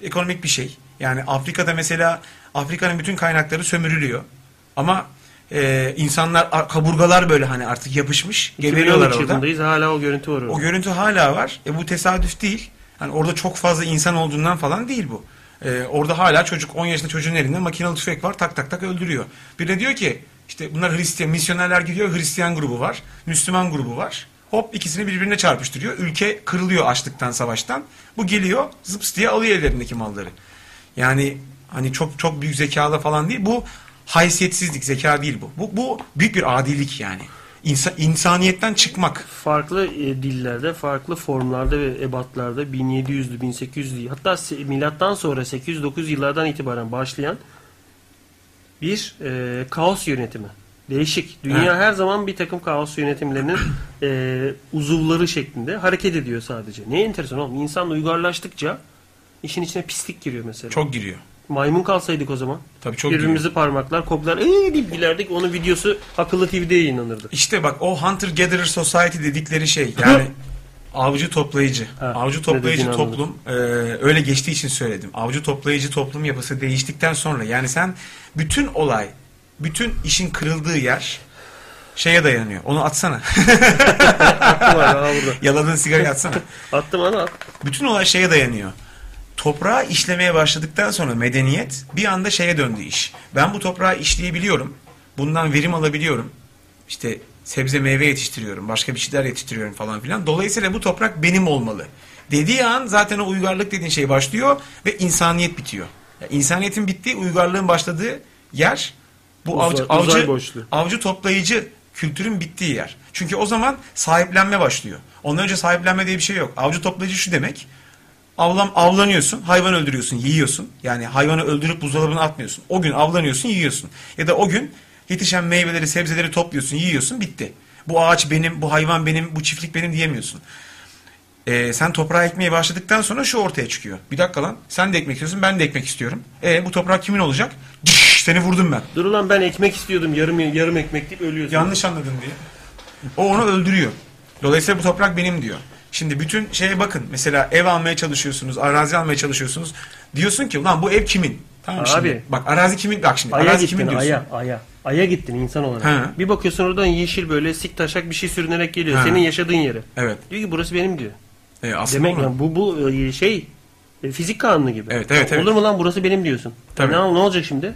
ekonomik bir şey. Yani Afrika'da mesela Afrika'nın bütün kaynakları sömürülüyor. Ama e, insanlar a- kaburgalar böyle hani artık yapışmış.
2013
Geberiyorlar orada.
yılındayız hala o görüntü var orada.
O görüntü hala var. E bu tesadüf değil. Hani orada çok fazla insan olduğundan falan değil bu. E, orada hala çocuk 10 yaşında çocuğun elinde makinalı tüfek var tak tak tak öldürüyor. Bir de diyor ki işte bunlar Hristiyan misyonerler gidiyor Hristiyan grubu var. Müslüman grubu var. Hop ikisini birbirine çarpıştırıyor. Ülke kırılıyor açlıktan savaştan. Bu geliyor zıps diye alıyor ellerindeki malları. Yani hani çok çok büyük zekala falan değil. Bu haysiyetsizlik zeka değil bu. Bu, bu büyük bir adilik yani. İnsa, insaniyetten çıkmak.
farklı e, dillerde, farklı formlarda ve ebatlarda 1700'lü, 1800'lü hatta se- milattan sonra 809 yıllardan itibaren başlayan bir e, kaos yönetimi. Değişik. Dünya her zaman bir takım kaos
[CLEARS THROAT]
yönetimlerinin e, uzuvları şeklinde hareket ediyor sadece. Ne enteresan oğlum. İnsanla uygarlaştıkça işin içine pislik giriyor mesela.
Çok giriyor.
Maymun kalsaydık o zaman.
Tabii çok
birbirimizi
giriyor.
parmaklar, koklar ee deyip gülerdik. Onun videosu akıllı TV'de
[LAUGHS]
yayınlanırdı.
İşte bak o Hunter Gatherer Society dedikleri şey
[LAUGHS]
yani avcı toplayıcı.
Ha,
avcı
ne
toplayıcı
dediğini
toplum e, öyle geçtiği için söyledim. Avcı toplayıcı toplum yapısı değiştikten sonra yani sen bütün olay, bütün işin kırıldığı yer şeye dayanıyor.
[LAUGHS]
Onu atsana.
Var ha burada.
Yaladığın sigarayı atsana.
Attım ana.
Bütün olay şeye dayanıyor. Toprağı işlemeye başladıktan sonra medeniyet bir anda şeye döndü iş. Ben bu toprağı işleyebiliyorum. Bundan verim alabiliyorum. İşte sebze meyve yetiştiriyorum. Başka bir şeyler yetiştiriyorum falan filan. Dolayısıyla bu toprak benim olmalı. Dediği an zaten o uygarlık dediğin şey başlıyor ve insaniyet bitiyor. Yani insaniyetin bittiği uygarlığın başladığı yer bu
Uzay-
avcı,
uzay
avcı,
boşluğu.
avcı toplayıcı kültürün bittiği yer. Çünkü o zaman sahiplenme başlıyor. Ondan önce sahiplenme diye bir şey yok. Avcı toplayıcı şu demek. Avlan, avlanıyorsun, hayvan öldürüyorsun, yiyorsun. Yani hayvanı öldürüp buzdolabına atmıyorsun. O gün avlanıyorsun, yiyorsun. Ya da o gün yetişen meyveleri, sebzeleri topluyorsun, yiyorsun, bitti. Bu ağaç benim, bu hayvan benim, bu çiftlik benim diyemiyorsun. Ee, sen toprağa ekmeye başladıktan sonra şu ortaya çıkıyor. Bir dakika lan, sen de ekmek istiyorsun, ben de ekmek istiyorum. E bu toprak kimin olacak? Dış, seni vurdum ben.
Dur ulan ben ekmek istiyordum yarım yarım ekmek deyip ölüyorsun.
Yanlış anladın diye. O onu öldürüyor. Dolayısıyla bu toprak benim diyor. Şimdi bütün şeye bakın. Mesela ev almaya çalışıyorsunuz, arazi almaya çalışıyorsunuz. Diyorsun ki ulan bu ev kimin? Tamam
Abi.
şimdi. Bak arazi kimin? Bak şimdi.
Aya
arazi
gittin
kimin diyorsun?
aya aya. Aya gittin insan olarak.
He.
Bir bakıyorsun oradan yeşil böyle sik taşak bir şey sürünerek geliyor.
He.
Senin yaşadığın yere.
Evet.
Diyor ki burası benim diyor.
E, aslında
Demek
onu-
lan bu bu e, şey e, fizik kanunu gibi.
Evet, evet, evet.
Olur mu lan burası benim diyorsun. E,
Tabii.
Ne, ne olacak şimdi?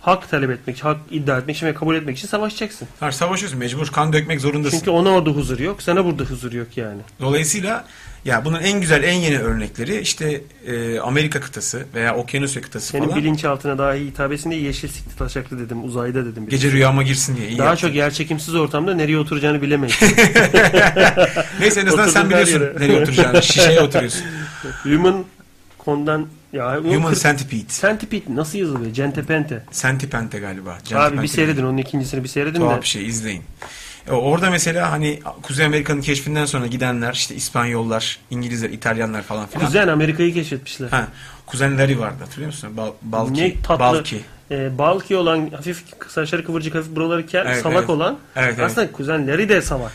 Hak talep etmek, hak iddia etmek için ve kabul etmek için savaşacaksın.
Hayır, savaşıyorsun mecbur kan dökmek zorundasın.
Çünkü ona orada huzur yok, sana burada huzur yok yani.
Dolayısıyla ya bunun en güzel en yeni örnekleri işte e, Amerika kıtası veya Okyanusya kıtası
Senin
falan.
bilinçaltına daha iyi hitap etsin diye yeşil sikti taşaklı dedim, uzayda dedim. biraz.
Gece rüyama girsin diye. iyi
daha
yaptın.
çok yerçekimsiz ortamda nereye oturacağını bilemeyiz.
Neyse en azından
Oturduğun
sen
her
biliyorsun
yere. [LAUGHS]
nereye oturacağını. Şişeye oturuyorsun.
Human Condan Ya,
Human
Human
Centipede.
Centipede nasıl yazılıyor? Centepente.
Centipente galiba.
Abi
Centipente
bir seyredin onun ikincisini bir seyredin de.
Tuhaf bir şey izleyin. E, Orada mesela hani Kuzey Amerika'nın keşfinden sonra gidenler işte İspanyollar, İngilizler, İtalyanlar falan filan.
Kuzen Amerika'yı keşfetmişler.
şey. Ha, kuzenleri vardı hatırlıyor musun? Bal- Balki.
Ne tatlı.
Balki.
Ee, Balki olan hafif saçları kıvırcık hafif buraları kel
Evet,
salak
evet.
olan
Evet, evet.
aslında kuzenleri de salak.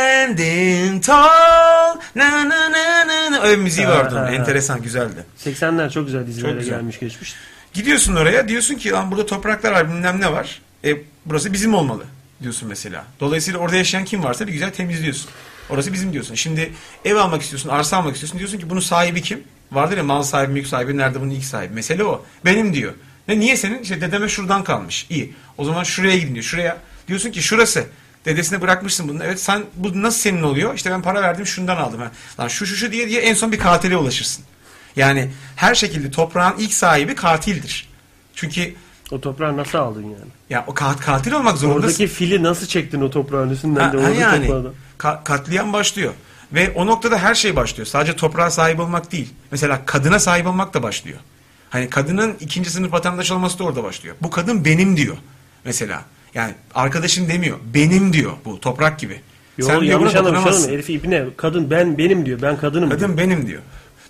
Standing tall. Na na na na na. Öyle bir müziği
Ha,
vardı
ha,
onun.
ha.
Enteresan güzeldi.
80'ler çok güzel dizilere
Çok güzel.
gelmiş geçmiş.
Gidiyorsun oraya diyorsun ki lan burada topraklar var bilmem ne var. E, burası bizim olmalı diyorsun mesela. Dolayısıyla orada yaşayan kim varsa bir güzel temizliyorsun. Orası bizim diyorsun. Şimdi ev almak istiyorsun, arsa almak istiyorsun. Diyorsun ki bunun sahibi kim? Vardır ya mal sahibi, mülk sahibi, nerede bunun ilk sahibi? Mesele o. Benim diyor. Ne niye senin? İşte dedeme şuradan kalmış. İyi. O zaman şuraya gidin diyor. Şuraya. Diyorsun ki şurası. Dedesine bırakmışsın bunu. Evet sen bu nasıl senin oluyor? İşte ben para verdim şundan aldım. Ha. Lan şu şu şu diye diye en son bir katile ulaşırsın. Yani her şekilde toprağın ilk sahibi katildir. Çünkü
O toprağı nasıl aldın yani?
ya o kat, katil olmak zorundasın.
Oradaki fili nasıl çektin o toprağın üstünden de
Ha- ha
orada
yani
toprağdan?
ka- katliam başlıyor. Ve o noktada her şey başlıyor. Sadece toprağa sahip olmak değil. Mesela kadına sahip olmak da başlıyor. Hani kadının ikinci sınıf vatandaş olması da orada başlıyor. Bu kadın benim diyor mesela. Yani arkadaşım demiyor. Benim diyor bu toprak gibi.
Yo, şey
diyor,
yanlış
buna
anlamış
dokunamazsın.
oğlum. Herifi ipine kadın ben benim diyor. Ben kadınım. diyor.
Kadın benim diyor.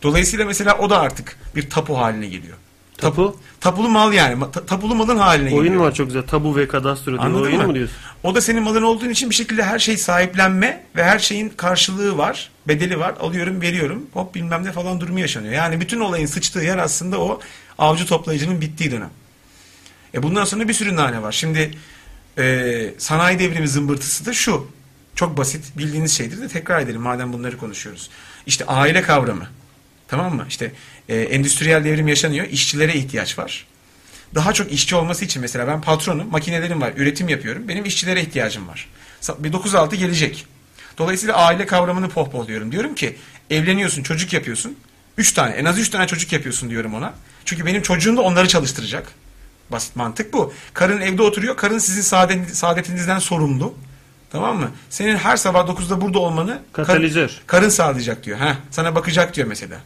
Dolayısıyla mesela o da artık bir tapu haline geliyor.
Tapu.
Tapulu mal yani. Ma- ta- tapulu malın haline geliyor.
Oyun var çok güzel. Tabu ve kadastro diye
Anladın
oyun
mı?
mu diyorsun?
O da senin malın olduğun için bir şekilde her şey sahiplenme ve her şeyin karşılığı var, bedeli var. Alıyorum, veriyorum. Hop bilmem ne falan durumu yaşanıyor. Yani bütün olayın sıçtığı yer aslında o avcı toplayıcının bittiği dönem. E bundan sonra bir sürü nane var. Şimdi e, sanayi devrimi zımbırtısı da şu. Çok basit bildiğiniz şeydir de tekrar edelim madem bunları konuşuyoruz. İşte aile kavramı. Tamam mı? İşte e, endüstriyel devrim yaşanıyor. İşçilere ihtiyaç var daha çok işçi olması için mesela ben patronum, makinelerim var, üretim yapıyorum. Benim işçilere ihtiyacım var. Sa- Bir 9-6 gelecek. Dolayısıyla aile kavramını pohpohluyorum. Diyorum ki evleniyorsun, çocuk yapıyorsun. 3 tane, en az 3 tane çocuk yapıyorsun diyorum ona. Çünkü benim çocuğum da onları çalıştıracak. Basit mantık bu. Karın evde oturuyor, karın sizin saadet- saadetinizden sorumlu. Tamam mı? Senin her sabah 9'da burada olmanı kar-
Katalizör.
karın sağlayacak diyor. Heh, sana bakacak diyor mesela.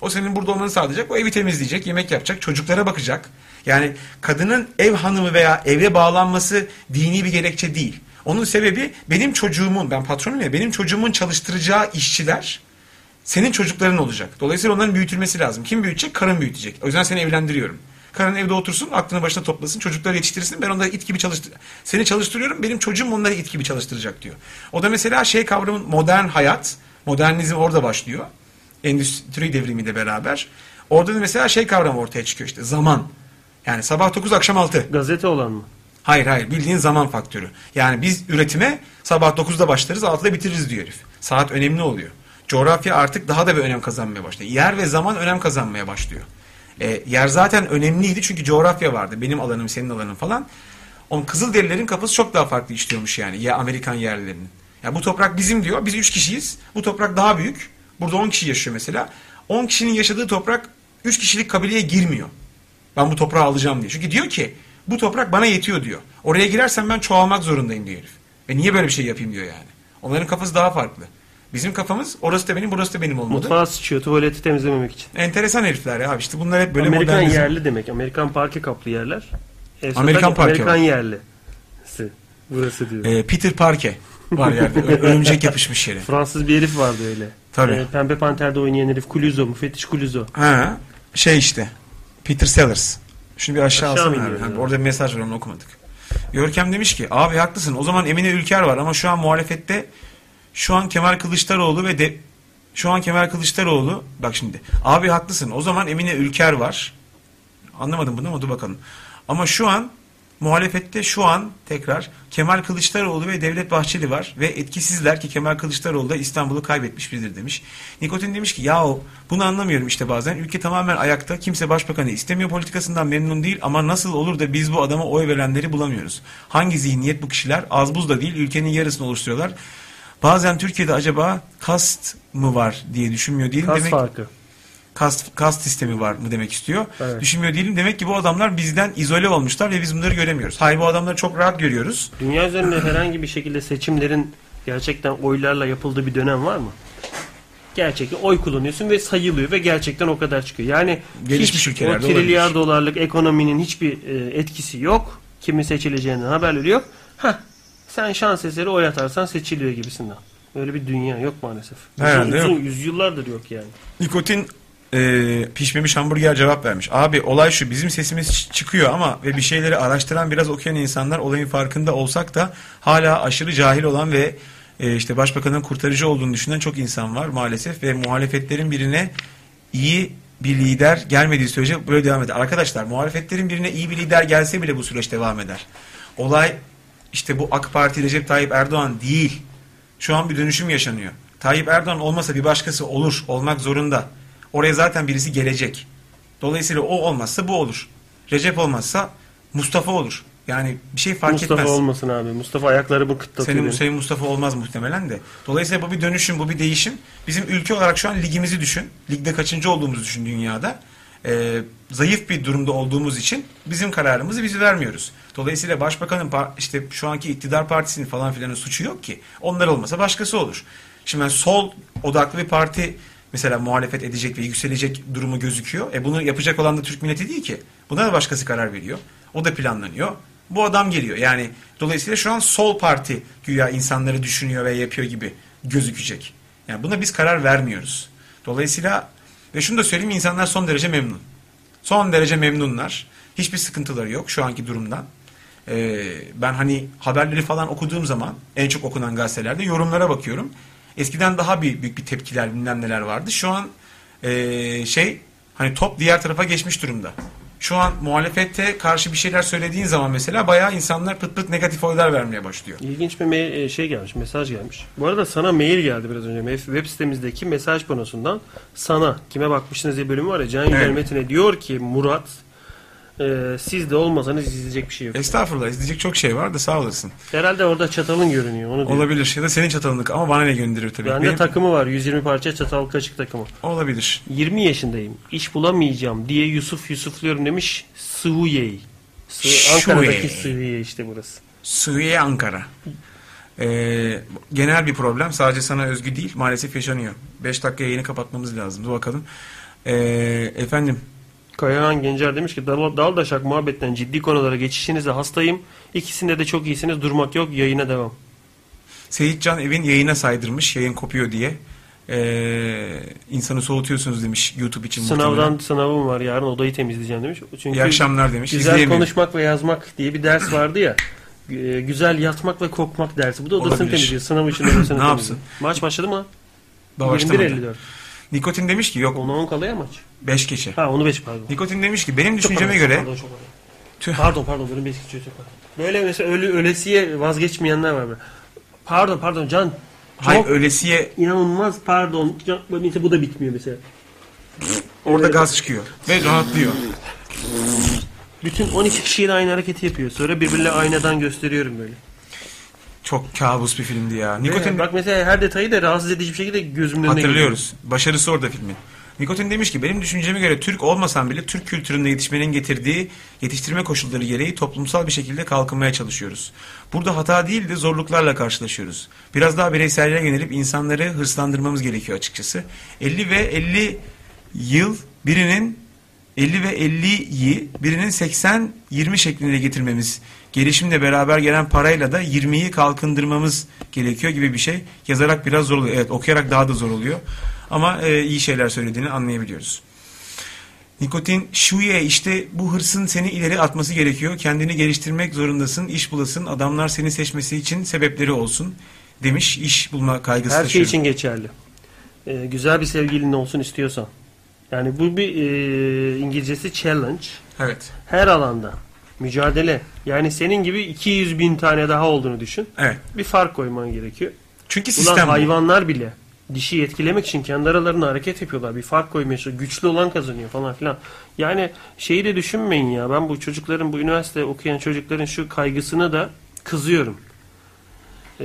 O senin burada olmanı sağlayacak. O evi temizleyecek, yemek yapacak, çocuklara bakacak. Yani kadının ev hanımı veya eve bağlanması dini bir gerekçe değil. Onun sebebi benim çocuğumun, ben patronum ya, benim çocuğumun çalıştıracağı işçiler senin çocukların olacak. Dolayısıyla onların büyütülmesi lazım. Kim büyütecek? Karın büyütecek. O yüzden seni evlendiriyorum. Karın evde otursun, aklını başına toplasın, çocukları yetiştirsin. Ben onları it gibi çalıştır. Seni çalıştırıyorum, benim çocuğum onları it gibi çalıştıracak diyor. O da mesela şey kavramı modern hayat, modernizm orada başlıyor. Endüstri devrimiyle beraber. Orada da mesela şey kavramı ortaya çıkıyor işte zaman. Yani sabah 9 akşam 6.
Gazete olan mı?
Hayır hayır bildiğin zaman faktörü. Yani biz üretime sabah 9'da başlarız 6'da bitiririz diyor herif. Saat önemli oluyor. Coğrafya artık daha da bir önem kazanmaya başlıyor. Yer ve zaman önem kazanmaya başlıyor. E, yer zaten önemliydi çünkü coğrafya vardı. Benim alanım senin alanın falan. On Kızılderililerin kafası çok daha farklı işliyormuş yani ya Amerikan yerlilerinin. Ya bu toprak bizim diyor. Biz 3 kişiyiz. Bu toprak daha büyük. Burada 10 kişi yaşıyor mesela. 10 kişinin yaşadığı toprak 3 kişilik kabileye girmiyor. Ben bu toprağı alacağım diye. Çünkü diyor ki bu toprak bana yetiyor diyor. Oraya girersem ben çoğalmak zorundayım diyor herif. Ve niye böyle bir şey yapayım diyor yani. Onların kafası daha farklı. Bizim kafamız orası da benim burası da benim olmalı.
Mutfağa sıçıyor tuvaleti temizlememek için.
Enteresan herifler ya abi işte bunlar hep böyle
Amerikan
modernizm.
yerli demek. Amerikan parke kaplı yerler. Ev satarken
Amerikan parke
Amerikan
var.
yerlisi. Burası diyor.
Ee, Peter Parke var yerde. Ö- Örümcek yapışmış yere.
Fransız bir herif vardı öyle. E,
Tabii.
Pembe Panter'de oynayan herif Kuluzo mu? Fetiş Kuluzo.
Ha, şey işte. Peter Sellers. Şimdi bir aşağı,
Aşağı
alsana
mı
abi.
iniyor
Ha,
ya?
Orada bir mesaj var onu okumadık. Görkem demiş ki abi haklısın o zaman Emine Ülker var ama şu an muhalefette şu an Kemal Kılıçdaroğlu ve de şu an Kemal Kılıçdaroğlu bak şimdi abi haklısın o zaman Emine Ülker var. Anlamadım bunu ama dur bakalım. Ama şu an muhalefette şu an tekrar Kemal Kılıçdaroğlu ve Devlet Bahçeli var ve etkisizler ki Kemal Kılıçdaroğlu da İstanbul'u kaybetmiş biridir demiş. Nikotin demiş ki yahu bunu anlamıyorum işte bazen. Ülke tamamen ayakta. Kimse başbakanı istemiyor politikasından memnun değil ama nasıl olur da biz bu adama oy verenleri bulamıyoruz. Hangi zihniyet bu kişiler? Az buz da değil ülkenin yarısını oluşturuyorlar. Bazen Türkiye'de acaba kast mı var diye düşünmüyor değil mi?
Kas
Demek-
farkı.
kast, kast sistemi var mı demek istiyor.
Evet.
Düşünmüyor değilim. Demek ki bu adamlar bizden izole olmuşlar ve biz bunları göremiyoruz. Hayır bu adamları çok rahat görüyoruz.
Dünya üzerinde herhangi bir şekilde seçimlerin gerçekten oylarla yapıldığı bir dönem var mı? gerçekten oy kullanıyorsun ve sayılıyor ve gerçekten o kadar çıkıyor. Yani
Gelişmiş
hiç o
ülkelerde olabilir.
trilyar dolarlık ekonominin hiçbir e, etkisi yok. Kimin seçileceğinden haberleri yok. Hah sen şans eseri oy atarsan seçiliyor gibisinden. Öyle bir dünya yok maalesef.
Herhalde
uzun,
yok.
uzun, yüzyıllardır yok yani.
Nikotin e, pişmemiş hamburger cevap vermiş. Abi olay şu bizim sesimiz ç- çıkıyor ama ve bir şeyleri araştıran biraz okuyan insanlar olayın farkında olsak da hala aşırı cahil olan ve e, işte başbakanın kurtarıcı olduğunu düşünen çok insan var maalesef ve muhalefetlerin birine iyi bir lider gelmediği sürece böyle devam eder. Arkadaşlar muhalefetlerin birine iyi bir lider gelse bile bu süreç devam eder. Olay işte bu AK Parti Recep Tayyip Erdoğan değil. Şu an bir dönüşüm yaşanıyor. Tayyip Erdoğan olmasa bir başkası olur, olmak zorunda. Oraya zaten birisi gelecek. Dolayısıyla o olmazsa bu olur. Recep olmazsa Mustafa olur. Yani bir şey fark
Mustafa
etmez.
olmasın abi. Mustafa ayaklarımı kıtlatıyor.
Senin
benim.
Hüseyin Mustafa olmaz muhtemelen de. Dolayısıyla bu bir dönüşüm, bu bir değişim. Bizim ülke olarak şu an ligimizi düşün. Ligde kaçıncı olduğumuzu düşün dünyada. Ee, zayıf bir durumda olduğumuz için bizim kararımızı biz vermiyoruz. Dolayısıyla başbakanın par- işte şu anki iktidar partisinin falan filanın suçu yok ki. Onlar olmasa başkası olur. Şimdi ben sol odaklı bir parti mesela muhalefet edecek ve yükselecek durumu gözüküyor. E bunu yapacak olan da Türk milleti değil ki. Buna da başkası karar veriyor. O da planlanıyor. Bu adam geliyor. Yani dolayısıyla şu an sol parti güya insanları düşünüyor ve yapıyor gibi gözükecek. Yani buna biz karar vermiyoruz. Dolayısıyla ve şunu da söyleyeyim insanlar son derece memnun. Son derece memnunlar. Hiçbir sıkıntıları yok şu anki durumdan. Ee, ben hani haberleri falan okuduğum zaman en çok okunan gazetelerde yorumlara bakıyorum. Eskiden daha bir, büyük bir tepkiler bilmem neler vardı. Şu an ee, şey hani top diğer tarafa geçmiş durumda. Şu an muhalefete karşı bir şeyler söylediğin zaman mesela bayağı insanlar pıt pıt negatif oylar vermeye başlıyor.
İlginç bir me- e, şey gelmiş, mesaj gelmiş. Bu arada sana mail geldi biraz önce. Mef- Web sitemizdeki mesaj panosundan sana, kime bakmışsınız diye bölümü var ya. Can Yücel
Evet.
Metin'e diyor ki Murat, e, siz de olmasanız izleyecek bir şey yok.
Estağfurullah izleyecek çok şey var da sağ olasın.
Herhalde orada çatalın görünüyor. Onu diyor.
Olabilir ya da senin çatalınlık ama bana ne gönderir tabii.
Bende
Benim-
takımı var. 120 parça çatal kaşık takımı.
Olabilir.
20 yaşındayım. İş bulamayacağım diye Yusuf Yusufluyorum demiş. Sıvıyey. Sı- Ankara'daki
Şuyey.
Sıvıyey işte burası.
Suriye Ankara. Ee, genel bir problem. Sadece sana özgü değil. Maalesef yaşanıyor. 5 dakika yayını kapatmamız lazım. Dur bakalım. Ee, efendim.
Kayahan Gencer demiş ki "Dal- daldaşak muhabbetten ciddi konulara geçişinizde hastayım. İkisinde de çok iyisiniz. Durmak yok. Yayına devam.
Seyitcan Evin yayına saydırmış. Yayın kopuyor diye. Ee, insanı soğutuyorsunuz demiş YouTube için. muhtemelen.
Sınavdan sınavım var yarın odayı temizleyeceğim demiş. Çünkü
İyi akşamlar demiş.
güzel
İzleyemiyor.
konuşmak ve yazmak diye bir ders vardı ya. Gü- Güzel yatmak ve kokmak dersi. Bu da odasını
Olabilir.
temizliyor. Sınav
[LAUGHS]
için odasını temizliyor.
yapsın?
Maç başladı mı? lan?
Daha başlamadı.
21.54.
Nikotin demiş ki yok
Ona 10 kalaya maç.
5 gece.
Ha onu 5 pardon.
Nikotin demiş ki
Çok
benim düşünceme
pardon,
göre
Pardon, çok pardon.
Tüh.
pardon pardon bölüm beş geçiyor, çok pardon. Böyle mesela ölü, ölesiye vazgeçmeyenler var. böyle. Pardon pardon Can.
hayır
çok
öylesiye
inanılmaz pardon. Can, böyle mesela bu da bitmiyor mesela.
orada gaz çıkıyor ve rahatlıyor.
Bütün 12 kişiyle aynı hareketi yapıyor. Sonra birbirine aynadan gösteriyorum böyle.
Çok kabus bir filmdi ya.
Nikotin
Nikotin
bak mesela her detayı da rahatsız edici bir şekilde gözümün önüne
Hatırlıyoruz. Başarısı orada filmin. Nikotin demiş ki benim düşünceme göre Türk olmasam bile Türk kültüründe yetişmenin getirdiği yetiştirme koşulları gereği toplumsal bir şekilde kalkınmaya çalışıyoruz. Burada hata değil de zorluklarla karşılaşıyoruz. Biraz daha bireyselliğe yönelip insanları hırslandırmamız gerekiyor açıkçası. 50 ve 50 yıl birinin 50 ve 50'yi birinin 80-20 şeklinde getirmemiz, gelişimle beraber gelen parayla da 20'yi kalkındırmamız gerekiyor gibi bir şey. Yazarak biraz zor oluyor. Evet okuyarak daha da zor oluyor. Ama e, iyi şeyler söylediğini anlayabiliyoruz. Nikotin şuye işte bu hırsın seni ileri atması gerekiyor. Kendini geliştirmek zorundasın, iş bulasın, adamlar seni seçmesi için sebepleri olsun demiş. İş bulma kaygısı
Her şey
taşıyorum.
için geçerli. Ee, güzel bir sevgilin olsun istiyorsan. Yani bu bir e, İngilizcesi challenge.
Evet.
Her alanda mücadele. Yani senin gibi 200 bin tane daha olduğunu düşün.
Evet.
Bir fark koyman gerekiyor.
Çünkü sistem
Ulan
bu.
hayvanlar bile dişi etkilemek için kendi aralarında hareket yapıyorlar. Bir fark koymaya çalışıyor. Güçlü olan kazanıyor falan filan. Yani şeyi de düşünmeyin ya. Ben bu çocukların, bu üniversite okuyan çocukların şu kaygısına da kızıyorum. Ee,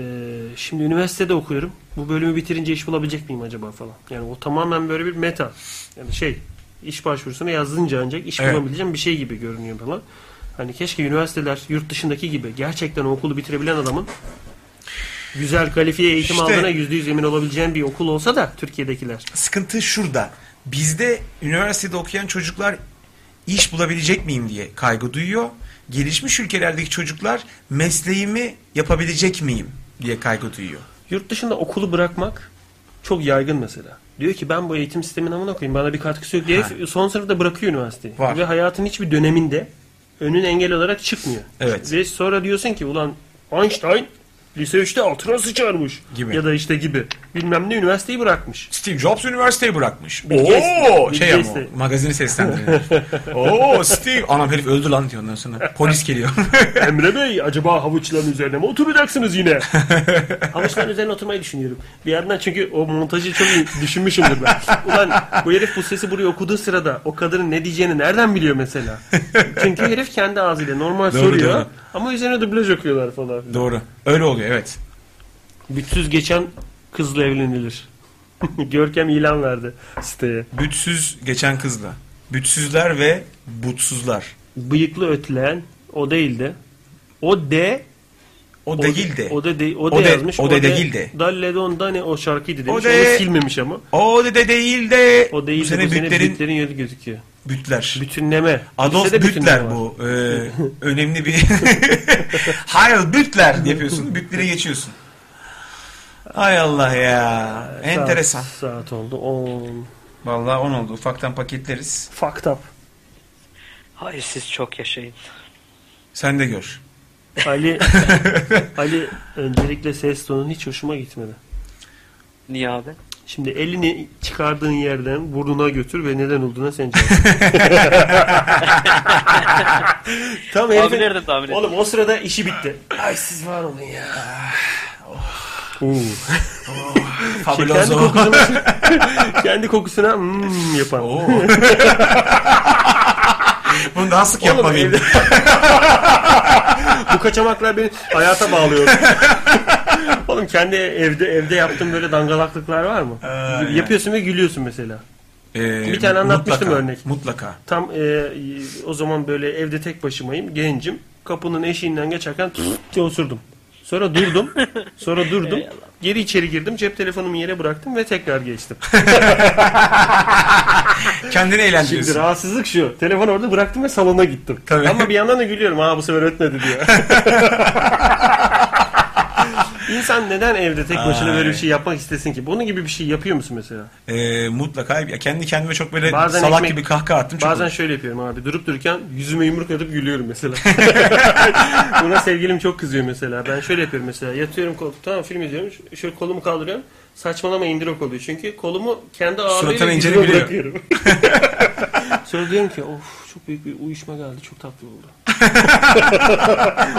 şimdi üniversitede okuyorum. Bu bölümü bitirince iş bulabilecek miyim acaba falan. Yani o tamamen böyle bir meta. Yani şey, iş başvurusuna yazdınca ancak iş
Evet.
bulabileceğim bir şey gibi görünüyor falan. Hani keşke üniversiteler yurt dışındaki gibi gerçekten o okulu bitirebilen adamın güzel kalifiye eğitim
İşte-
aldığına %100 emin olabileceğin bir okul olsa da Türkiye'dekiler.
Sıkıntı şurada. Bizde üniversitede okuyan çocuklar iş bulabilecek miyim diye kaygı duyuyor. Gelişmiş ülkelerdeki çocuklar mesleğimi yapabilecek miyim diye kaygı duyuyor.
Yurt dışında okulu bırakmak çok yaygın mesela. Diyor ki ben bu eğitim sistemine amına koyayım bana bir katkısı yok diye son sınıfta bırakıyor üniversiteyi.
Var.
Ve hayatın hiçbir döneminde önün engel olarak çıkmıyor.
Evet.
Ve sonra diyorsun ki ulan Einstein lise 3'te altına sıçarmış.
Gibi.
Ya da işte gibi. Bilmem ne üniversiteyi bırakmış.
Steve Jobs üniversiteyi bırakmış.
Bill Gates-
Oo,
Bill
şey ama
Gates de-
o, magazini seslendiriyor. [LAUGHS] Oo Steve. Anam herif öldü lan diyor ondan sonra. Polis geliyor. [LAUGHS]
Emre Bey acaba havuçların üzerine mi oturacaksınız
[LAUGHS]
yine? havuçların üzerine oturmayı düşünüyorum. Bir yandan çünkü o montajı çok iyi düşünmüşümdür ben. Ulan bu herif bu sesi buraya okuduğu sırada o kadının ne diyeceğini nereden biliyor mesela? Çünkü herif kendi ağzıyla normal
Doğru,
soruyor.
doğru.
Ama üzerine dublaj okuyorlar falan.
Doğru. Öyle oluyor evet.
Bütüz geçen kızla evlenilir. [LAUGHS] Görkem ilan verdi siteye.
Bütsüz geçen kızla. Bütsüzler ve butsuzlar.
Bıyıklı ötleyen o değildi. O de
O, değil de. O,
O da de, o da
O de-
yazmış.
o de değil de.
Dalle Don'da ne o şarkıydı demiş.
O de-
Onu silmemiş ama.
de değil de.
O değil
bu
de
sene
bu sene
bütlerin
bütlerin yönü gözüküyor.
bütler.
Bütünleme.
Adolf
Lisede bütünleme
Bütler
var.
bu. Ee, önemli bir... [LAUGHS] Hayır Bütler yapıyorsun. Bütlere geçiyorsun. Ay Allah ya. Enteresan.
Saat, saat oldu. On.
Vallahi 10 oldu. Ufaktan paketleriz.
Fucked up.
Hayır siz çok yaşayın.
Sen de gör. [LAUGHS]
Ali Ali öncelikle ses tonun hiç hoşuma gitmedi.
Niye abi?
Şimdi elini çıkardığın yerden burnuna götür ve neden olduğuna sen cevap. ver.
[LAUGHS]
Tam
Abi
herifin,
nereden tahmin ettin?
Oğlum o sırada işi bitti. Ay siz var olun ya.
Oh.
Oo. [LAUGHS] Şey, kendi
Fabuloso.
kokusuna, [LAUGHS] kendi kokusuna hmm yapan.
Oo. Bunu daha sık
Oğlum,
yapmalıyım.
evde- Bu kaçamaklar beni hayata bağlıyor. Oğlum kendi evde evde yaptığım böyle dangalaklıklar var mı?
Ay.
Yapıyorsun ve gülüyorsun mesela.
Ee,
Bir tane anlatmıştım
mutlaka,
örnek.
Mutlaka.
Tam e, o zaman böyle evde tek başımayım, gencim. Kapının eşiğinden geçerken pıf diye osurdum. Sonra durdum. Sonra durdum. Geri içeri girdim. Cep telefonumu yere bıraktım ve tekrar geçtim.
Kendini
Şimdi
eğlendiriyorsun.
rahatsızlık şu. Telefon orada bıraktım ve salona gittim.
Tabii.
Ama bir yandan da gülüyorum. Ha bu sefer ötmedi
[LAUGHS]
diyor. İnsan neden evde tek başına böyle bir
Ay.
şey yapmak istesin ki? Bunun gibi bir şey yapıyor musun mesela?
Ee, mutlaka. Ya Kendi kendime çok böyle
Bazen
salak
ekmek-
gibi kahkaha attım. Çok
Bazen şöyle yapıyorum abi. Durup dururken yüzüme yumruk atıp gülüyorum
[LAUGHS]
mesela. Buna sevgilim çok kızıyor mesela. Ben şöyle yapıyorum mesela. Yatıyorum koltukta film izliyorum. Ş- Şöyle kolumu kaldırıyorum. Saçmalama indir o kolu. Çünkü kolumu kendi ağırlığıyla
Suratına
yüzüme
indirebiliyor.
bırakıyorum. [LAUGHS] Sonra diyorum ki of çok büyük bir uyuşma geldi. Çok tatlı oldu.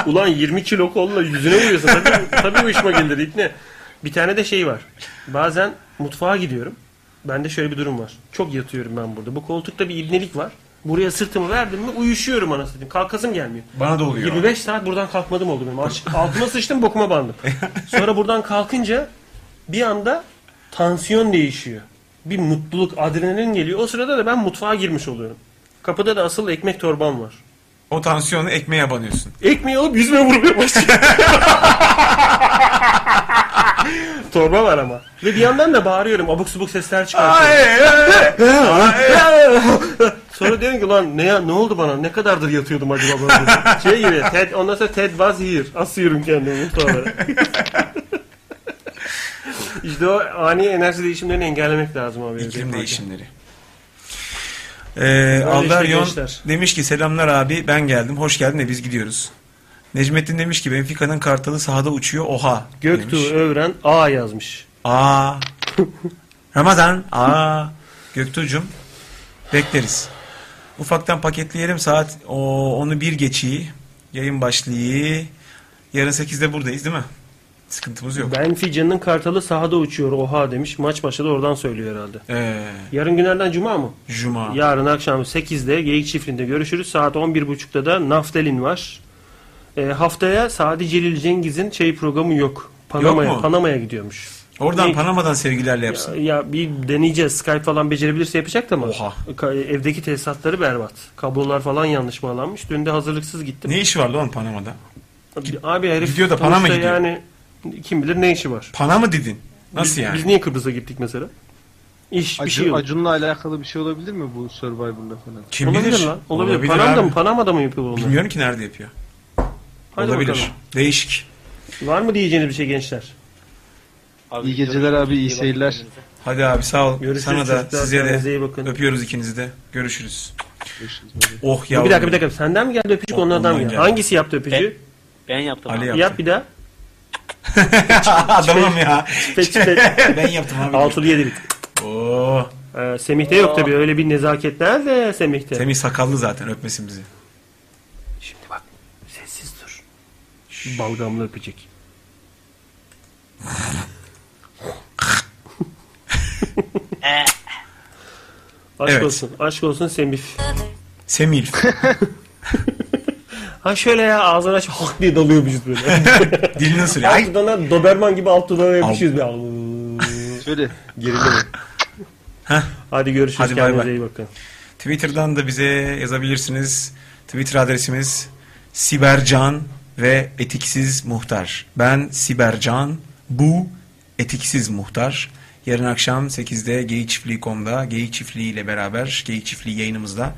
Ulan 20 kilo kolla yüzüne vuruyorsun. Tabii, tabii uyuşma gelir ipne. Bir tane de şey var. Bazen mutfağa gidiyorum. Bende şöyle bir durum var. Çok yatıyorum ben burada. Bu koltukta bir ibnelik var. Buraya sırtımı verdim mi uyuşuyorum anasını satayım. Kalkasım gelmiyor.
Bana da oluyor.
25 saat buradan kalkmadım oldu benim. Aç- Altıma sıçtım bokuma bandım. Sonra buradan kalkınca bir anda tansiyon değişiyor. Bir mutluluk, adrenalin geliyor. O sırada da ben mutfağa girmiş oluyorum. Kapıda da asıl ekmek torbam var.
O tansiyonu ekmeğe banıyorsun.
Ekmeği alıp yüzüme vurmaya
[LAUGHS]
başlıyor. Torba var ama. Ve bir yandan da bağırıyorum. Abuk subuk sesler çıkartıyorum. [LAUGHS] Sonra diyorum ki lan ne, ya- ne oldu bana? Ne kadardır yatıyordum acaba
[LAUGHS]
böyle? şey gibi. Ted, ondan sonra Ted was here. Asıyorum kendimi mutfağa.
[LAUGHS]
işte o ani enerji değişimlerini engellemek lazım abi.
İklim
Yaparken.
değişimleri. Ee, Aldaryon
gençler.
demiş ki selamlar abi ben geldim hoş geldin de biz gidiyoruz. Necmettin demiş ki Benfica'nın kartalı sahada uçuyor oha.
Göktuğ
demiş.
Övren A yazmış.
Aa. [LAUGHS] Ramazan. Aa. Göktuğ'cum bekleriz. Ufaktan paketleyelim saat o, onu bir geçiyi. Yayın başlığı. Yarın 8'de buradayız değil mi? Sıkıntımız yok.
Ben Fican'ın kartalı sahada uçuyor oha demiş. Maç başladı oradan söylüyor herhalde.
Ee,
Yarın günlerden cuma mı?
Cuma.
Yarın akşam 8'de Geyik Çiftliği'nde görüşürüz. Saat 11.30'da da Naftalin var. E, haftaya Sadi Celil Cengiz'in şey programı yok. Panama'ya,
Yok mu?
Panama'ya gidiyormuş.
Oradan
Ne?
Panama'dan sevgilerle yapsın.
Ya bir deneyeceğiz. Skype falan becerebilirse yapacak da ama.
Oha.
Ka- Evdeki tesisatları berbat. Kablolar falan yanlış bağlanmış. Dün de hazırlıksız gittim.
Ne işi var lan Panama'da?
Abi herif
Gidiyor da
sonuçta
Panama gidiyor.
Yani Kim bilir ne işi var.
Pana mı dedin?
biz,
Nasıl yani?
Biz niye Kıbrıs'a gittik mesela? İş bir
Acun-
şey yok.
Acun'la alakalı bir şey olabilir mi bu Survivor'la falan?
Kim
olabilir
bilir?
lan. Olabilir.
Olabilir
Panama'da
abi.
mı? Panama'da mı yapıyor onlar?
Bilmiyorum ki nerede yapıyor.
Hadi
olabilir.
bakalım.
Değişik.
Var mı diyeceğiniz bir şey gençler?
Abi,
İyi geceler abi, iyi seyirler.
Hadi abi sağ ol.
Görüşürüz
Sana da
çocuklar.
size
Kendinize
de
iyi bakın.
öpüyoruz ikinizi de. Görüşürüz.
Görüşürüz.
Oh
Dur
yavrum.
bir dakika bir dakika. Senden mi geldi öpücük
O-
onlardan
ondan
mı geldi?
geldi.
Hangisi yaptı öpücüğü?
Ben yaptım
Ali
abi.
yaptı.
Yap bir daha.
[LAUGHS] Adamım ya.
Çipet çipet.
ben yaptım abi. Oh.
Altılı yedilik.
Oo.
Ee, Semih'te yok tabii. Öyle bir nezaket nerede Semih'te?
Semih sakallı zaten öpmesin bizi.
Şimdi bak. Sessiz dur. Balgamlı
[LAUGHS]
öpecek. aşk
Evet.
olsun. Aşk olsun Semih. [LAUGHS]
Semih.
Ha şöyle ya ağzını aç [LAUGHS] hak diye dalıyor biz böyle.
Dilini ısırıyor. Ay.
alt dudağına Doberman gibi alt dudağına yapışıyoruz. bir.
Şöyle
Gerileme. Hadi görüşürüz.
Hadi bay
Kendinize
bay.
iyi bakın.
Twitter'dan da bize yazabilirsiniz. Twitter adresimiz Sibercan ve Etiksiz Muhtar. Ben Sibercan, bu Etiksiz Muhtar. Yarın akşam 8'de Geyik Çiftliği.com'da Geyik Çiftliği ile beraber Geyik Çiftliği yayınımızda